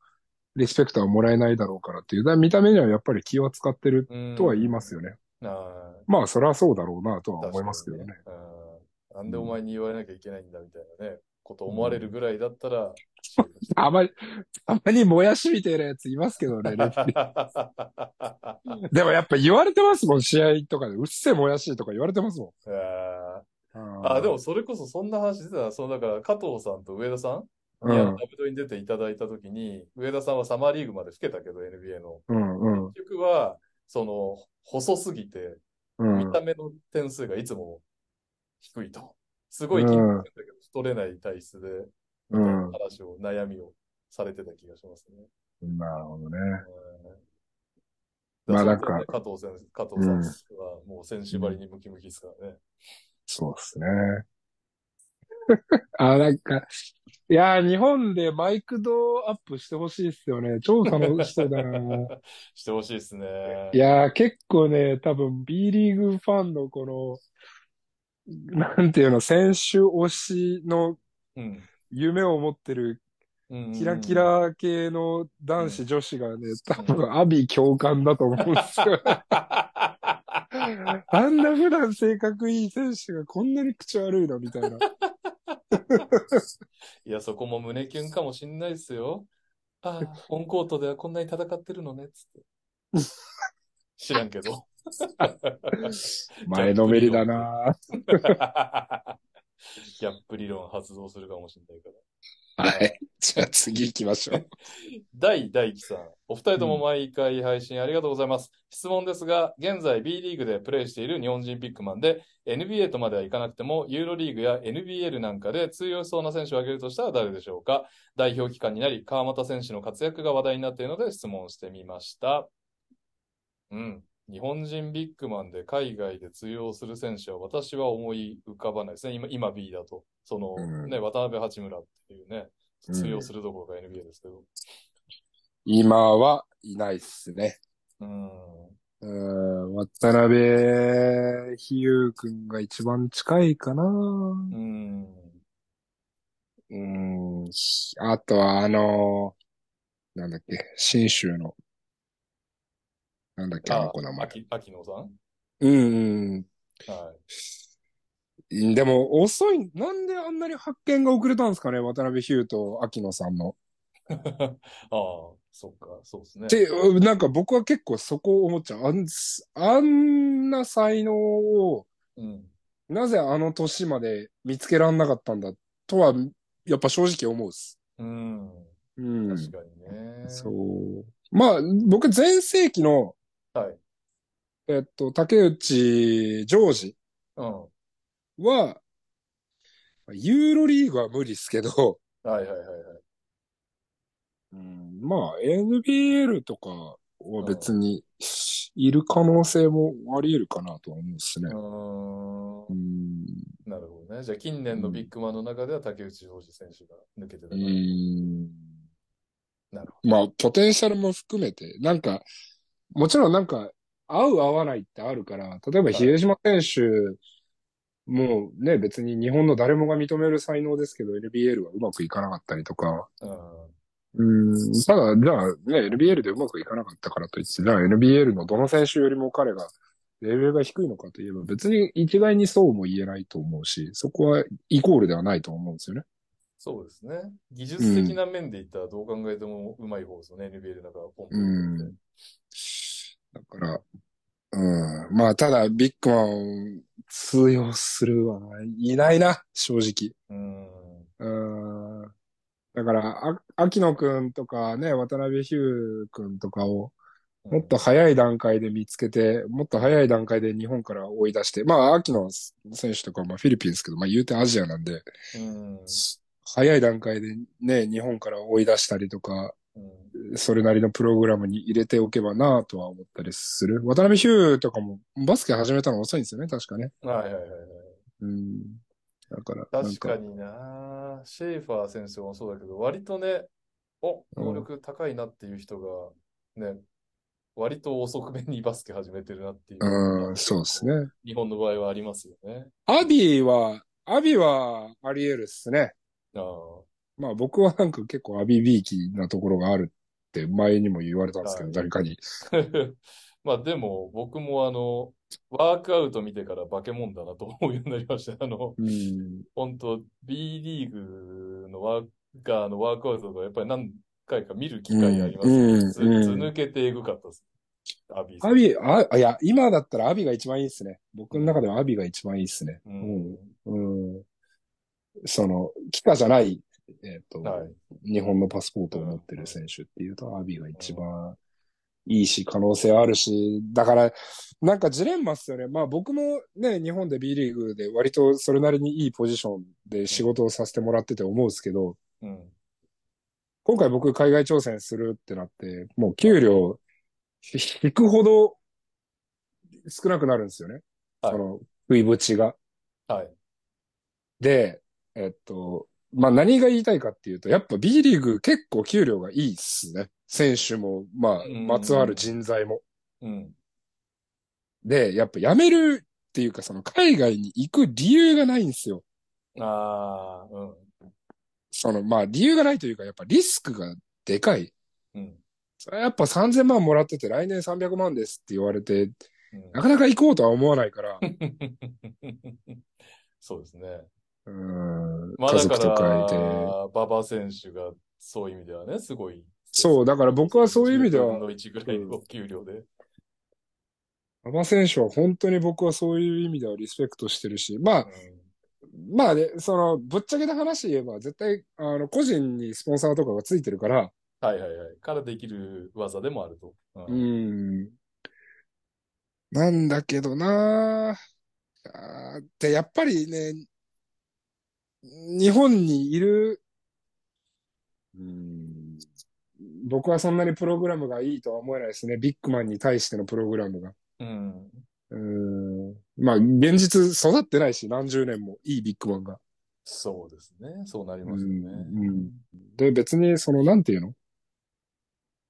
Speaker 2: リスペクトはもらえないだろうからっていう。だから見た目にはやっぱり気は使ってる
Speaker 1: あ、うん
Speaker 2: とは言いますよね。
Speaker 1: あ
Speaker 2: まあ、それはそうだろうなと
Speaker 1: あ、
Speaker 2: は思いますけどね。
Speaker 1: 確かにね。うんなんでお前に言われなきゃいけないんだみたいなね、こと思われるぐらいだったら、
Speaker 2: あまり、あまりもやしみたいなやついますけ どね。レフェリーでもやっぱ言われてますもん、試合とかで。うっせえもやしとか言われてますも
Speaker 1: あ
Speaker 2: ん。
Speaker 1: あ、でも、それこそそんな話出てた、そのだから加藤さんと上田さん
Speaker 2: う
Speaker 1: にあ
Speaker 2: ん
Speaker 1: の、ダブドに出ていただいたときに、上田さんはサマーリーグまで老けたけど、NBA の。
Speaker 2: うん、うん、
Speaker 1: 結局は、その、細すぎて、
Speaker 2: うん。
Speaker 1: 見た目の点数がいつも低いと。すごい緊張してたけど、太れない体質で、みたいな話を、悩みをされてた気がしますね。
Speaker 2: なるほどね。
Speaker 1: うん
Speaker 2: まあ
Speaker 1: だ
Speaker 2: なんか
Speaker 1: それで加藤先生、加藤さんはもう先週ばりにムキムキですからね。
Speaker 2: そうですね。あ、なんか、いやー、日本でマイク度アップしてほしいっすよね。超楽しそうだな。
Speaker 1: してほしいですね。
Speaker 2: いやー、結構ね、多分 B リーグファンのこの、なんていうの、選手推しの
Speaker 1: うん、
Speaker 2: 夢を持ってる
Speaker 1: うんうんうん
Speaker 2: キラキ。ラ系の男子女子がね、多
Speaker 1: う
Speaker 2: 分アビ共感だと思うんですよ。 あんな普段性格いい選手がこんなに口悪いのみたいな。
Speaker 1: いや、そこも胸キュンかもしんないですよ。ああ、オンコートではこんなに戦ってるのね、つって。知らんけど。
Speaker 2: 前のめりだな
Speaker 1: ギャップ理論発動するかもしれないから。
Speaker 2: はい。じゃあ次行きましょう。
Speaker 1: 大大輝さん、お二人とも毎回配信ありがとうございます。質問ですが、現在 B リーグでプレーしている日本人ピックマンで、NBA とまではいかなくても、ユーロリーグや NBL なんかで通用しそうな選手を挙げるとしたら誰でしょうか代表期間になり、川又選手の活躍が話題になっているので質問してみました。うん。日本人ビッグマンで海外で通用する選手は私は思い浮かばないですね。今、今 B だと。その、
Speaker 2: うん
Speaker 1: ね、渡辺八村っていうね、通
Speaker 2: う
Speaker 1: 用
Speaker 2: ん
Speaker 1: するどころか NBA ですけど。
Speaker 2: 今はいないっすね。
Speaker 1: うん。
Speaker 2: うん、渡辺、比喩くんが一番近いかな
Speaker 1: うん。
Speaker 2: うん、あとはあのーなんだっけ、新州の、なんだっけ、あの子の名前。
Speaker 1: 秋秋野さん
Speaker 2: うん、うん
Speaker 1: は
Speaker 2: うん。でも、遅い、なんであんなに発見が遅れたんですかね渡辺ヒューと秋野さんの。
Speaker 1: い。ああ、そっか、そうですね。
Speaker 2: って、なんか僕は結構そこを思っちゃう。あんあんな才能を、
Speaker 1: うん。
Speaker 2: なぜあの年まで見つけらんなかったんだとは、やっぱ正直思うっす。
Speaker 1: うん。
Speaker 2: うん。
Speaker 1: 確かにね。
Speaker 2: そう。まあ、僕、前世紀の、
Speaker 1: はい。
Speaker 2: えっと、竹内ジョージ
Speaker 1: うん。
Speaker 2: は、ユーロリーグは無理っすけど、
Speaker 1: はいはいはいはい。
Speaker 2: うん、まあ、NBL とかは別に、いる可能性もあり得るかなとは思うんですね
Speaker 1: う。ーん
Speaker 2: う。ん。
Speaker 1: なるほどね。じゃあ、近年のビッグマンの中では竹内浩二選手が抜けてた
Speaker 2: う
Speaker 1: から。
Speaker 2: ん。
Speaker 1: なるほ
Speaker 2: まあ、ポテンシャルも含めて、なんか、もちろんなんか、合う合わないってあるから、例えば
Speaker 1: い
Speaker 2: 比江島選手、もうね、別に日本の誰もが認める才能ですけど、NBL はうまくいかなかったりとか、
Speaker 1: ど。
Speaker 2: うん、ただ、じゃあね、NBL でうまくいかなかったからといって、じゃあ NBL のどの選手よりも彼が、レベルが低いのかといえば、別に一概にそうも言えないと思うし、そこはイコールではないと思うんですよね。
Speaker 1: そうですね。技術的な面で言ったらどう考えてもうまい方ですよね。NBA の中はポンポンって。
Speaker 2: だから、うん。まあ、ただ、ビッグマン、通用するはない、いないな、正直。
Speaker 1: うん。
Speaker 2: うん。だから、あ、秋野くんとかね、渡辺ヒューくんとかを、もっと早い段階で見つけて、もっと早い段階で日本から追い出して、まあ、秋野選手とかはまあフィリピンですけど、まあ、言うてアジアなんで、
Speaker 1: うん。
Speaker 2: 早い段階でね、日本から追い出したりとか、
Speaker 1: うん。
Speaker 2: それなりのプログラムに入れておけばなぁとは思ったりする。渡辺ヒューとかもバスケ始めたの遅いんですよね、確かね。
Speaker 1: はいはいはいはい。
Speaker 2: うん。だから、なん
Speaker 1: 確
Speaker 2: か
Speaker 1: かになシェーファー選手もそうだけど、割とね、お、能力高いなっていう人が、ね、割と遅くめにバスケ始めてるなっていう。
Speaker 2: うん、そうです。ね。
Speaker 1: 日本の場合はありますよね。
Speaker 2: アビーは、アビーはあり得るっすね。
Speaker 1: ああ、
Speaker 2: まあ僕はなんか結構アビービーキーなところがあるって前にも言われたんですけ
Speaker 1: は
Speaker 2: ど、
Speaker 1: い
Speaker 2: 誰かに。
Speaker 1: まあでも、僕もあの、ワークアウト見てから化け物だなと思うようになりました。あの、
Speaker 2: うん。
Speaker 1: 本当 B リーグのワーカーのワークアウトとか、やっぱり何回か見る機会あります
Speaker 2: うんうん
Speaker 1: ずず
Speaker 2: うん
Speaker 1: 抜けてえぐかったです。アビーさん
Speaker 2: アビー、あ、あいや、今だったらアビーが一番いいっすね。僕の中ではアビーが一番いいっすね。
Speaker 1: う
Speaker 2: うん
Speaker 1: ん。
Speaker 2: うん。その、キカじゃない、えっと、
Speaker 1: はい。
Speaker 2: 日本のパスポートを持ってる選手っていうと、アビーが一番いいし、可能性あるし、だから、なんかジレンマっすよね。まあ僕もね、日本で B リーグで割とそれなりにいいポジションで仕事をさせてもらってて思うんですけど、
Speaker 1: うん。
Speaker 2: 今回僕海外挑戦するってなって、もう給料引くほど少なくなるんですよね。
Speaker 1: はい
Speaker 2: その、食いぶちが。
Speaker 1: はい。
Speaker 2: で、えっと、まあ何が言いたいかっていうと、やっぱ B リーグ結構給料がいいっすね。選手も、まあ
Speaker 1: う、ん
Speaker 2: まつわる人材も。
Speaker 1: うん。
Speaker 2: で、やっぱ辞めるっていうか、その海外に行く理由がないんですよ。
Speaker 1: ああ、うん。
Speaker 2: その、まあ理由がないというか、やっぱリスクがでかい。
Speaker 1: うん。
Speaker 2: それはやっぱ3000万もらってて来年300万ですって言われて、
Speaker 1: うん
Speaker 2: なかなか行こうとは思わないから、
Speaker 1: そうですね。
Speaker 2: うーん
Speaker 1: まあだ
Speaker 2: 家
Speaker 1: か
Speaker 2: 族と
Speaker 1: ら
Speaker 2: かいて。、
Speaker 1: 馬場選手がそういう意味ではね、すごい。
Speaker 2: そう、だから僕はそういう意味で
Speaker 1: 10分
Speaker 2: は、
Speaker 1: の1ぐらいの給料で。
Speaker 2: 馬場選手は本当に僕はそういう意味ではリスペクトしてるし、まあ、まあね、その、ぶっちゃけた話言えば、絶対、あの、個人にスポンサーとかがついてるから、
Speaker 1: はいはいはい。からできる技でもあると。うん
Speaker 2: うーん。なんだけどなぁあーで、やっぱりね、日本にいる、うーん、僕はそんなにプログラムがいいとは思えないですね。ビッグマンに対してのプログラムが。
Speaker 1: うん。
Speaker 2: うーん。まあ、現実育ってないし、何十年もいいビッグマンが。
Speaker 1: そうですね。そうなりますよ
Speaker 2: うんうん
Speaker 1: ね。
Speaker 2: で、別に、その、なんていうの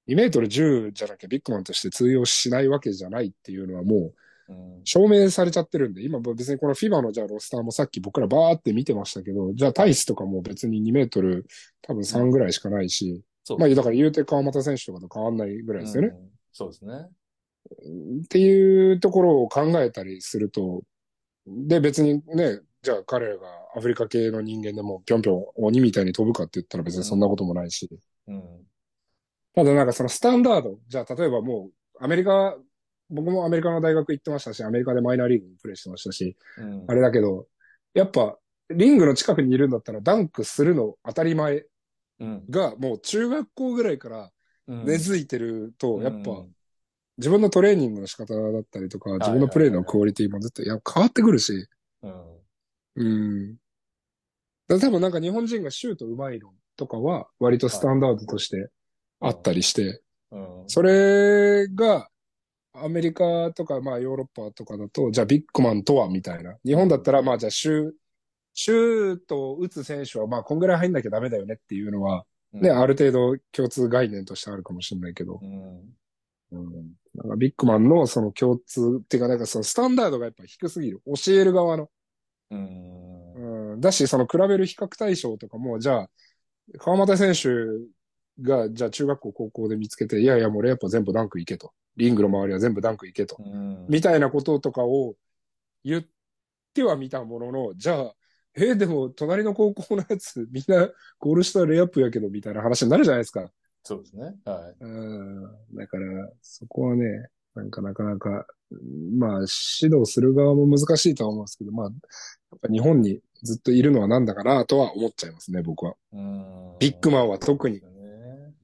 Speaker 2: ?2 メートル10じゃなきゃビッグマンとして通用しないわけじゃないっていうのはもう
Speaker 1: うん。
Speaker 2: 証明されちゃってるんで、今別にこの FIBA のじゃあロスターもさっき僕らバーって見てましたけど、じゃあタイスとかも別に2メートル多分3ぐらいしかないし、
Speaker 1: そう
Speaker 2: まあだから言うて川又選手とかと変わんないぐらいですよね。
Speaker 1: うんそうですね。
Speaker 2: っていうところを考えたりすると、で別にね、じゃあ彼らがアフリカ系の人間でもぴょんぴょん鬼みたいに飛ぶかって言ったら別にそんなこともないし、
Speaker 1: うん。
Speaker 2: ただなんかそのスタンダード、じゃあ例えばもうアメリカ、僕もアメリカの大学行ってましたし、アメリカでマイナーリーグにプレーしてましたし、
Speaker 1: うん
Speaker 2: あれだけど、やっぱリングの近くにいるんだったらダンクするの当たり前
Speaker 1: うん。
Speaker 2: がもう中学校ぐらいから
Speaker 1: うん
Speaker 2: 根付いてると、やっ
Speaker 1: う
Speaker 2: ぱ
Speaker 1: ん
Speaker 2: 自分のトレーニングの仕方だったりとか、自分のプレーのクオリティもずっといや変わってくるし、
Speaker 1: うん。
Speaker 2: うん。だから多分なんか日本人がシュート上手いのとかは割とスタンダードとしてあったりして、
Speaker 1: うん。
Speaker 2: それが、アメリカとか、まあヨーロッパとかだと、じゃあビッグマンとはみたいな。日本だったら、まあじゃあシュシュートを打つ選手は、まあこんぐらい入んなきゃダメだよねっていうのは、
Speaker 1: うん
Speaker 2: ね、ある程度共通概念としてあるかもしれないけど、
Speaker 1: うん。
Speaker 2: うん、なんかビッグマンのその共通っていうか、なんかそのスタンダードがやっぱ低すぎる。教える側の。
Speaker 1: うん。
Speaker 2: うん、だし、その比べる比較対象とかも、じゃあ、川又選手が、じゃあ中学校、高校で見つけて、いやいや、もうレイアップは全部ダンクいけと。リングの周りは全部ダンクいけと。
Speaker 1: うん
Speaker 2: みたいなこととかを言ってはみたものの、じゃあ、えーでも、隣の高校のやつ、みんなゴールしたレイアップやけど、みたいな話になるじゃないですか。
Speaker 1: そうですね。は
Speaker 2: うん。だから、そこはね、なんかなかなか、まあ、指導する側も難しいとは思うんですけど、まあ、やっぱ日本にずっといるのはなんだかなとは思っちゃいますね、僕は。
Speaker 1: い。うん。
Speaker 2: ビッグマンは特
Speaker 1: で
Speaker 2: に。
Speaker 1: すね。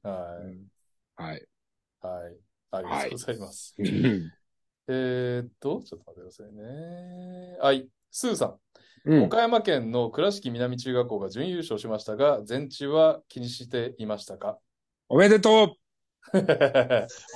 Speaker 1: はい。
Speaker 2: はい。
Speaker 1: はい。ありがとうございます。えーっと、ちょっと待ってくださいね。はい。スーさん。
Speaker 2: うん。
Speaker 1: 岡山県の倉敷南中学校が準優勝しましたが、全中は気にしていましたか
Speaker 2: おめでと
Speaker 1: おめで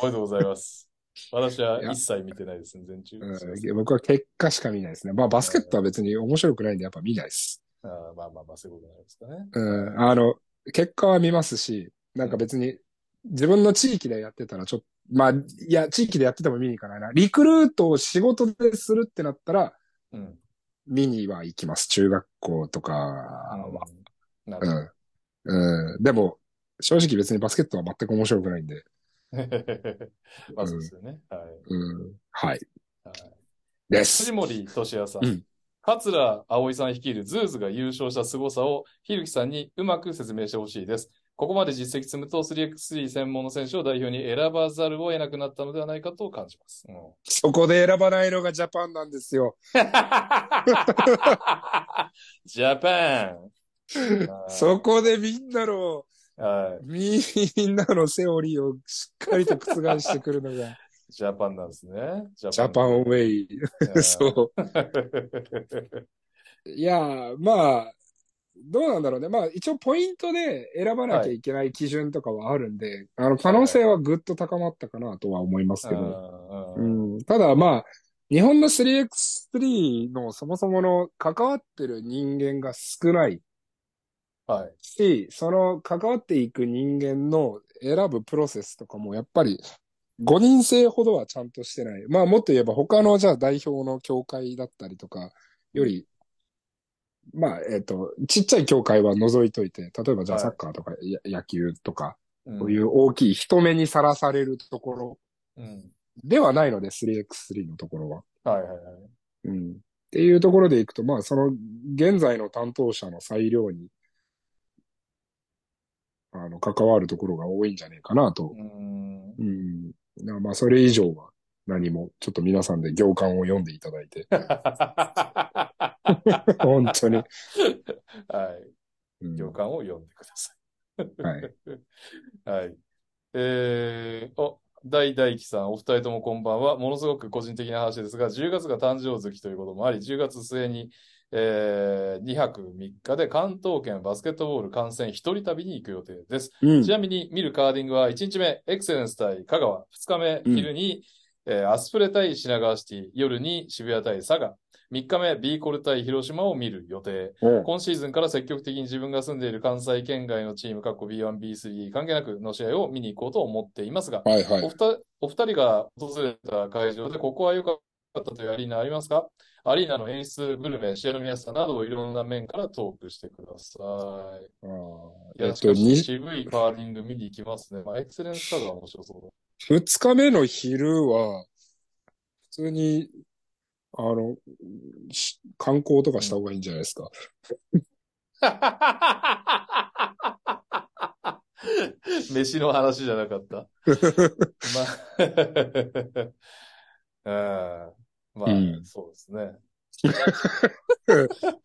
Speaker 1: とうございます。私はい
Speaker 2: や
Speaker 1: 一切見てないですね、全中。
Speaker 2: う、
Speaker 1: すいませ
Speaker 2: うんん、僕は結果しか見ないですね。まあ、バスケットは別に面白くないんで、やっぱ見ないです。
Speaker 1: あーまあまあまあ、そういうことになりますかね。
Speaker 2: うん、あの、結果は見ますし、なんか別に、自分の地域でやってたらちょっと、まあ、いや、地域でやってても見に行かないな。リクルートを仕事でするってなったら、
Speaker 1: うん。
Speaker 2: 見には行きます。中学校とかは。
Speaker 1: うんな
Speaker 2: う
Speaker 1: るほど
Speaker 2: ん。うん。でも、正直別にバスケットは全く面白くないんで。
Speaker 1: まあそうですよね。はい。
Speaker 2: うん。はい。
Speaker 1: はい
Speaker 2: です
Speaker 1: 藤。森俊也さん。
Speaker 2: うん
Speaker 1: 桂葵さん率いるズーズが優勝した凄さを、ひるきさんにうまく説明してほしいです。ここまで実績積むと 3x3 専門の選手を代表に選ばざるを得なくなったのではないかと感じます。うん
Speaker 2: そこで選ばないのがジャパンなんですよ。
Speaker 1: ジャパン
Speaker 2: そこでみんなの、
Speaker 1: はい
Speaker 2: みんなのセオリーをしっかりと覆してくるのが、
Speaker 1: ジャパンなんですね。ジ
Speaker 2: ジャパンウェイ。
Speaker 1: ン
Speaker 2: そう。いやー、まあ、どうなんだろうね。まあ、一応ポイントで選ばなきゃいけない基準とかはあるんで、あの、可能性はぐっと高まったかなとは思いますけど。う
Speaker 1: うん
Speaker 2: ん、ただまあ、日本の 3x3 のそもそもの関わってる人間が少ない。
Speaker 1: はい。
Speaker 2: し、その関わっていく人間の選ぶプロセスとかもやっぱり5人制ほどはちゃんとしてない。まあもっと言えば他のじゃあ代表の協会だったりとかより、まあえっ、と、ちっちゃい協会は除いといて、例えばじゃあ
Speaker 1: はい
Speaker 2: サッカーとか、や野球とか、
Speaker 1: うん
Speaker 2: こういう大きい人目にさらされるところ
Speaker 1: うん。
Speaker 2: ではないので 3x3 のところは。
Speaker 1: はいはいはい。
Speaker 2: うんっていうところでいくと、まあ、その、現在の担当者の裁量に、あの、関わるところが多いんじゃねえかなと。
Speaker 1: うーん。
Speaker 2: うん。だからまあ、それ以上は何も、ちょっと皆さんで行間を読んでいただい て。
Speaker 1: は
Speaker 2: 本当に。
Speaker 1: い。
Speaker 2: うん
Speaker 1: 行間を読んでくださ
Speaker 2: はい。
Speaker 1: い。はい。えー、お、大大輝さん、お二人ともこんばんは。ものすごく個人的な話ですが、10月が誕生月ということもあり、10月末に、えー、2泊3日で関東圏バスケットボール観戦一人旅に行く予定です。
Speaker 2: うん
Speaker 1: ち。なみに見るカーディングは1日目、エクセレンス対香川、2日
Speaker 2: うん
Speaker 1: 目、昼に、えーアスプレ対品川シティ、夜に渋谷対佐賀、3日目、ビーコル対広島を見る予定。
Speaker 2: おう
Speaker 1: 今シーズンから積極的に自分が住んでいる関西圏外のチーム、かっこ B1、B3 関係なくの試合を見に行こうと思っていますが、
Speaker 2: はいは
Speaker 1: お
Speaker 2: い。
Speaker 1: ふたお二人が訪れた会場で、ここは良かったというアリーナありますかアリーナの演出、グルメ、試合の皆さんなどをいろんな面からトークしてください。
Speaker 2: あー
Speaker 1: いや、
Speaker 2: えっ
Speaker 1: しか
Speaker 2: と、
Speaker 1: し
Speaker 2: に
Speaker 1: 渋いカーリング見に行きますね。まあ、エクセレンスカードは面白そう
Speaker 2: 二日目の昼は、普通に、あの、し観光とかした方がいいんじゃないですか。
Speaker 1: だ。 飯の話じゃなかった。まあ、 うん、まあ、
Speaker 2: うん
Speaker 1: そうですね。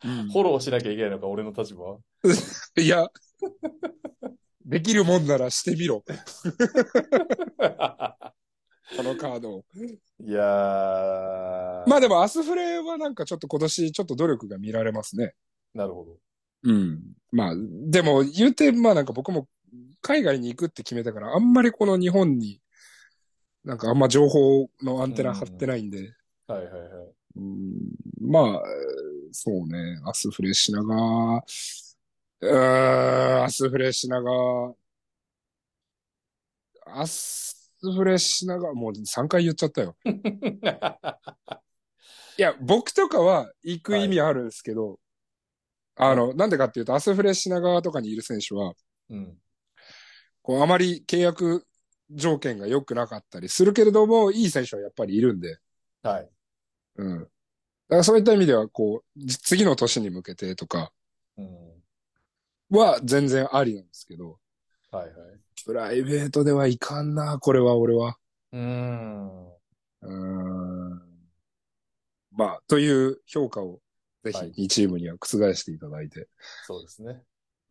Speaker 2: うん
Speaker 1: フォローしなきゃいけないのか、俺の立場は。
Speaker 2: いや、できるもんならしてみろ。このカードを。
Speaker 1: いやー、
Speaker 2: まあでも、アスフレはなんかちょっと今年ちょっと努力が見られますね。
Speaker 1: なるほ
Speaker 2: うん。まあ、でも言うて、まあなんか僕も海外に行くって決めたから、あんまりこの日本に、なんかあんま情報のアンテナ張ってないんで。
Speaker 1: ど。はいはいはい。
Speaker 2: うん、まあ、えーそうね、アスフレ品川、うーん、アスフレ品川、アスフレ品川、もう3回言っちゃったよ。いや、僕とかは行く意味あるんですけど、あの、なんでかっていうと、アスフレ品川とかにいる選手は、
Speaker 1: うん。
Speaker 2: こう、あまり契約条件が良くなかったりするけれども、いい選手はやっぱりいるんで、
Speaker 1: はい。
Speaker 2: うん。だからそういった意味では、こう、じ次の年に向けてとか、
Speaker 1: うん。
Speaker 2: は全然ありなんですけど、
Speaker 1: はいはい。
Speaker 2: プライベートではいかんな、これは俺は。
Speaker 1: うーん。
Speaker 2: うーん。まあ、という評価をぜ
Speaker 1: はい
Speaker 2: ひ2チームには覆していただいて、
Speaker 1: そうですね。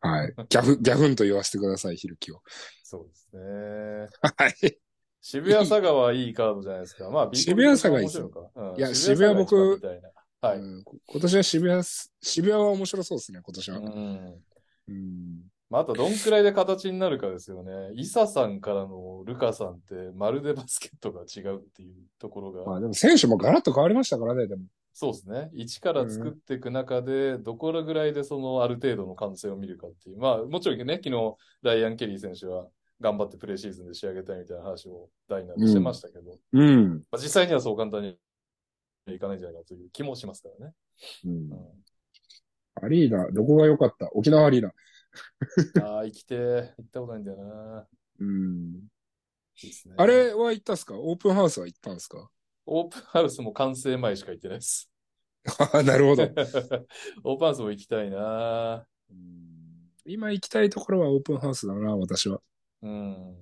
Speaker 2: はい。ギャフ、ギャフンと言わせてください、ひるきを。
Speaker 1: そうですね。
Speaker 2: はい。
Speaker 1: 渋谷佐賀はいいカードじゃないですか。まあ、ビーコル
Speaker 2: 渋谷佐賀いいですよ
Speaker 1: 面白かうん
Speaker 2: いや
Speaker 1: が一番みたいなはい。
Speaker 2: うんこ今年は渋谷す、渋谷は面白そうですね、今年は。
Speaker 1: うん。
Speaker 2: うん。
Speaker 1: まあ、あと、どんくらいで形になるかですよね。イサさんからのルカさんって、まるでバスケットが違うっていうところが、
Speaker 2: まあでも選手もガラッと変わりましたからね、でも。
Speaker 1: そうですね。一から作っていく中で、どこらぐらいでその、ある程度の完成を見るかっていう。まあ、もちろんね、昨日、ライアン・ケリー選手は、頑張ってプレーシーズンで仕上げたいみたいな話を、ダイナでしてましたけど、
Speaker 2: うん。
Speaker 1: まあ、実際にはそう簡単にいかないんじゃないかという気もしますからね。
Speaker 2: うん
Speaker 1: う、ん
Speaker 2: アリーナ、どこが良かった沖縄アリーナ。
Speaker 1: ああ、生きてー、行ったことないんだよな。
Speaker 2: うん。
Speaker 1: いいっすね
Speaker 2: あれは行ったんすかオープンハウスは行ったんすか
Speaker 1: オープンハウスも完成前しか行ってないです。
Speaker 2: あなるほ
Speaker 1: オ
Speaker 2: ど
Speaker 1: ー。プンハウスも行きたいな。
Speaker 2: 今行きたいところはオープンハウスだな、私は。
Speaker 1: うん。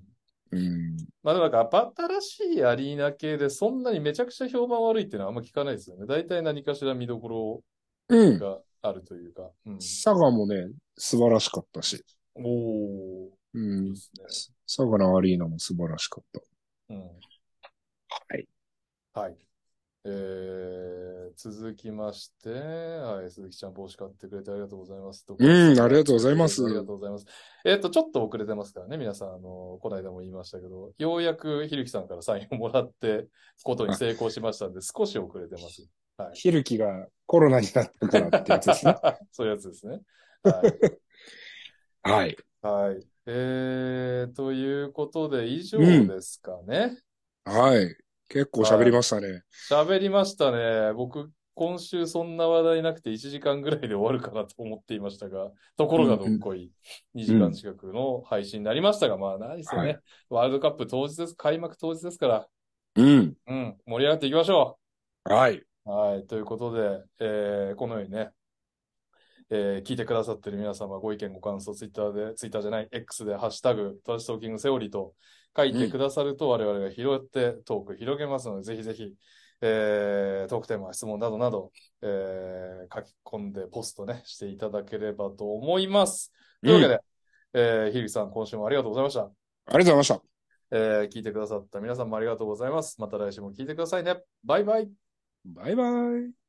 Speaker 2: うん。
Speaker 1: まあでもなんか、新しいアリーナ系でそんなにめちゃくちゃ評判悪いっていうのはあんま聞かないですよね。大体何かしら見どこ
Speaker 2: う
Speaker 1: ろ
Speaker 2: ん。
Speaker 1: があるというか。うん。
Speaker 2: 佐賀もね、素晴らしかったし。
Speaker 1: おー、いい
Speaker 2: うん
Speaker 1: で。すね。
Speaker 2: 佐賀のアリーナも素晴らしかっ
Speaker 1: うん。
Speaker 2: た。はい。
Speaker 1: はい。えー、続きまして、はい、鈴木ちゃん帽子買ってくれてありがとうございます。
Speaker 2: うんありがとうございます
Speaker 1: ありがとうございます。えっと、ちょっと遅れてますからね、皆さん、あの、この間も言いましたけど、ようやくひるきさんからサインをもらって、ことに成功しましたんで、少し遅れてます。
Speaker 2: ひるきがコロナになったからってやつですね。
Speaker 1: そういうやつですね。はい。
Speaker 2: はい。
Speaker 1: はい。えー、ということで、以上ですかね。
Speaker 2: はい。結構喋りましたね。
Speaker 1: 喋、りましたね。僕、今週そんな話題なくて1時間ぐらいで終わるかなと思っていましたが、ところがどっこい、2時間近くの配信になりましたが、まあ、何せね、
Speaker 2: はい
Speaker 1: ワールドカップ当日です、開幕当日ですから、
Speaker 2: うん。
Speaker 1: うん、盛り上がっていきましょう。
Speaker 2: はい。
Speaker 1: はい。ということで、えーこのようにね、えー聞いてくださってる皆様、ご意見、ご感想、ツイッターで、ツイッターじゃない、X で、ハッシュタグ、トラッシュトーキングセオリーと書いてくださると、我々が拾ってトーク広げますので、ぜひぜひ、えートークテーマ、質問などなど、えー書き込んでポストね、していただければと思います。というわけで、えーひるきさん、今週もありがとうございました。
Speaker 2: ありがとうございました。
Speaker 1: えー聞いてくださった皆さんもありがとうございます。また来週も聞いてくださいね。バイバイ。
Speaker 2: バイバイ。